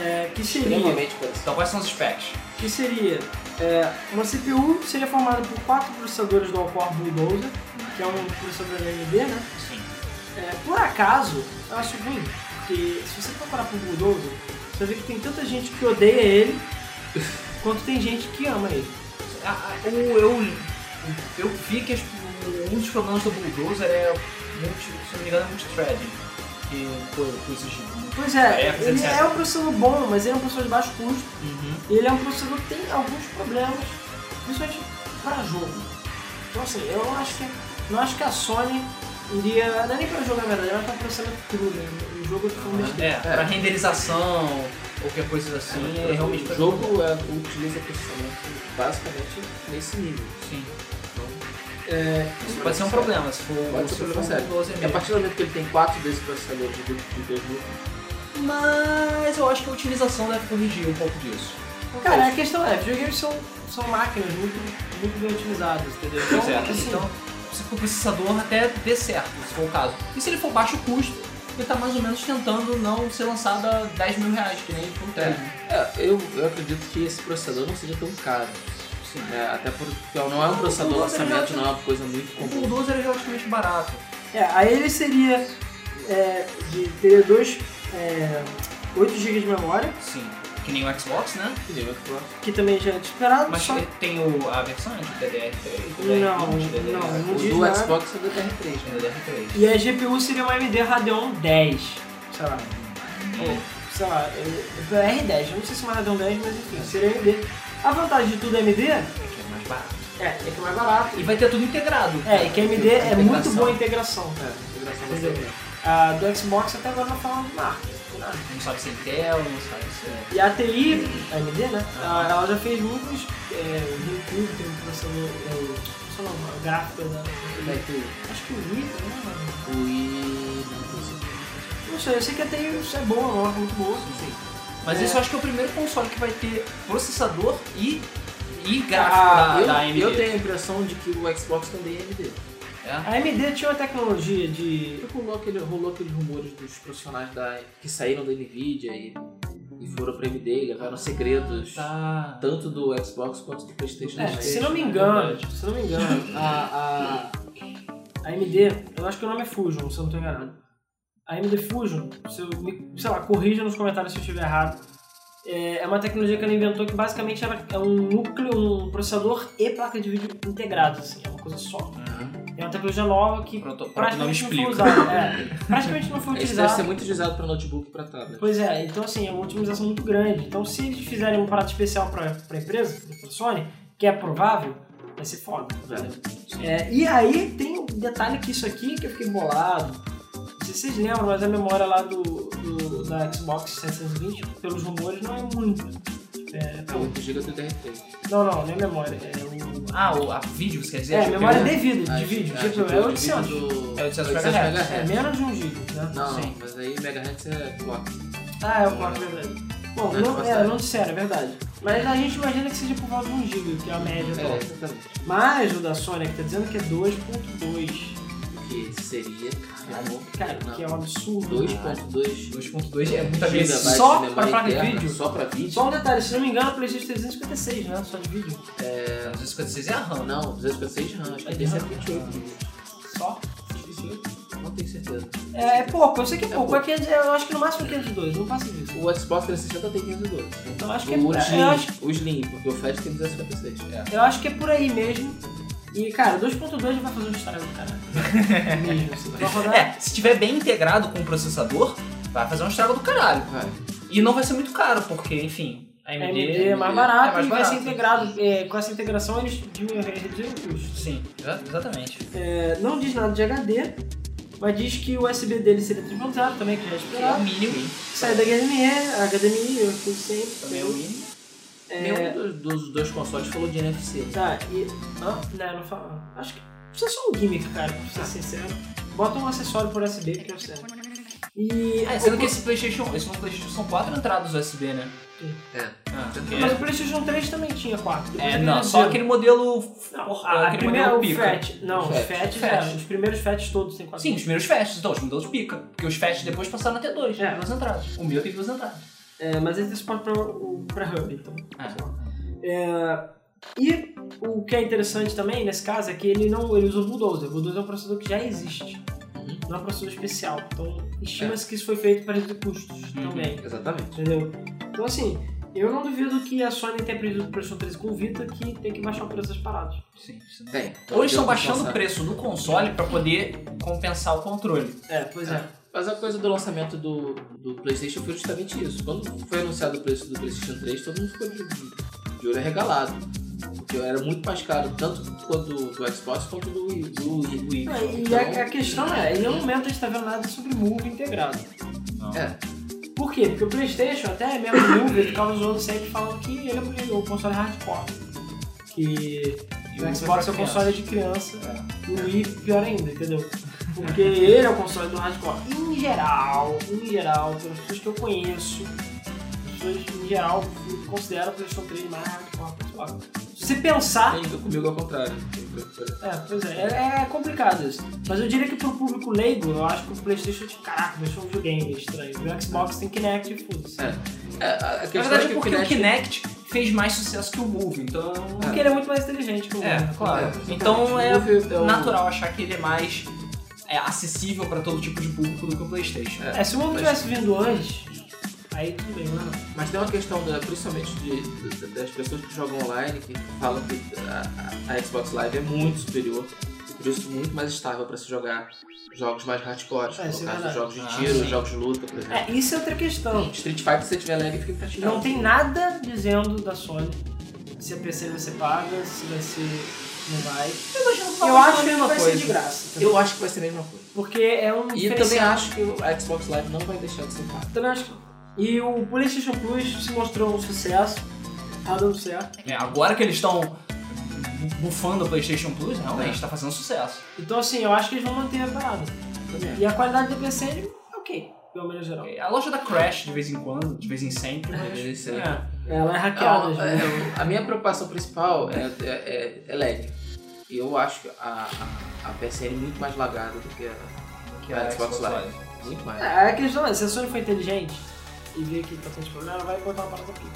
Speaker 2: É, que seria.
Speaker 3: Extremamente parecido.
Speaker 1: Então quais são os specs?
Speaker 2: que seria é, uma CPU seria formada por quatro processadores do Alcor Bulldozer, que é um processador AMD, né?
Speaker 1: Sim.
Speaker 2: É, por acaso, eu acho ruim, porque se você comparar com o Bulldozer, você vê que tem tanta gente que odeia ele, quanto tem gente que ama ele.
Speaker 1: A- a- Ah, o- eu, eu vi que as- um dos problemas do Bulldozer é, multi, se não me engano, é multithread. Que co- coisas de.
Speaker 2: Pois é,
Speaker 1: É, pois
Speaker 2: ele
Speaker 1: é.
Speaker 2: é um processador bom, mas ele é um processador de baixo custo,
Speaker 1: Uhum.
Speaker 2: e ele é um processador que tem alguns problemas, principalmente para jogo. Então assim, eu não acho que, não acho que a Sony iria, não é nem para jogo na verdade, mas para processamento cru, né? O jogo de forma escrita.
Speaker 1: É, pra renderização ou qualquer coisa assim, é, realmente.
Speaker 3: o jogo é, utiliza processamento basicamente nesse nível. Então,
Speaker 1: Sim.
Speaker 3: É,
Speaker 1: Isso pode ser um problema, se for,
Speaker 3: Pode
Speaker 1: se
Speaker 3: ser um
Speaker 1: for
Speaker 3: problema
Speaker 1: um
Speaker 3: sério.
Speaker 1: Bulldozer
Speaker 3: E a
Speaker 1: mesmo.
Speaker 3: partir do momento que ele tem quatro desses processadores de de dois núcleos,
Speaker 1: Mas eu acho que a utilização deve corrigir um pouco disso.
Speaker 2: Cara, a questão é, videogames são, são máquinas muito, muito bem otimizadas, entendeu? Então, assim,
Speaker 1: Então, se for processador até dê certo, se for o caso. E se ele for baixo custo, ele tá mais ou menos tentando não ser lançado a 10 mil reais, que nem foi o Tesla.
Speaker 3: é, eu, eu acredito que esse processador não seja tão caro.
Speaker 1: Sim.
Speaker 3: né? Até porque não é um processador
Speaker 1: Não, ele
Speaker 3: lançamento,
Speaker 1: já-
Speaker 3: não é uma coisa muito
Speaker 1: O
Speaker 3: comum.
Speaker 1: Bulldozer é relativamente barato.
Speaker 2: é, aí ele seria é, de ter dois, é, 8 GB de memória,
Speaker 1: Sim. Que nem o Xbox, né?
Speaker 2: que também já é esperado,
Speaker 1: Mas
Speaker 2: só
Speaker 1: tem o, a versão né, de DDR3,
Speaker 2: Não,
Speaker 1: DDR20, DDR3.
Speaker 2: não,
Speaker 3: O
Speaker 2: não diz
Speaker 3: do
Speaker 2: nada.
Speaker 3: Xbox é o DDR3, né?
Speaker 1: DDR3.
Speaker 2: E a GPU seria uma AMD Radeon 10, sei lá. Ou, sei lá, é, é R10, eu não sei se é uma Radeon 10, mas enfim, seria AMD. A vantagem de tudo AMD é
Speaker 1: Que é mais barato.
Speaker 2: é que é mais barato.
Speaker 1: E vai ter tudo integrado.
Speaker 2: É, e que a AMD é
Speaker 1: Integração.
Speaker 2: muito boa a integração.
Speaker 3: É, integração da
Speaker 2: Entendeu?
Speaker 3: CPU.
Speaker 2: A do Xbox até agora não falando de marca. não tem nada.
Speaker 1: Não sabe se é Intel, não sabe se é...
Speaker 2: E a TI, a AMD, né? a- Ela já fez muitos é, YouTube, tem um processador, é, o- não sei o nome, o gráfico da.
Speaker 3: Vai ter
Speaker 2: né? Acho que o Vita, né? mano?
Speaker 3: o i... não sei.
Speaker 2: Não sei, eu sei que a TI é boa, é uma marca muito boa. Sim.
Speaker 1: Mas
Speaker 2: É.
Speaker 1: isso eu acho que é o primeiro console que vai ter processador e, e gráfico
Speaker 2: Ah,
Speaker 1: da,
Speaker 3: eu,
Speaker 1: da AMD.
Speaker 3: eu tenho a impressão de que o Xbox também é AMD.
Speaker 1: É?
Speaker 2: A AMD tinha uma tecnologia de.
Speaker 3: E Rolou, aquele, rolou aqueles rumores dos profissionais da, que saíram da Nvidia e, e foram pra AMD e levaram segredos
Speaker 1: Tá.
Speaker 3: tanto do Xbox quanto do Playstation. né?
Speaker 2: É,
Speaker 3: Mas
Speaker 2: se não me engano, se não me engano, a, a, a AMD, eu acho que o nome é Fusion, se eu não tô enganado. A AMD Fusion, se eu me- sei lá, corrija nos comentários se eu estiver errado. É é uma tecnologia que ela inventou que basicamente era, é um núcleo, um processador e placa de vídeo integrados, assim, é uma coisa só.
Speaker 1: Uhum.
Speaker 2: É uma tecnologia nova que
Speaker 1: Pronto, o próprio nome
Speaker 2: praticamente não, foi
Speaker 1: explica.
Speaker 2: usada. *laughs* É, praticamente não foi
Speaker 3: Isso deve
Speaker 2: utilizada.
Speaker 3: ser muito utilizado pra notebook e pra tablet.
Speaker 2: Pois é, então assim, é uma otimização muito grande. Então se eles fizerem um prato especial pra, pra empresa, pra Sony, que é provável, vai ser foda. entendeu? É, e aí tem um detalhe que isso aqui que eu fiquei bolado. Não sei se vocês lembram, mas a memória lá do, do- da Xbox 720, pelos rumores, não é muita. É,
Speaker 3: É 8 GB DDR3.
Speaker 2: não, não, não é memória. É, o,
Speaker 1: Ah, o, a vídeo, você quer dizer?
Speaker 2: é
Speaker 1: Acho que
Speaker 2: memória
Speaker 1: eu-
Speaker 2: de vídeo, de vídeo,
Speaker 3: né? Ah,
Speaker 2: GPU,
Speaker 3: GPU,
Speaker 2: é
Speaker 3: de
Speaker 2: 800.
Speaker 3: vídeo do-
Speaker 1: É 800
Speaker 2: É
Speaker 1: MHz.
Speaker 2: menos de um giga, né?
Speaker 3: Não,
Speaker 1: Sim.
Speaker 3: mas aí megahertz é clock.
Speaker 2: Ah, é o 4 verdade. Bom,
Speaker 3: Né,
Speaker 2: não, é,
Speaker 3: passagem.
Speaker 2: não disseram, é verdade. Mas a gente imagina que seja por volta de 1 GB, que é a média
Speaker 3: É,
Speaker 2: atual.
Speaker 3: exatamente.
Speaker 2: Mas o da Sony aqui tá dizendo que é 2.2.
Speaker 3: O que seria, caralho,
Speaker 2: Cara,
Speaker 3: Não.
Speaker 2: que é um absurdo.
Speaker 3: 2.2
Speaker 1: 2.2 é muita
Speaker 3: GB
Speaker 1: vez.
Speaker 2: Só
Speaker 3: de memória
Speaker 2: pra placa de
Speaker 3: interna,
Speaker 2: vídeo?
Speaker 3: Só pra vídeo?
Speaker 2: Só um detalhe, se não me engano, o PlayStation 356, né? Só de vídeo.
Speaker 1: 256 é a RAM.
Speaker 3: Não, 256 de RAM, acho que
Speaker 2: É
Speaker 3: é
Speaker 2: de RAM.
Speaker 3: 228
Speaker 2: Só?
Speaker 3: Não tenho certeza.
Speaker 2: É, é pouco, eu sei que é
Speaker 3: É
Speaker 2: pouco.
Speaker 3: pouco.
Speaker 2: É que eu acho que no máximo 502, não passa disso.
Speaker 3: O Xbox 360 tem 512.
Speaker 2: Então acho que é,
Speaker 3: O Slim,
Speaker 2: eu acho,
Speaker 3: o Slim, porque o Fat tem 256.
Speaker 2: eu acho que é por aí mesmo. E, cara, 2.2 já vai fazer um estrago, cara. *laughs* mesmo, assim. Vai rodar.
Speaker 1: É, se tiver bem integrado com o processador, vai fazer um estrago do caralho.
Speaker 3: Vai.
Speaker 1: E não vai ser muito caro, porque, enfim, a
Speaker 2: A
Speaker 1: AMD...
Speaker 2: AMD é mais
Speaker 3: é
Speaker 2: barato
Speaker 1: mais
Speaker 2: e vai
Speaker 1: barato.
Speaker 2: ser integrado. é, com essa integração eles diminuem reduziram o custo.
Speaker 1: Sim, exa- exatamente.
Speaker 2: É, não diz nada de HD, mas diz que o USB dele seria 3.0 também, que
Speaker 1: Que é
Speaker 2: já é
Speaker 1: o
Speaker 2: esperado.
Speaker 1: mínimo.
Speaker 2: Sai da HDMI, HDMI, eu fui
Speaker 1: Também é o
Speaker 2: sempre.
Speaker 1: mínimo.
Speaker 2: É,
Speaker 3: Nenhum um dos, dos dois consoles falou de NFC.
Speaker 2: tá, e. Hã? Não, não fala. Acho que isso é só um gimmick, cara, pra ser sincero. Bota um acessório por USB, porque é sério. E.
Speaker 1: É, sendo que esse Playstation, esse novo Playstation são quatro entradas USB, né?
Speaker 3: É.
Speaker 1: Ah,
Speaker 2: Mas o PlayStation 3 também tinha 4.
Speaker 1: é, não,
Speaker 2: assim,
Speaker 1: só aquele modelo...
Speaker 2: Não,
Speaker 1: porra,
Speaker 2: a, a
Speaker 1: aquele
Speaker 2: primeira,
Speaker 1: modelo
Speaker 2: o
Speaker 1: pica.
Speaker 2: FAT. Não,
Speaker 3: O
Speaker 2: os
Speaker 3: Fat.
Speaker 2: FATs,
Speaker 1: é Fat.
Speaker 2: é, os primeiros FATs todos têm 4.
Speaker 1: Sim, os primeiros fast, então, os modelos pica. Porque os fast depois passaram a ter dois,
Speaker 2: É.
Speaker 1: duas entradas. O meu tem duas entradas.
Speaker 2: É, mas ele tem suporte pra, o- pra hub, então.
Speaker 1: É.
Speaker 2: sei lá. É, e o que é interessante também, nesse caso, é que ele não ele usa o Bulldozer. O Bulldozer é um processador que já existe.
Speaker 3: Uhum.
Speaker 2: Não é um processador especial. Então, estima-se que isso foi feito para reduzir custos
Speaker 1: Uhum.
Speaker 2: também.
Speaker 3: Exatamente.
Speaker 2: Entendeu? Então, assim, eu não duvido que a Sony tenha aprendido do PlayStation 3 com o Vita que tem que baixar o preço das paradas.
Speaker 1: Sim, sim.
Speaker 3: Tem. Então,
Speaker 1: Ou eles estão baixando o
Speaker 3: Lançamento.
Speaker 1: preço do console pra poder compensar o controle.
Speaker 2: É, pois é.
Speaker 3: Mas a coisa do lançamento do, do PlayStation foi justamente isso. Quando foi anunciado o preço do PlayStation 3, todo mundo ficou de, de olho arregalado. Porque era muito mais caro, tanto quanto do, do Xbox quanto do Wii. Do Wii.
Speaker 1: Wii.
Speaker 2: Não, Ah, E a, a questão é, em nenhum momento a gente tá vendo nada sobre Move integrado.
Speaker 3: É.
Speaker 2: Por quê? Porque o Playstation, até é mesmo o Move, ele ficava zoando sempre falando que ele é pro- o console é hardcore. Que
Speaker 1: E
Speaker 2: o Xbox é o
Speaker 1: pra
Speaker 2: console de criança,
Speaker 1: criança.
Speaker 2: e o Wii é pior ainda, entendeu? Porque ele é o console do hardcore. Em geral, em geral, pelas pessoas que eu conheço, as pessoas em geral consideram o Playstation 3 mais hardcore. que o Xbox. Se você pensar,
Speaker 3: Tem- Comigo ao contrário. assim,
Speaker 2: é, pois é, é, é complicado isso. Mas eu diria que pro público leigo, eu acho que o Playstation, tipo, caraca, deixou um videogame estranho. O Xbox tem Kinect e foda-se.
Speaker 3: É. É, a a
Speaker 1: Na
Speaker 3: questão é
Speaker 1: verdade,
Speaker 3: que o
Speaker 1: porque o
Speaker 3: Kinect-
Speaker 1: Kinect fez mais sucesso que o Move, então...
Speaker 2: Porque ele é muito mais inteligente que o
Speaker 1: É,
Speaker 2: mundo,
Speaker 1: claro.
Speaker 3: exatamente.
Speaker 1: Então é
Speaker 3: O Move o-
Speaker 1: natural achar que ele é mais é, acessível pra todo tipo de público do que o Playstation.
Speaker 2: É, se o mundo
Speaker 3: Mas-
Speaker 2: tivesse vindo antes, aí tudo bem, mano.
Speaker 3: Mas tem uma questão, da- principalmente de- de- das pessoas que jogam online, que falam que a, a- a Xbox Live é muito superior, e por isso muito mais estável para se jogar jogos mais hardcore, tipo,
Speaker 2: É, isso é
Speaker 3: no
Speaker 2: verdade.
Speaker 3: caso dos jogos de
Speaker 1: Ah,
Speaker 3: tiro,
Speaker 1: sim.
Speaker 3: jogos de luta, por exemplo.
Speaker 2: É, isso é outra questão.
Speaker 3: Street Fighter, se você tiver lag, fica encaixado.
Speaker 2: Não tem nada dizendo da Sony se a PC vai ser paga, se vai ser. não vai. Eu acho que vai ser de graça. entendeu?
Speaker 3: Eu acho que vai ser a mesma coisa.
Speaker 2: Porque é um.
Speaker 3: E eu
Speaker 2: diferencial.
Speaker 3: também acho que o- a Xbox Live não vai deixar de ser um pago.
Speaker 2: Também acho que- E o PlayStation Plus se mostrou um sucesso. Tá dando certo.
Speaker 1: É, agora que eles estão bufando o Playstation Plus, realmente, tá fazendo sucesso.
Speaker 2: Então, assim, eu acho que eles vão manter a parada.
Speaker 3: Também acho.
Speaker 2: E a qualidade do PC é ok, pelo menos geral.
Speaker 1: É, A loja da Crash, de vez em quando, de vez em sempre, mas...
Speaker 3: É, isso é.
Speaker 1: É.
Speaker 2: Ela é hackeada,
Speaker 3: Não,
Speaker 2: gente.
Speaker 3: é, a minha preocupação principal é, é, é- é lag. E eu acho a, a, a PSN é muito mais lagada do que a.
Speaker 1: Que é a Xbox Live.
Speaker 3: Muito mais.
Speaker 2: É, a questão é, se a Sony for inteligente e ver que tá tendo problema, ela vai botar uma parada pica.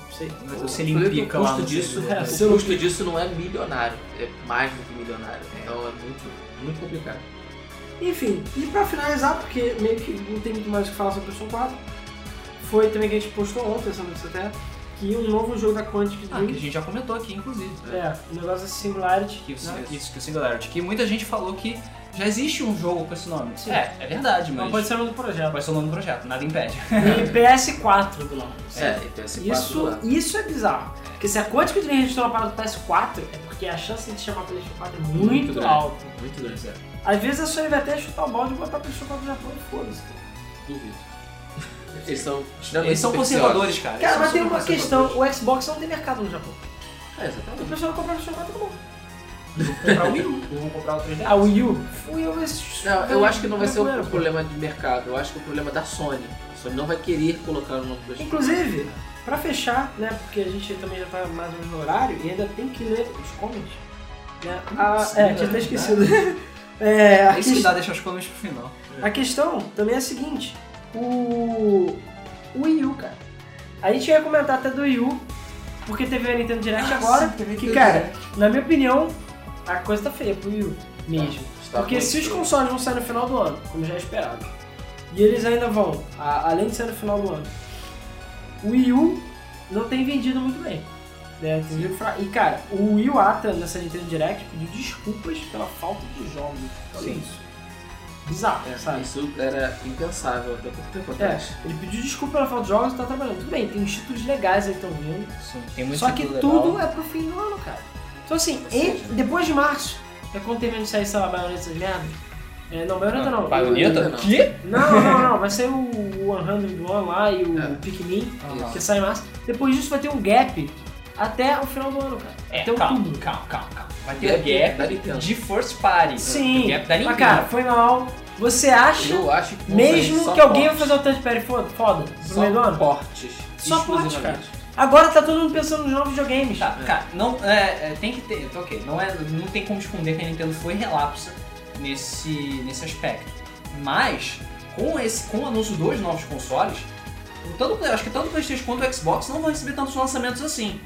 Speaker 2: Não sei.
Speaker 1: Mas
Speaker 3: Você
Speaker 1: Você limpica
Speaker 3: o
Speaker 1: lá
Speaker 3: custo
Speaker 1: no Ah,
Speaker 3: disso,
Speaker 1: servidor. né?
Speaker 2: É,
Speaker 3: o custo disso não é milionário, é mais do que milionário. Então é muito, muito complicado.
Speaker 2: Enfim, e pra finalizar, porque meio que não tem muito mais o que falar sobre o PlayStation 4, foi também que a gente postou ontem, essa notícia até, que um novo jogo da Quantic
Speaker 1: Ah, que a
Speaker 2: Dream,
Speaker 1: gente já comentou aqui, inclusive.
Speaker 2: é, um negócio assim, Singularity,
Speaker 1: Que o,
Speaker 2: né?
Speaker 1: Isso, que o Singularity. Que muita gente falou que já existe um jogo com esse nome.
Speaker 2: Sim.
Speaker 1: É, é verdade, mas
Speaker 2: Não pode ser o nome do projeto.
Speaker 1: vai ser o nome do projeto, nada impede.
Speaker 2: E PS4 do lado.
Speaker 3: É, então esse
Speaker 2: Isso,
Speaker 3: quadro lá.
Speaker 2: isso é bizarro. Porque se a Quantic Dream registrou uma parada do PS4, é porque a chance de chamar o PlayStation 4 é muito,
Speaker 3: Muito grande.
Speaker 2: alta.
Speaker 3: Muito grande, é.
Speaker 2: Às vezes a Sony vai até chutar o balde e botar o PlayStation 4 no Japão e foda-se.
Speaker 3: Duvido. *laughs* Eles são extremamente
Speaker 1: Eles são
Speaker 3: supersticiosos.
Speaker 1: conservadores, cara.
Speaker 2: Cara,
Speaker 1: Eles
Speaker 2: mas
Speaker 1: são
Speaker 2: tem uma
Speaker 1: super
Speaker 2: questão: o Xbox não tem mercado no Japão. Então
Speaker 3: É,
Speaker 2: o
Speaker 3: exatamente.
Speaker 2: pessoal não compra o PlayStation 4 e acabou.
Speaker 1: conservadores. Comprar o Wii U, não vão comprar o 3DS.
Speaker 2: A Wii U? Fui eu esse.
Speaker 3: Não, eu acho que não vai ser o problema de mercado, eu acho que é o problema da Sony. Sony não vai querer colocar o nome do
Speaker 2: É
Speaker 3: Crash
Speaker 2: Inclusive, pra fechar, né? Porque a gente também já tá mais ou menos no horário e ainda tem que ler os comments. Né? a-
Speaker 3: Putz,
Speaker 2: é, tinha até
Speaker 3: verdade.
Speaker 2: esquecido. *laughs* É, a,
Speaker 1: É isso que
Speaker 2: ques-
Speaker 1: dá deixar os comentários pro final.
Speaker 2: a questão também é a seguinte: o. O Wii U, cara. A gente ia comentar até do Wii U, porque teve a Nintendo Direct agora. Que, cara, na minha opinião, a coisa tá feia pro Wii U mesmo.
Speaker 3: Está
Speaker 2: Porque
Speaker 3: muito
Speaker 2: se os
Speaker 3: feio.
Speaker 2: consoles vão sair no final do ano, como já é esperado, e eles ainda vão, a- além de sair no final do ano, o Wii U não tem vendido muito bem. Né? Tem vendido fra- E cara, o Wii U Ata nessa Nintendo Direct pediu desculpas pela falta de jogos. Olha
Speaker 3: Sim.
Speaker 2: isso. Bizarro,
Speaker 3: É,
Speaker 2: sabe?
Speaker 3: Isso era impensável até pouco tempo
Speaker 2: É,
Speaker 3: atrás.
Speaker 2: ele pediu desculpa pela falta de jogos e tá trabalhando. Tudo bem, tem uns títulos legais aí que estão vindo.
Speaker 1: Sim, tem muito
Speaker 2: Só que
Speaker 1: título legal.
Speaker 2: tudo é pro fim do ano, cara. Então assim,
Speaker 3: Ou seja,
Speaker 2: em- depois de março, é quando termina de sair, sei lá, Bayonetta essas merdas. É, não, Bayonetta
Speaker 1: Ah,
Speaker 2: não.
Speaker 1: Baioneta?
Speaker 3: Não.
Speaker 1: Quê?
Speaker 2: Não, não, não. Vai sair o 100 One lá e o
Speaker 3: É.
Speaker 2: Pikmin,
Speaker 1: Isso.
Speaker 2: que sai em março. Depois disso vai ter um gap até o final do ano, cara. Então,
Speaker 1: É,
Speaker 2: até
Speaker 1: calma,
Speaker 2: outubro.
Speaker 1: calma, calma, calma. Vai
Speaker 2: é
Speaker 3: Gap
Speaker 1: ter
Speaker 3: da
Speaker 1: o
Speaker 3: Nintendo.
Speaker 1: gap de Force Party.
Speaker 2: Sim.
Speaker 1: O gap da
Speaker 2: Mas,
Speaker 1: Nintendo.
Speaker 2: cara, foi mal. Você acha,
Speaker 3: Eu acho que
Speaker 2: mesmo
Speaker 3: só
Speaker 2: que alguém vai
Speaker 3: portes.
Speaker 2: fazer o Touchpad foda, foda no meio do
Speaker 3: só
Speaker 2: ano?
Speaker 3: portes.
Speaker 2: Só portes, cara.
Speaker 3: exclusivamente.
Speaker 2: Agora tá todo mundo pensando nos novos videogames.
Speaker 1: Tá, cara, não, é, é, tem que ter, tá, ok, não, é, não tem como esconder que a Nintendo foi relapsa nesse, nesse aspecto. Mas, com, esse, com o anúncio dos novos consoles, o tanto, eu acho que tanto o Playstation quanto o Xbox não vão receber tantos lançamentos assim.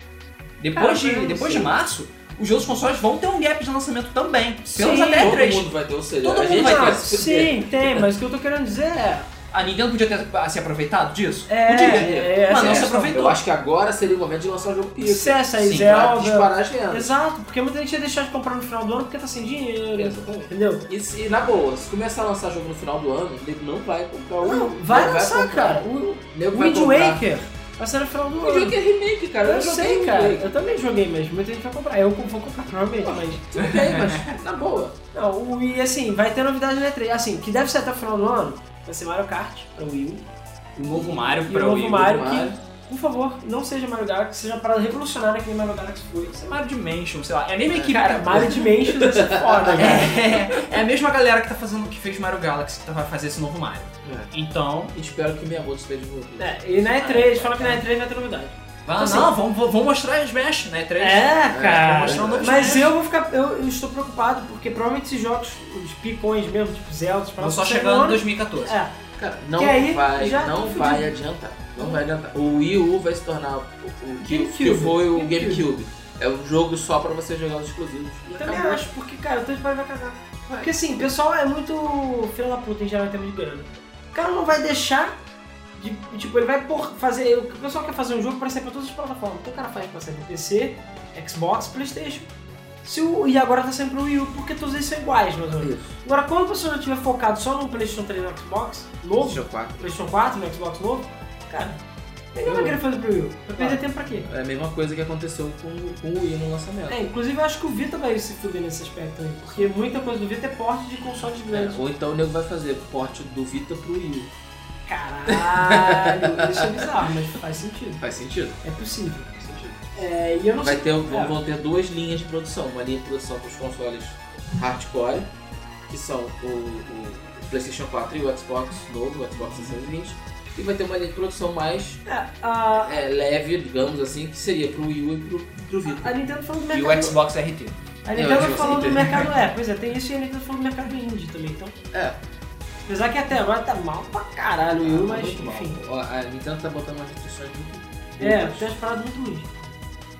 Speaker 2: Cara,
Speaker 1: Depois,
Speaker 2: eu
Speaker 1: de,
Speaker 2: não
Speaker 1: depois de
Speaker 2: sei.
Speaker 1: março, os outros consoles vão ter um gap de lançamento também, pelos
Speaker 2: Sim,
Speaker 1: até
Speaker 3: Todo
Speaker 1: E3.
Speaker 3: mundo vai ter, ou seja,
Speaker 1: Todo
Speaker 3: a
Speaker 1: mundo
Speaker 3: gente
Speaker 1: vai
Speaker 3: vai
Speaker 1: ter.
Speaker 3: ter. se fuder.
Speaker 2: Sim, tem, mas o que eu tô querendo dizer é.
Speaker 1: A Nintendo podia ter ah, se aproveitado disso?
Speaker 2: É,
Speaker 1: podia.
Speaker 2: é, é
Speaker 1: mas não
Speaker 2: essa
Speaker 1: se
Speaker 2: questão.
Speaker 1: aproveitou.
Speaker 3: Eu acho que agora seria o momento de lançar o jogo pico.
Speaker 2: Sucesso aí,
Speaker 1: Sim,
Speaker 3: Pra
Speaker 2: é Zelda.
Speaker 3: disparar as vendas.
Speaker 2: Exato, porque muita gente ia deixar de comprar no final do ano porque tá sem dinheiro.
Speaker 3: Exatamente.
Speaker 2: Entendeu?
Speaker 3: E, se- e na boa, se começar a lançar jogo no final do ano, o nego não vai comprar o.
Speaker 2: Não,
Speaker 3: nego
Speaker 2: vai lançar,
Speaker 3: comprar.
Speaker 2: cara. O
Speaker 3: O nego vai
Speaker 2: Wind
Speaker 3: comprar.
Speaker 2: Waker vai ser no final do
Speaker 3: O
Speaker 2: ano.
Speaker 3: jogo é remake, cara.
Speaker 2: Eu
Speaker 3: joguei
Speaker 2: sei,
Speaker 3: Wind
Speaker 2: cara.
Speaker 3: Waker.
Speaker 2: Eu também joguei, mas muita gente vai comprar. Eu vou comprar provavelmente, mas...
Speaker 3: Tudo
Speaker 2: *laughs*
Speaker 3: bem, mas na boa.
Speaker 2: Não, o- e assim, vai ter novidade na E3. Assim, o que deve ser até o final do ano vai ser Mario Kart pra Wii U.
Speaker 1: O novo Mario
Speaker 2: E
Speaker 1: pra
Speaker 2: o novo
Speaker 1: Wii U.
Speaker 2: Mario
Speaker 3: Mario.
Speaker 2: que, por favor, não seja Mario Galaxy, seja para revolucionária que nem Mario Galaxy foi. Sei lá.
Speaker 1: Mario Dimension, sei lá. É a mesma equipe.
Speaker 2: Cara, Mario Dimensions vai ser foda, cara.
Speaker 1: É, é a mesma galera que tá fazendo que fez Mario Galaxy que tá- vai fazer esse novo Mario.
Speaker 3: É.
Speaker 1: Então,
Speaker 3: E Espero que o Miyamoto esteja envolvido.
Speaker 2: É, e na E3, fala que na E3 vai ter novidade.
Speaker 1: vamos
Speaker 2: assim-
Speaker 1: não, Então, vamos, vamos mostrar as Smash, né? Três.
Speaker 3: cara.
Speaker 1: Vamos mostrar o novo
Speaker 2: É, Mas
Speaker 1: Smash.
Speaker 2: eu vou ficar. Eu, eu estou preocupado, porque provavelmente esses jogos, os picões mesmo, tipo Zelda, os
Speaker 1: Vamos só
Speaker 2: próximos,
Speaker 1: chegando em
Speaker 2: serão-
Speaker 1: 2014.
Speaker 2: É,
Speaker 3: Cara, não
Speaker 2: Que aí
Speaker 3: vai,
Speaker 2: já
Speaker 3: não
Speaker 2: tá
Speaker 3: vai
Speaker 2: fudido.
Speaker 3: adiantar. Não vai adiantar. O Wii U vai se tornar o, o que,
Speaker 2: GameCube.
Speaker 3: que foi o
Speaker 2: GameCube.
Speaker 3: GameCube. É um jogo só pra você jogar os exclusivos. E
Speaker 2: eu também
Speaker 3: acabou.
Speaker 2: acho, porque, cara, o Touchpad vai cagar. Porque assim, o pessoal é muito filho da puta em geral em termos de grana. O cara não vai deixar de. Tipo, ele vai por fazer. O pessoal quer fazer um jogo pra sair pra todas as plataformas. Então o cara faz pra sair pra PC, Xbox, Playstation. Se o, e agora tá saindo pro Wii U, porque todos eles são iguais, mais ou menos.
Speaker 3: É Isso.
Speaker 2: Agora, quando o pessoal já tiver focado só no PlayStation 3 e no Xbox, novo,
Speaker 3: Jogo 4.
Speaker 2: PlayStation 4, no Xbox novo, cara, ninguém vai
Speaker 3: Eu-
Speaker 2: querer fazer pro Wii U. Vai perder tempo pra quê?
Speaker 3: É a mesma coisa que aconteceu com, com o Wii no lançamento.
Speaker 2: É, inclusive eu acho que o Vita vai se fuder nesse aspecto também, porque muita coisa do Vita é porte de consoles grandes.
Speaker 3: É, ou então o nego vai fazer porte do Vita pro Wii U.
Speaker 2: Caralho, *laughs* isso é bizarro, mas faz sentido.
Speaker 3: Faz sentido.
Speaker 2: É possível.
Speaker 3: Faz sentido.
Speaker 2: É, e eu não
Speaker 3: Vai
Speaker 2: sei.
Speaker 3: ter, vão vão ter duas linhas de produção. Uma linha de produção para os consoles hardcore, que são o, o PlayStation 4 e o Xbox novo, o
Speaker 2: Uhum.
Speaker 3: Xbox 320. E vai ter uma linha de produção mais
Speaker 2: É, a,
Speaker 3: é, leve, digamos assim, que seria pro Wii U e pro, pro Vita.
Speaker 2: a Nintendo falou do
Speaker 1: E o
Speaker 2: mercado.
Speaker 1: Xbox RT.
Speaker 2: A
Speaker 3: Eu acho
Speaker 2: Nintendo
Speaker 3: que
Speaker 2: falou
Speaker 3: você
Speaker 2: do
Speaker 3: entende.
Speaker 2: mercado. É, pois é, tem isso e a Nintendo falou do mercado indie também, então.
Speaker 3: É.
Speaker 2: Apesar que até agora tá mal pra caralho, eu, mas
Speaker 3: Ah, tá Muito mal.
Speaker 2: enfim.
Speaker 3: Ó, A Nintendo tá botando umas restrições muito.
Speaker 2: É,
Speaker 3: duras.
Speaker 2: tem as paradas muito ruins.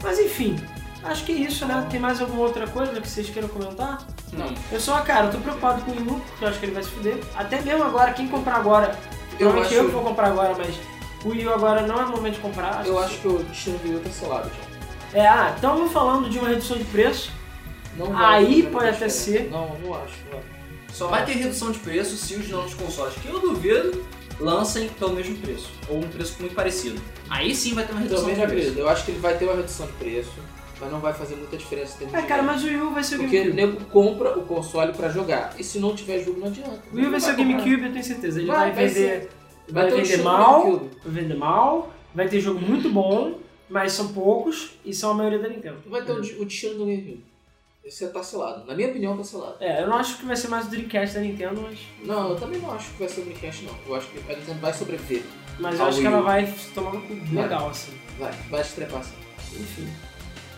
Speaker 2: Mas enfim, acho que é isso, né? Tem mais alguma outra coisa que vocês queiram comentar?
Speaker 3: Não.
Speaker 2: Eu só, cara, eu tô preocupado com o Inu, porque eu acho que ele vai se fuder. Até mesmo agora, quem comprar agora,
Speaker 3: Eu
Speaker 2: provavelmente
Speaker 3: acho-
Speaker 2: eu que vou comprar agora, mas o Wii U agora não é o momento de comprar.
Speaker 3: Eu acho que o destino do Wii U tá selado, John.
Speaker 2: É, ah, estamos falando de uma redução de preço.
Speaker 3: Não
Speaker 2: Aí
Speaker 3: vai- não
Speaker 2: pode
Speaker 3: vai
Speaker 2: até
Speaker 3: esperar.
Speaker 2: ser.
Speaker 3: Não, não acho. não.
Speaker 1: Só vai ter redução de preço se os novos consoles, que eu duvido, lancem pelo mesmo preço. Ou um preço muito parecido. Aí sim vai ter uma
Speaker 3: Eu
Speaker 1: redução
Speaker 3: também
Speaker 1: de
Speaker 3: já
Speaker 1: preço.
Speaker 3: acredito. Eu acho que ele vai ter uma redução de preço, mas não vai fazer muita diferença em termos
Speaker 2: É,
Speaker 3: de
Speaker 2: cara,
Speaker 3: ganho.
Speaker 2: mas o Wii U vai ser o
Speaker 3: Porque o
Speaker 2: GameCube.
Speaker 3: nego compra o console pra jogar. E se não tiver jogo, não adianta.
Speaker 2: O Wii U vai
Speaker 3: Não
Speaker 2: ser o
Speaker 3: comprar.
Speaker 2: GameCube, eu tenho certeza. Ele
Speaker 3: Vai,
Speaker 2: vai,
Speaker 3: vai
Speaker 2: vender.
Speaker 3: Vai,
Speaker 2: Vai
Speaker 3: ter um
Speaker 2: vender
Speaker 3: estilo
Speaker 2: mal.
Speaker 3: GameCube.
Speaker 2: Vai vender mal, vai ter jogo muito bom, mas são poucos e são a maioria da Nintendo.
Speaker 3: um Vai ter o, di- o destino do GameCube. Você tá selado. Na minha opinião, tá selado.
Speaker 2: É, eu não acho que vai ser mais o Dreamcast da Nintendo, mas,
Speaker 3: Não, eu também não acho que vai ser o Dreamcast, não. Eu acho que a Nintendo vai sobreviver.
Speaker 2: mas eu
Speaker 3: Ao
Speaker 2: acho que
Speaker 3: Ah, Wii U. É.
Speaker 2: ela vai se tomar no cu legal, assim.
Speaker 3: Vai, vai estrepar sim.
Speaker 2: Enfim.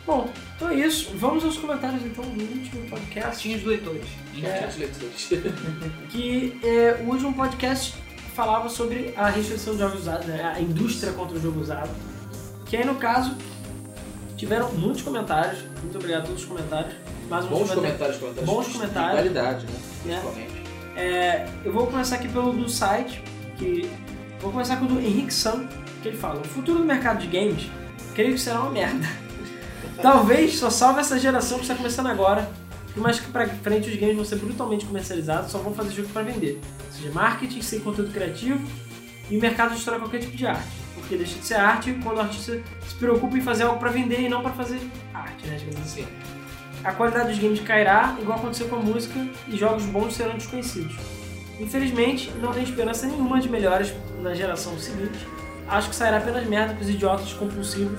Speaker 2: Bom, então é isso. Vamos aos comentários então do último podcast.
Speaker 1: Cartinhas dos leitores.
Speaker 2: É.
Speaker 3: Gente, leitores.
Speaker 2: Que é, o último podcast falava sobre a restrição de jogos usados, né? a indústria contra o jogo usado. Que aí no caso tiveram muitos comentários. Muito obrigado a todos os comentários. Mais um
Speaker 3: Bons
Speaker 2: comentário.
Speaker 3: comentários, comentários.
Speaker 2: Bons
Speaker 3: de
Speaker 2: comentários.
Speaker 3: qualidade, né?
Speaker 2: É.
Speaker 3: Principalmente.
Speaker 2: É, eu vou começar aqui pelo do site, que vou começar com o do Henrique Sam, que ele fala: o futuro do mercado de games, creio que será uma merda. *laughs* Talvez só salve essa geração que está começando agora, e mais que pra frente os games vão ser brutalmente comercializados, só vão fazer jogo para vender. Ou seja, marketing sem conteúdo criativo e o mercado destrói qualquer tipo de arte. Porque deixa de ser arte quando o artista se preocupa em fazer algo para vender e não para fazer arte, né? digamos assim
Speaker 3: Sim.
Speaker 2: a qualidade dos games cairá, igual aconteceu com a música, e jogos bons serão desconhecidos. Infelizmente, não tem esperança nenhuma de melhoras na geração seguinte. Acho que sairá apenas merda que os idiotas compulsivos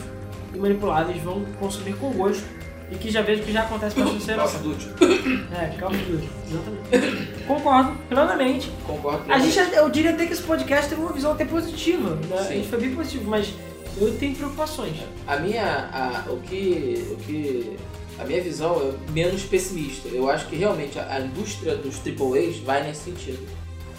Speaker 2: e manipuláveis vão consumir com gosto, e que já vejo que já acontece com a terceira
Speaker 3: Nossa, Duty.
Speaker 2: É, calma tudo. Exatamente. Concordo plenamente.
Speaker 3: Concordo.
Speaker 2: A gente, eu diria até que esse podcast teve uma visão até positiva, né? A
Speaker 3: Sim.
Speaker 2: gente foi bem positivo, mas eu tenho preocupações.
Speaker 3: A minha. A, o que. O que. A minha visão é menos pessimista. Eu acho que realmente a, a indústria dos AAAs vai nesse sentido.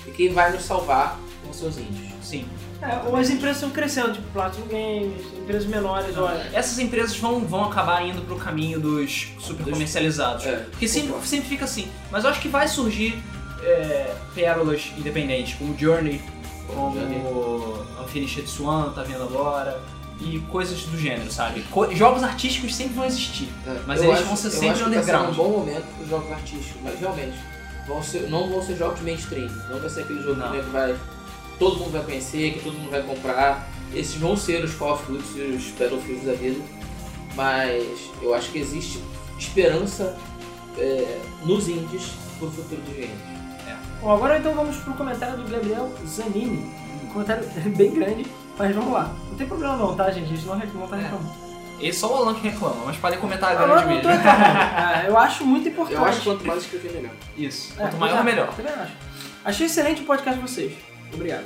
Speaker 3: E quem vai nos salvar são os seus índios.
Speaker 1: Sim.
Speaker 2: É, ou as empresas estão crescendo, tipo Platinum Games, empresas menores, olha.
Speaker 1: Essas empresas vão, vão acabar indo pro caminho dos super
Speaker 3: Dos-
Speaker 1: comercializados.
Speaker 3: É.
Speaker 1: Porque sempre, sempre fica assim. Mas eu acho que vai surgir é, pérolas independentes, como Journey, como Unfinished Swan, tá vendo agora, e coisas do gênero, sabe? Co- jogos artísticos sempre vão existir. Mas eles vão ser sempre
Speaker 3: É, eu acho que vai ser
Speaker 1: underground.
Speaker 3: um bom momento para os jogos artísticos, mas realmente vão ser- não vão ser jogos mainstream. Não vai ser aquele jogo
Speaker 1: Não.
Speaker 3: que vai, todo mundo vai conhecer, que todo mundo vai comprar. Esses vão ser os Call of Duty e os Battlefields da vida. Mas eu acho que existe esperança é, nos indies pro futuro dos games.
Speaker 2: Bom, agora então vamos pro comentário do Gabriel Zanini. Um comentário *laughs* bem grande, mas vamos lá. Não tem problema não, tá, gente? A gente não, reclama, não tá
Speaker 1: É.
Speaker 2: reclamando.
Speaker 1: E só o Alan que reclama, mas podem comentar
Speaker 2: Agora
Speaker 1: grande
Speaker 2: eu não tô
Speaker 1: mesmo.
Speaker 2: reclamando. Ah, Eu acho muito importante.
Speaker 3: Eu acho que quanto mais escrever, melhor.
Speaker 1: Isso.
Speaker 2: É,
Speaker 1: Quanto
Speaker 2: pois
Speaker 1: maior,
Speaker 2: é,
Speaker 1: melhor.
Speaker 2: Também acho. Achei excelente o podcast de vocês. Obrigado.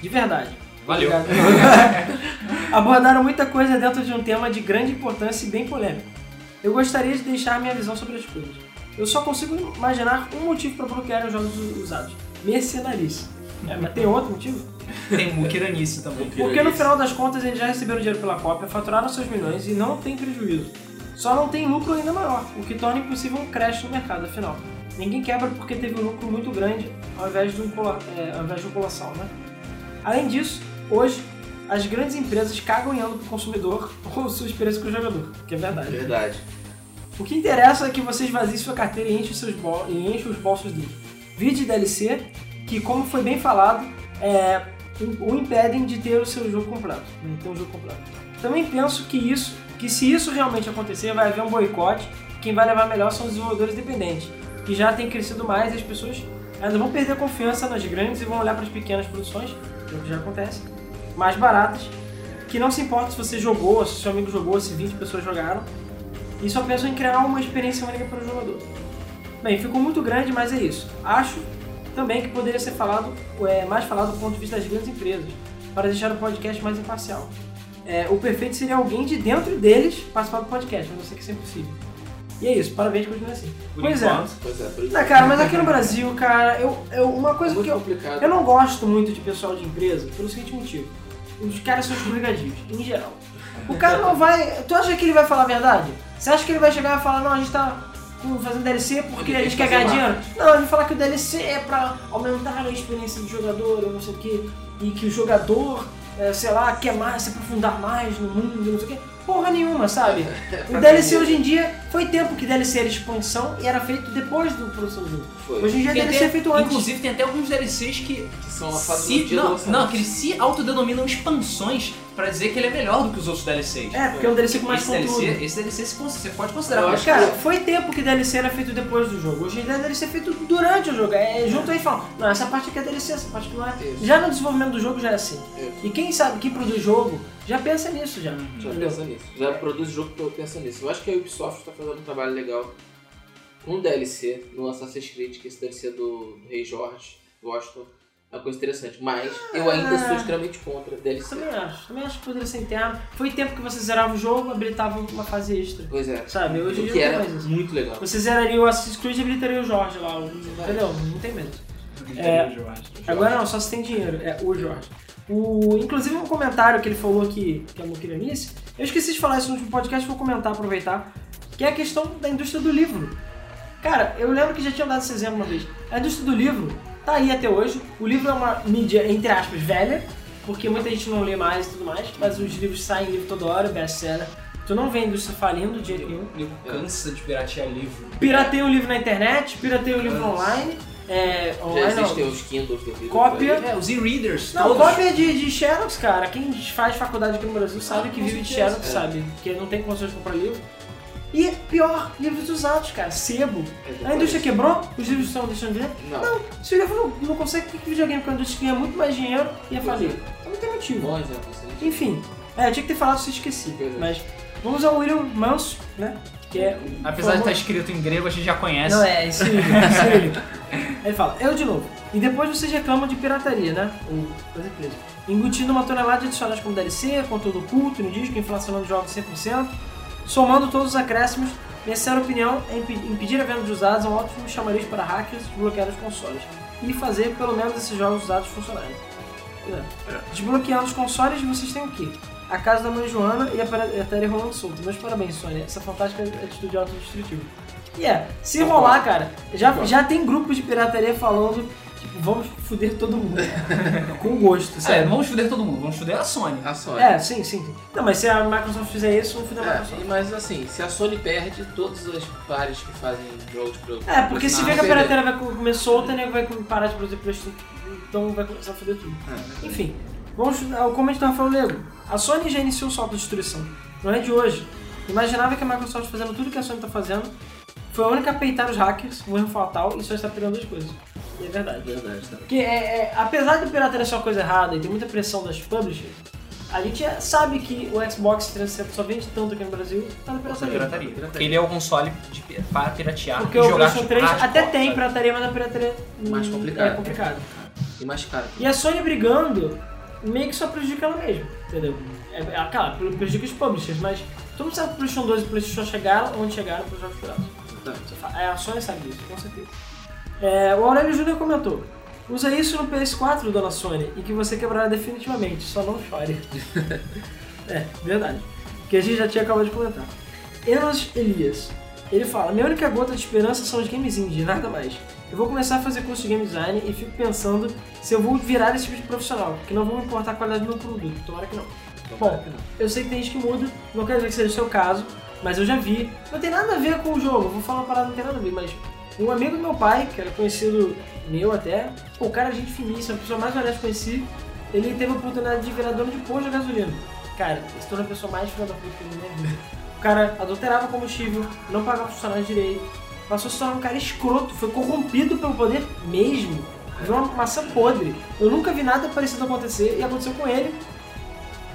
Speaker 2: De verdade.
Speaker 1: Valeu.
Speaker 2: Obrigado. Abordaram muita coisa dentro de um tema de grande importância e bem polêmico. Eu gostaria de deixar minha visão sobre as coisas. Eu só consigo imaginar um motivo para bloquear os jogos usados. Mercenarice. É, mas tem outro motivo?
Speaker 1: Tem Mukiranice também.
Speaker 2: Porque no final das contas eles já receberam dinheiro pela cópia, faturaram seus milhões e não tem prejuízo. Só não tem lucro ainda maior, o que torna impossível um crash no mercado, afinal. Ninguém quebra porque teve um lucro muito grande ao invés de um, cola, é, ao invés de um colossal, né? Além disso, hoje, as grandes empresas cagam em ano pro consumidor *laughs* ou sua experiência com o jogador, que é verdade.
Speaker 3: Verdade.
Speaker 2: O que interessa é que você esvazie sua carteira e enche os, seus bol- e enche os bolsos dele. Vide DLC, que como foi bem falado, é, o o impedem de ter o seu jogo completo. né, ter um jogo completo. Também penso que isso, que se isso realmente acontecer, vai haver um boicote. Quem vai levar melhor são os desenvolvedores dependentes, que já têm crescido mais e as pessoas ainda vão perder confiança nas grandes e vão olhar para as pequenas produções, que é o que já acontece, mais baratas, que não se importa se você jogou, se seu amigo jogou, se 20 pessoas jogaram, e só pensam em criar uma experiência única para o jogador. Bem, ficou muito grande, mas é isso. Acho também que poderia ser falado, é, mais falado do ponto de vista das grandes empresas, para deixar o podcast mais imparcial. É, o perfeito seria alguém de dentro deles participar do podcast, mas eu sei que isso é impossível. E é isso, parabéns, continua assim.
Speaker 1: Por
Speaker 2: pois
Speaker 1: enquanto.
Speaker 3: Pois é, por isso.
Speaker 2: é. Ah, cara, mas aqui no Brasil, cara, eu, eu, uma
Speaker 3: É
Speaker 2: coisa
Speaker 3: muito
Speaker 2: que eu,
Speaker 3: complicado.
Speaker 2: eu não gosto muito de pessoal de empresa pelo seguinte motivo. Os caras são escorregadios, em geral. O cara não vai. Tu acha que ele vai falar a verdade? Você acha que ele vai chegar e vai falar, não, a gente tá com- fazendo DLC porque
Speaker 3: Ele
Speaker 2: a
Speaker 3: tem
Speaker 2: gente
Speaker 3: que
Speaker 2: quer ganhar
Speaker 3: fazer
Speaker 2: dinheiro? Não, ele vai falar que o DLC é pra aumentar a experiência do jogador, ou não sei o quê, e que o jogador, é, sei lá, quer mais, se aprofundar mais no mundo, não sei o quê. Porra nenhuma, sabe? O DLC hoje em dia foi tempo que DLC era expansão e era feito depois do produção do jogo.
Speaker 3: Foi.
Speaker 2: Hoje em dia
Speaker 1: Tem
Speaker 2: DLC é
Speaker 1: até-
Speaker 2: feito antes.
Speaker 1: Inclusive, tem até alguns DLCs que
Speaker 3: Que são lançados no
Speaker 1: se,
Speaker 3: dia do
Speaker 1: não,
Speaker 3: lançamento.
Speaker 1: não, que eles se autodenominam expansões pra dizer que ele é melhor do que os outros DLCs.
Speaker 2: É, porque é um DLC com mais
Speaker 1: esse
Speaker 2: conteúdo.
Speaker 1: DLC, esse DLC se cons- você pode considerar
Speaker 3: é Eu
Speaker 1: como
Speaker 2: Mas,
Speaker 3: acho
Speaker 1: expansão.
Speaker 2: cara, foi tempo que DLC era feito depois do jogo. Hoje em dia DLC é feito durante o jogo. É junto aí e falam, não, essa parte aqui é DLC, essa parte não é.
Speaker 3: Isso.
Speaker 2: Já no desenvolvimento do jogo já é assim.
Speaker 3: Isso.
Speaker 2: E quem sabe, quem produz jogo, já pensa nisso já.
Speaker 1: Uhum.
Speaker 3: Já
Speaker 2: Entendeu?
Speaker 3: pensa nisso. Já produz jogo que eu penso nisso. Eu acho que a Ubisoft está fazendo um tá trabalho legal um DLC no Assassin's Creed, que é esse DLC do, do Rei Jorge, Washington. É uma coisa interessante. Mas eu ainda sou extremamente contra DLC.
Speaker 2: Ah. Também acho. Também acho que poderia ser interno. Foi tempo que você zerava o jogo, habilitava uma fase extra.
Speaker 3: Pois é.
Speaker 2: Sabe? Hoje em
Speaker 3: O que
Speaker 2: dia não
Speaker 3: era
Speaker 2: tem mais isso.
Speaker 3: muito legal.
Speaker 2: Você zeraria o Assassin's Creed e habilitaria o Jorge lá. o- Entendeu? Não tem medo. É, Agora não, só se tem dinheiro. É, o Jorge. O, inclusive, um comentário que ele falou que, que é uma quiranice, eu esqueci de falar isso no último podcast, vou comentar, aproveitar, que é a questão da indústria do livro. Cara, eu lembro que já tinham dado esse exemplo uma vez. A indústria do livro tá aí até hoje. O livro é uma mídia, entre aspas, velha, porque muita gente não lê mais e tudo mais, mas os livros saem livro toda hora, best-seller. Tu não vê a indústria falindo de jeito nenhum.
Speaker 1: Nego cansa de piratear livro.
Speaker 2: Pirateia o livro na internet, pirateia o livro online. É,
Speaker 3: Já
Speaker 2: online não.
Speaker 3: existem os Kindles do livro.
Speaker 2: Cópia.
Speaker 1: É, os e-readers,
Speaker 2: Não,
Speaker 1: todos.
Speaker 2: cópia de, de Xerox, cara. Quem faz faculdade aqui no Brasil sabe que
Speaker 1: com
Speaker 2: vive de
Speaker 1: certeza.
Speaker 2: Xerox,
Speaker 3: É.
Speaker 2: sabe? Porque não tem condições de comprar livro. E pior, livros usados, cara. Sebo.
Speaker 3: É,
Speaker 2: A indústria quebrou, os livros estão deixando de vender.
Speaker 3: Não.
Speaker 2: Se o livro não, não consegue, por que que o videogame com a indústria ganha muito mais dinheiro ia
Speaker 3: Pois
Speaker 2: falir?
Speaker 3: é.
Speaker 2: Então não tem motivo.
Speaker 3: Bom exemplo, assim.
Speaker 2: Enfim, é, eu tinha que ter falado se eu esqueci.
Speaker 3: Pois é.
Speaker 2: Mas vamos ao William Manso, né? Que é o
Speaker 1: Apesar de
Speaker 2: famoso-
Speaker 1: estar escrito em grego, a gente já conhece.
Speaker 2: não, é, isso aí, isso aí. Ele fala, eu de novo. E depois vocês reclamam de pirataria, né? Ou coisa presa. Embutindo uma tonelada de adicionais como DLC, conteúdo oculto, no disco, inflacionando jogos 100%, somando todos os acréscimos, minha sincera opinião é impe- impedir a venda de usados é um ótimo chamariz para hackers desbloquear os consoles e fazer pelo menos esses jogos usados funcionarem. Pois é. Desbloqueando os consoles, vocês têm o quê? A casa da mãe Joana e a pera- e a Terry rolando solto. Meus parabéns, Sony. Essa fantástica atitude autodestrutiva. E é, se
Speaker 3: Concordo.
Speaker 2: rolar, cara, já,
Speaker 3: Concordo.
Speaker 2: já tem grupos de pirataria falando, tipo, vamos foder todo mundo. Com gosto,
Speaker 1: É,
Speaker 2: sabe?
Speaker 1: não vamos foder todo mundo, vamos foder a Sony.
Speaker 3: A Sony.
Speaker 2: É, sim, sim. Não, mas se a Microsoft fizer isso, vamos foder a Microsoft.
Speaker 3: É, mas assim, se a Sony perde, todas as pares que fazem jogos pro.
Speaker 2: É, porque se
Speaker 3: Não,
Speaker 2: vê que a
Speaker 3: não sei.
Speaker 2: pirataria vai comer solta, né, vai parar de produzir PlayStation, então vai começar a foder tudo.
Speaker 3: É.
Speaker 2: Enfim, vamos ao comentário do Rafael Lego. A Sony já iniciou sua autodestruição. Não é de hoje. Imaginava que a Microsoft fazendo tudo que a Sony está fazendo foi a única a peitar os hackers, um erro fatal, e só está pirando as coisas. E é verdade.
Speaker 3: Verdade, tá?
Speaker 2: Porque, é, é, apesar de pirataria ser uma coisa errada e ter muita pressão das publishers, a gente já sabe que o Xbox 360 só vende tanto aqui no Brasil, tá na
Speaker 1: Nossa,
Speaker 2: pirataria.
Speaker 1: pirataria. Porque ele é o console de, pi- para piratear
Speaker 2: Porque
Speaker 1: e
Speaker 2: o
Speaker 1: jogar
Speaker 2: PlayStation 3 até
Speaker 1: hardcore,
Speaker 2: tem
Speaker 1: sabe?
Speaker 2: pirataria, mas a pirataria hum,
Speaker 3: Mais complicada.
Speaker 2: é complicada.
Speaker 3: E mais caro.
Speaker 2: E a Sony brigando meio que só prejudica ela mesma, entendeu? É, é, claro, prejudica os publishers, mas todo mundo sabe que o PlayStation 2 e o PlayStation chegaram onde chegaram para os jogos piratas.
Speaker 3: Exatamente.
Speaker 2: Você fala, é, A Sony sabe disso, com certeza. É, o Aurélio Júnior comentou: usa isso no PS4, dona Sony, e que você quebrará definitivamente, só não *laughs* chore. é, verdade. Que a gente já tinha acabado de comentar. Enos Elias. Ele fala: Minha única gota de esperança são os games indie, nada mais. Eu vou começar a fazer curso de game design e fico pensando se eu vou virar esse tipo de profissional, que não vou me importar a qualidade do meu produto, tomara que não. Bom, eu sei que tem gente que muda, não quero dizer que seja o seu caso, mas eu já vi. Não tem nada a ver com o jogo, vou falar uma parada que não tem nada a ver, mas um amigo do meu pai, que era conhecido meu até, pô, o cara é gente finíssima, a pessoa mais honesta que eu conheci, ele teve a oportunidade de virar dono de posto de gasolina. Cara, ele se tornou a pessoa mais filha da puta que eu vi na minha vida. O cara adulterava combustível, não pagava funcionários direito, passou a se tornar um cara escroto, foi corrompido pelo poder mesmo. Virou uma maçã podre. Eu nunca vi nada parecido acontecer e aconteceu com ele.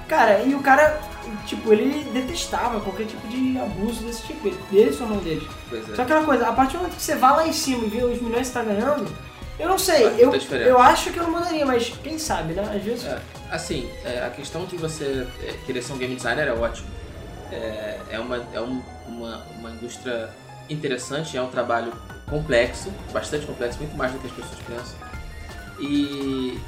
Speaker 2: Cara, e o cara, tipo, ele detestava qualquer tipo de abuso desse tipo. Ele- Ele sou irmão dele.
Speaker 3: Pois é.
Speaker 2: Só aquela coisa, a partir do momento que você vai lá em cima e vê os milhões que você tá ganhando, eu não sei,
Speaker 3: Faz
Speaker 2: eu,
Speaker 3: muita diferença.
Speaker 2: eu acho que eu não mandaria, mas quem sabe, né? Às vezes.
Speaker 3: É. Assim, é, a questão de você é, querer ser um game designer é ótimo. É, é uma, é um- uma, uma indústria interessante, é um trabalho complexo, bastante complexo, muito mais do que as pessoas pensam. E,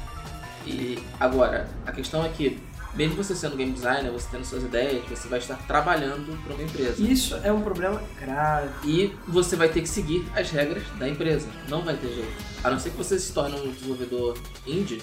Speaker 3: e agora, a questão é que, mesmo você sendo um game designer, você tendo suas ideias, você vai estar trabalhando para uma empresa.
Speaker 2: Isso é um problema grave.
Speaker 3: E você vai ter que seguir as regras da empresa. Não vai ter jeito. A não ser que você se torne um desenvolvedor indie,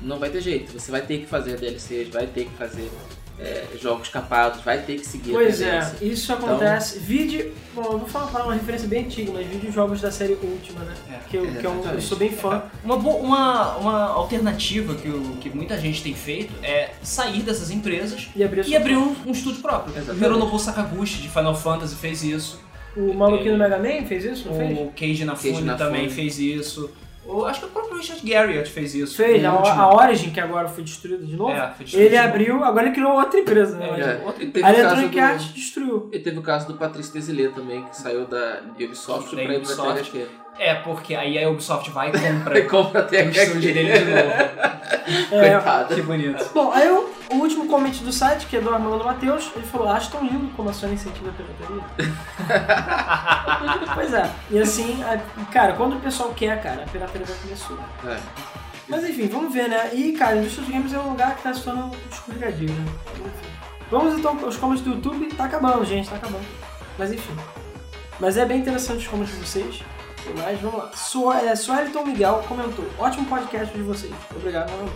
Speaker 3: não vai ter jeito. Você vai ter que fazer DLCs, vai ter que fazer é, jogos capados, vai ter que seguir
Speaker 2: Pois
Speaker 3: a
Speaker 2: é,
Speaker 3: tendência. Então-
Speaker 2: isso acontece. Vide. Bom, eu vou falar pra uma referência bem antiga, mas videojogos da série Última, né?
Speaker 1: É,
Speaker 2: que eu, que eu- eu
Speaker 3: exatamente.
Speaker 2: sou bem fã.
Speaker 1: Uma, bo- uma, uma alternativa que, o, que muita gente tem feito é sair dessas empresas
Speaker 2: E abriu
Speaker 1: e abrir um, um estúdio próprio.
Speaker 3: Exatamente.
Speaker 1: O Hironobu Sakaguchi de Final Fantasy fez isso,
Speaker 2: O maluquinho do Mega Man fez isso, não fez?
Speaker 1: o Keiji Nafune
Speaker 3: Keiji Nafune.
Speaker 1: também fez isso. Ou, acho que o próprio Richard Garriott fez isso.
Speaker 2: Fez,
Speaker 1: no
Speaker 2: a,
Speaker 1: último.
Speaker 2: a Origin, que agora foi destruída de novo,
Speaker 1: É, foi destruído.
Speaker 2: ele abriu, agora ele criou outra empresa, né?
Speaker 1: É.
Speaker 3: É, e teve
Speaker 2: A
Speaker 3: o caso
Speaker 2: Electronic
Speaker 3: do-
Speaker 2: Arts
Speaker 3: *laughs*
Speaker 2: destruiu.
Speaker 3: E teve o caso do Patrice Desilê também, que saiu da Ubisoft
Speaker 1: Da
Speaker 3: pra ir pra
Speaker 1: Ubisoft.
Speaker 3: THQ.
Speaker 1: É, porque aí a Ubisoft vai e
Speaker 3: Ele
Speaker 1: compra
Speaker 3: *laughs* compra a
Speaker 1: o estúdio dele de
Speaker 3: THQ.
Speaker 1: novo.
Speaker 2: É,
Speaker 3: *laughs* Coitado.
Speaker 1: Que bonito.
Speaker 2: Bom, aí o, o último comente do site, que é do Armando Matheus, ele falou, "Ah, acho tão lindo como a Sony incentiva a
Speaker 3: *laughs*
Speaker 2: pirataria. pois é, e assim, a- cara, quando o pessoal quer, cara, a pirataria vai começar. tipo,
Speaker 3: É.
Speaker 2: Mas enfim, vamos ver, né? E, cara, a indústria dos games é um lugar que tá se tornando escorregadio, né? Enfim. Vamos então, os comentários do YouTube tá acabando, gente, tá acabando. Mas enfim. Mas é bem interessante os comentários de vocês. Mas vamos lá. Sua- é, Suelton Miguel comentou: ótimo podcast de vocês. Obrigado, meu amigo.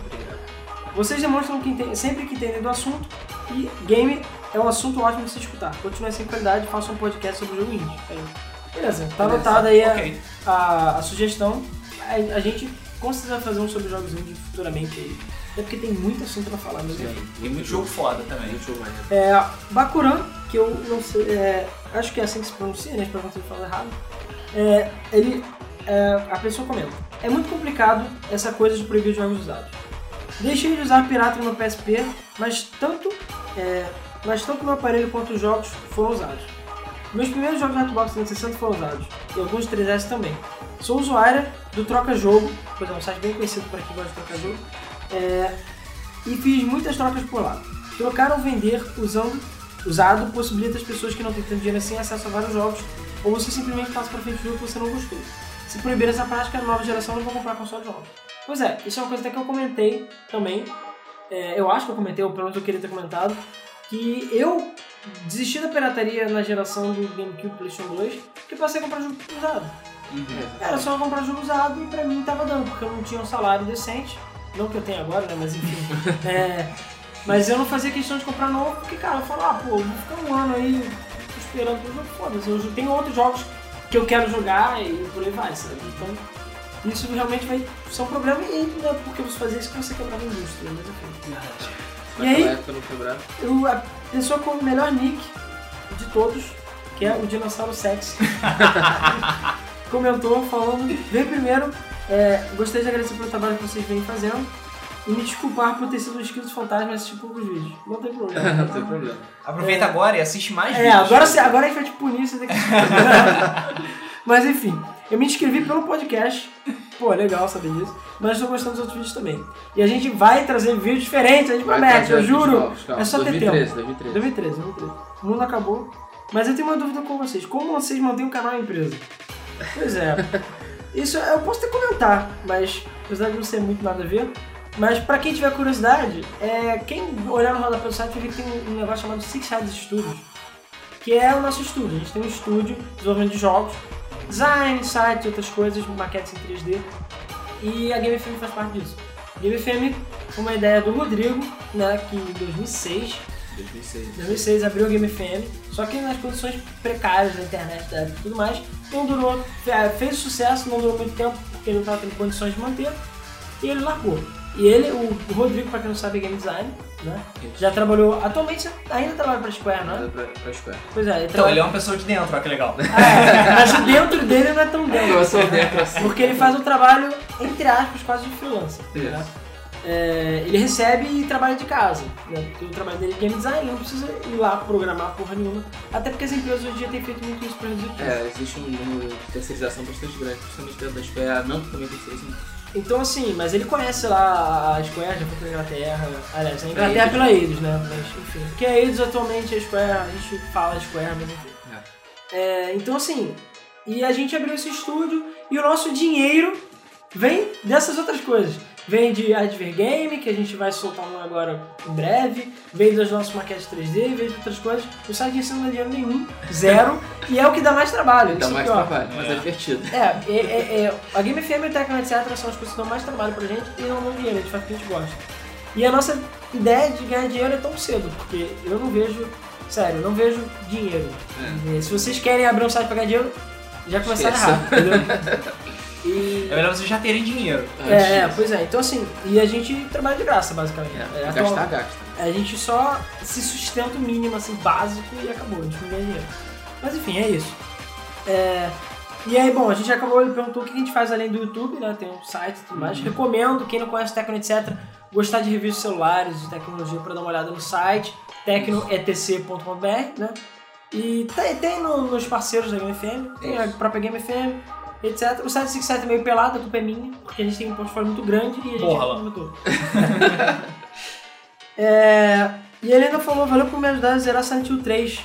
Speaker 2: Vocês demonstram que ente- sempre que entendem do assunto e game é um assunto ótimo de se escutar. Continue sem qualidade e faça um podcast sobre o jogo indie. Aí. Beleza, tá
Speaker 3: Beleza.
Speaker 2: anotado aí a,
Speaker 1: Ok.
Speaker 2: a, a sugestão. A, a gente com certeza vai fazer um sobre jogos indie futuramente aí. Até porque tem muito assunto pra falar
Speaker 3: É,
Speaker 2: mesmo.
Speaker 1: Tem muito jogo foda também.
Speaker 3: Muito jogo maneiro.
Speaker 2: É, Bakuran, que eu não sei, é, acho que é assim que se pronuncia, né? Pra não ter falado errado. É, ele, é, a pessoa comenta: É muito complicado essa coisa de proibir jogos usados. Deixei de usar pirata no PSP, mas tanto, é, mas tanto meu aparelho quanto os jogos foram usados. Meus primeiros jogos da Xbox 360 foram usados, e alguns 3S também. Sou usuária do Troca Jogo, pois é um site bem conhecido para quem gosta de troca jogo, é, e fiz muitas trocas por lá. Trocar ou vender usando, usado possibilita as pessoas que não têm tanto dinheiro assim acesso a vários jogos, ou você simplesmente passa para frente do jogo que você não gostou. Se proibir essa prática, a nova geração não vai comprar console de jogos. Pois é, isso é uma coisa até que eu comentei também, é, eu acho que eu comentei, ou pelo menos eu queria ter comentado, que eu desisti da pirataria na geração do GameCube PlayStation 2, porque passei a comprar jogo usado. Cara, eu só comprar jogo usado e pra mim tava dando, porque eu não tinha um salário decente. Não que eu tenha agora, né? Mas enfim. É, mas eu não fazia questão de comprar novo, porque, cara, eu falava, ah, pô, vou ficar um ano aí esperando pro jogo, foda-se. Eu tenho outros jogos que eu quero jogar e por aí vai, sabe? Então, isso realmente vai ser um problema e não é porque você fazer isso que você quebrava a indústria, mas enfim. E aí?
Speaker 3: Naquela é, época não quebrava. *laughs*
Speaker 2: Eu, a pessoa com o melhor nick de todos, que é o Dinossauro
Speaker 3: *laughs*
Speaker 2: Sex, comentou falando, bem primeiro, é, gostaria de agradecer pelo trabalho que vocês vêm fazendo e me desculpar por ter sido um inscrito fantasma e assistir poucos vídeos. Não tem problema.
Speaker 3: *laughs* Não tem problema.
Speaker 1: Aproveita agora e assiste mais
Speaker 2: É,
Speaker 1: vídeos.
Speaker 2: agora, você- agora a gente vai te punir, você tem que. *laughs* Mas enfim, eu me inscrevi pelo podcast. Pô, é legal saber disso. Mas estou gostando dos outros vídeos também. E a gente vai trazer vídeos diferentes, a gente
Speaker 3: Vai
Speaker 2: promete,
Speaker 3: trazer
Speaker 2: eu
Speaker 3: os
Speaker 2: juro.
Speaker 3: jogos, calma.
Speaker 2: É só ter
Speaker 3: 2013, 2013.
Speaker 2: 2013, 2013. O mundo acabou. Mas eu tenho uma dúvida com vocês. Como vocês mantêm o canal e a empresa? Pois é. Isso eu posso até comentar, mas apesar de não ser muito nada a ver. Mas pra quem tiver curiosidade, é, quem olhar no rodapé do site vai ver que tem um- um negócio chamado Six Sides Studios, que é o nosso estúdio. A gente tem um estúdio, de desenvolvimento de jogos, design, site, outras coisas, maquetes em 3D. E a Game FM faz parte disso. Game FM, uma ideia do Rodrigo, né, que em 2006
Speaker 3: 2006.
Speaker 2: 2006 abriu a Game FM, só que nas condições precárias da internet da época e tudo mais, não durou, fe- fez sucesso, não durou muito tempo porque ele não estava tendo condições de manter, e ele largou. E ele, o o Rodrigo, para quem não sabe, é game design, né?
Speaker 3: Isso.
Speaker 2: Já trabalhou, atualmente ainda trabalha para Square, não é?
Speaker 3: Nada pra, pra Square.
Speaker 2: Pois é, ele
Speaker 1: Então, ele
Speaker 2: trabalha.
Speaker 1: é uma pessoa de dentro, olha que legal.
Speaker 2: Ah, *laughs* é, mas dentro dele não é tão
Speaker 3: Eu
Speaker 2: dentro.
Speaker 3: sou dentro assim.
Speaker 2: Porque ele faz um trabalho, entre aspas, quase de freelancer.
Speaker 3: Isso.
Speaker 2: né? É, ele recebe e trabalha de casa. Né? Porque o trabalho dele é game design, ele não precisa ir lá programar porra nenhuma. Até porque as empresas hoje em dia têm feito muito isso pra reduzir o custo.
Speaker 3: É, existe um número de terceirização É, bastante grande, principalmente dentro da Square. A Namco também tem terceirização.
Speaker 2: Então, assim, mas ele conhece lá a Square, já foi pra Inglaterra. Aliás, a Inglaterra pela Eidos, né? Mas, enfim. Porque a Eidos atualmente é a Square, a gente fala Square, mas enfim. É, então, assim, e a gente abriu esse estúdio e o nosso dinheiro vem dessas outras coisas. Vem de Adver Game, que a gente vai soltar um agora em breve. Vem das nossas maquetes 3D, vem de outras coisas. O site em si não dá dinheiro nenhum,
Speaker 3: *laughs*
Speaker 2: zero. e é o que dá mais trabalho.
Speaker 3: Dá
Speaker 2: isso
Speaker 3: mais
Speaker 2: aqui, ó.
Speaker 3: trabalho, mas é divertido.
Speaker 2: É, é, é, é, a Game FM e o Tecno, etc. são as coisas que dão mais trabalho pra gente e não dão dinheiro, a gente faz o que a gente gosta. E a nossa ideia de ganhar dinheiro é tão cedo, porque eu não vejo, sério, eu não vejo dinheiro. É, Se vocês querem abrir um site pra ganhar dinheiro, já começaram
Speaker 3: Esqueça.
Speaker 2: errado, entendeu? *laughs* E...
Speaker 1: É melhor vocês já terem dinheiro.
Speaker 2: É, é, pois é, então assim, e a gente trabalha de graça, basicamente.
Speaker 3: É,
Speaker 2: É,
Speaker 3: gastar,
Speaker 2: atual-
Speaker 3: gasta. *laughs*
Speaker 2: a gente só se sustenta o mínimo, assim, básico e acabou, a gente não ganha dinheiro. Mas enfim, é isso. É, E aí, bom, a gente acabou, ele perguntou o que a gente faz além do YouTube, né? Tem um site e tudo mais. Recomendo, quem não conhece Tecno etc., gostar de reviews de celulares, de tecnologia, para dar uma olhada no site, tecnoetc.com.br, né? E tem, tem no- nos parceiros da Game FM, tem a
Speaker 3: Isso.
Speaker 2: própria Game FM, etc. O 757 é meio pelado, a culpa é minha, porque a gente tem um portfólio muito grande e a gente
Speaker 1: Porra, Alan.
Speaker 2: mudou. *laughs* é, e ele ainda falou, valeu por me ajudar a zerar Silent Hill 3.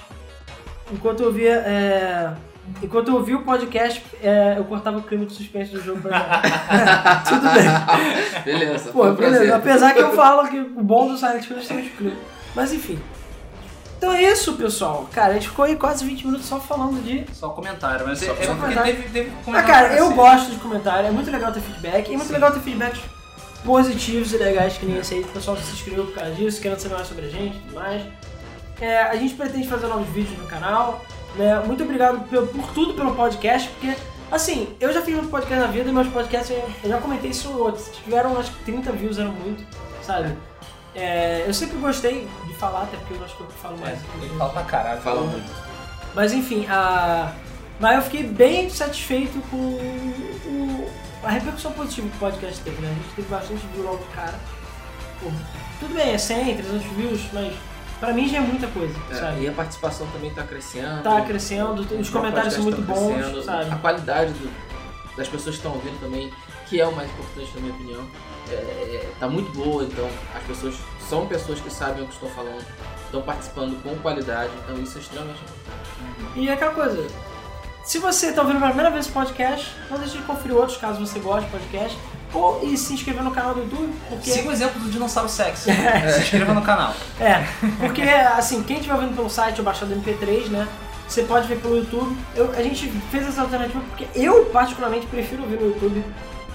Speaker 2: Enquanto eu via... é, Enquanto eu ouvia o podcast, é, eu cortava o clima de suspense do jogo
Speaker 1: *laughs*
Speaker 2: pra jogar. Tudo bem.
Speaker 3: Beleza,
Speaker 2: Pô,
Speaker 3: foi um prazer.
Speaker 2: beleza. Apesar que eu falo que o bom do Silent Hill é ser excluído. Mas enfim. Então é isso, pessoal. Cara, a gente ficou aí quase 20 minutos só falando de.
Speaker 1: Só comentário, mas
Speaker 3: Só
Speaker 1: é, é porque
Speaker 2: comentário.
Speaker 1: teve, teve comentário.
Speaker 2: Ah, cara,
Speaker 1: pra
Speaker 2: eu
Speaker 1: cacete.
Speaker 2: gosto de comentário. É muito legal ter feedback. E é muito
Speaker 1: Sim.
Speaker 2: legal ter feedbacks positivos e legais que nem esse aí. O pessoal se inscreveu por causa disso, querendo saber mais sobre a gente e tudo mais. É, a gente pretende fazer novos vídeos no canal. né? Muito obrigado pelo- por tudo pelo podcast, porque, assim, eu já fiz um podcast na vida e meus podcasts, eu, eu já comentei isso em outros. Tiveram, acho que 30 views, era muito, sabe? É, eu sempre gostei de falar, até porque eu acho que eu falo mais.
Speaker 1: Ele fala pra caralho.
Speaker 3: Fala muito.
Speaker 2: Mas enfim, a... mas eu fiquei bem satisfeito com o- a repercussão positiva que o podcast teve, né? A gente teve bastante view logo de cara. Pô, tudo bem, é 100, 300 views, mas pra mim já é muita coisa,
Speaker 3: É,
Speaker 2: sabe?
Speaker 3: e a participação também tá crescendo.
Speaker 2: Tá crescendo, os comentários são
Speaker 3: O
Speaker 2: muito
Speaker 3: podcast tá
Speaker 2: bons,
Speaker 3: crescendo, A
Speaker 2: sabe?
Speaker 3: qualidade do- das pessoas que estão ouvindo também, que é o mais importante na minha opinião, é, é, tá muito boa. Então, as pessoas são pessoas que sabem o que estão falando, estão participando com qualidade. Então, isso é extremamente importante.
Speaker 2: E é aquela coisa, se você tá ouvindo pela primeira vez esse podcast, não deixe de conferir outros caso você goste do podcast, ou e se inscrever no canal do YouTube, porque...
Speaker 1: Siga o exemplo do dinossauro
Speaker 2: *laughs*
Speaker 1: sexy. Se inscreva no canal.
Speaker 2: É, porque assim, quem estiver vendo pelo site ou baixando MP3, né? Você pode ver pelo YouTube. Eu- a gente fez essa alternativa porque eu, particularmente, prefiro ouvir no YouTube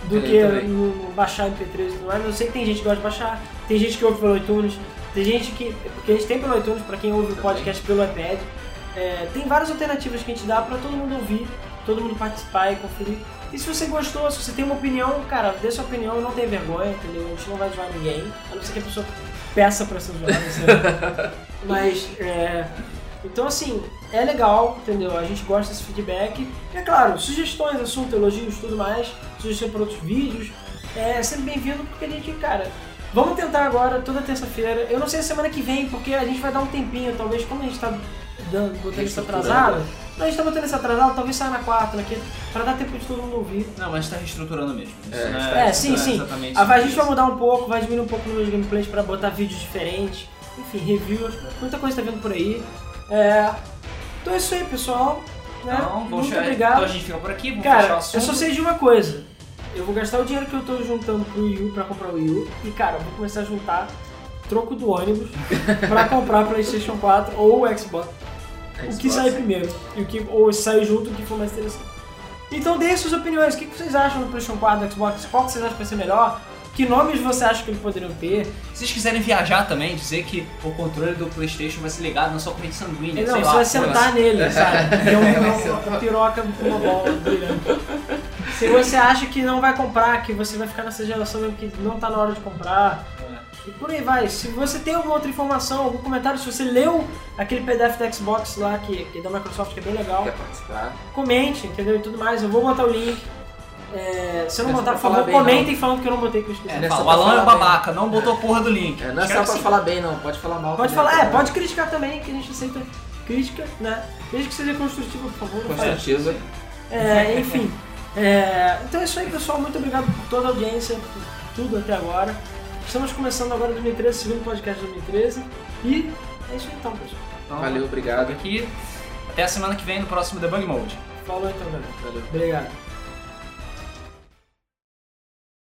Speaker 2: do
Speaker 3: Eu
Speaker 2: que
Speaker 3: também.
Speaker 2: no, no baixar MP3 e tudo mais. Eu sei que tem gente que gosta de baixar, tem gente que ouve pelo iTunes, tem gente que. Porque a gente tem pelo iTunes pra quem ouve o
Speaker 3: Também.
Speaker 2: podcast pelo iPad. É, tem várias alternativas que a gente dá pra todo mundo ouvir, todo mundo participar e conferir. E se você gostou, se você tem uma opinião, cara, dê sua opinião, não tem vergonha, entendeu? A gente não vai zoar ninguém, a não ser que a pessoa peça pra ser zoada. você- Mas, é... Então, assim, é legal, entendeu? A gente gosta desse feedback. E, é claro, sugestões, assunto, elogios, tudo mais, sugestão para outros vídeos, é sempre bem-vindo, porque a gente, cara... Vamos tentar agora, toda terça-feira. Eu não sei a semana que vem, porque a gente vai dar um tempinho, talvez, como a gente tá dando, botando isso
Speaker 3: Reestruturando.
Speaker 2: atrasado... Não, a gente tá botando isso atrasado, talvez saia na quarta, na quinta, pra dar tempo de todo mundo ouvir.
Speaker 1: Não, mas tá reestruturando mesmo. Isso
Speaker 3: É,
Speaker 1: não
Speaker 2: é,
Speaker 1: isso
Speaker 2: sim,
Speaker 1: não
Speaker 2: sim.
Speaker 1: Exatamente
Speaker 2: A, a gente
Speaker 1: isso.
Speaker 2: vai mudar um pouco, vai diminuir um pouco o número de gameplays pra botar vídeos diferentes, enfim, reviews, muita coisa tá vindo por aí. É, então é isso aí, pessoal. né?
Speaker 1: Então, vamos
Speaker 2: Muito
Speaker 1: chegar-
Speaker 2: obrigado.
Speaker 1: Então a gente fica por aqui, vamos fechar o
Speaker 2: Cara,
Speaker 1: assunto.
Speaker 2: eu só sei de uma coisa. Eu vou gastar o dinheiro que eu tô juntando pro Wii U pra comprar o Wii U. E, cara, eu vou começar a juntar troco
Speaker 1: *laughs*
Speaker 2: do ônibus pra comprar o PlayStation 4 ou o Xbox. O que
Speaker 3: Xbox.
Speaker 2: sai primeiro. E o que, ou sai junto o que for mais interessante. Então deem suas opiniões. O que que vocês acham do PlayStation 4 do Xbox? Qual que vocês acham que vai ser melhor? Que nomes você acha que eles poderiam ter?
Speaker 1: Se vocês quiserem viajar também, dizer que o controle do Playstation vai ser ligado na sua corrente sanguínea,
Speaker 2: Não,
Speaker 1: sei
Speaker 2: você
Speaker 1: lá.
Speaker 2: vai sentar
Speaker 1: *laughs*
Speaker 2: nele, sabe? Tem um,
Speaker 3: Vai
Speaker 2: um,
Speaker 3: sentar.
Speaker 2: uma piroca com uma bola brilhante. Se você acha que não vai comprar, que você vai ficar nessa geração mesmo que não tá na hora de comprar,
Speaker 1: É.
Speaker 2: e por aí vai. Se você tem alguma outra informação, algum comentário, se você leu aquele PDF da Xbox lá, que, que é da Microsoft, que é bem legal,
Speaker 3: Quer participar?
Speaker 2: comente, entendeu? E tudo mais. Eu vou botar o link. É, se eu não
Speaker 3: Não é
Speaker 2: botar,
Speaker 3: só pra
Speaker 2: por favor,
Speaker 3: falar bem,
Speaker 2: comentem falando que eu não botei, que eu esqueci.
Speaker 1: É,
Speaker 3: Não é
Speaker 1: fala,
Speaker 3: só
Speaker 1: o
Speaker 3: pra
Speaker 1: Alan é
Speaker 3: falar
Speaker 1: babaca, não botou a porra do link.
Speaker 3: É, não é só
Speaker 1: Escreve
Speaker 3: pra
Speaker 1: assim.
Speaker 3: falar bem, não. Pode falar mal.
Speaker 2: Pode
Speaker 3: também,
Speaker 2: falar, é,
Speaker 3: tá bom?
Speaker 2: pode criticar também, que a gente aceita crítica, né? Desde que seja construtiva, por favor. não faz-
Speaker 3: Construtiva.
Speaker 2: É, enfim. É, então é isso aí, pessoal. Muito obrigado por toda a audiência, por tudo até agora. Estamos começando agora 2013, segundo podcast de 2013. E é isso aí, então, pessoal.
Speaker 1: Então,
Speaker 3: Valeu, obrigado.
Speaker 1: Aqui. Até a semana que vem no próximo Debug Mode.
Speaker 2: Falou então, galera.
Speaker 3: Valeu.
Speaker 2: Obrigado.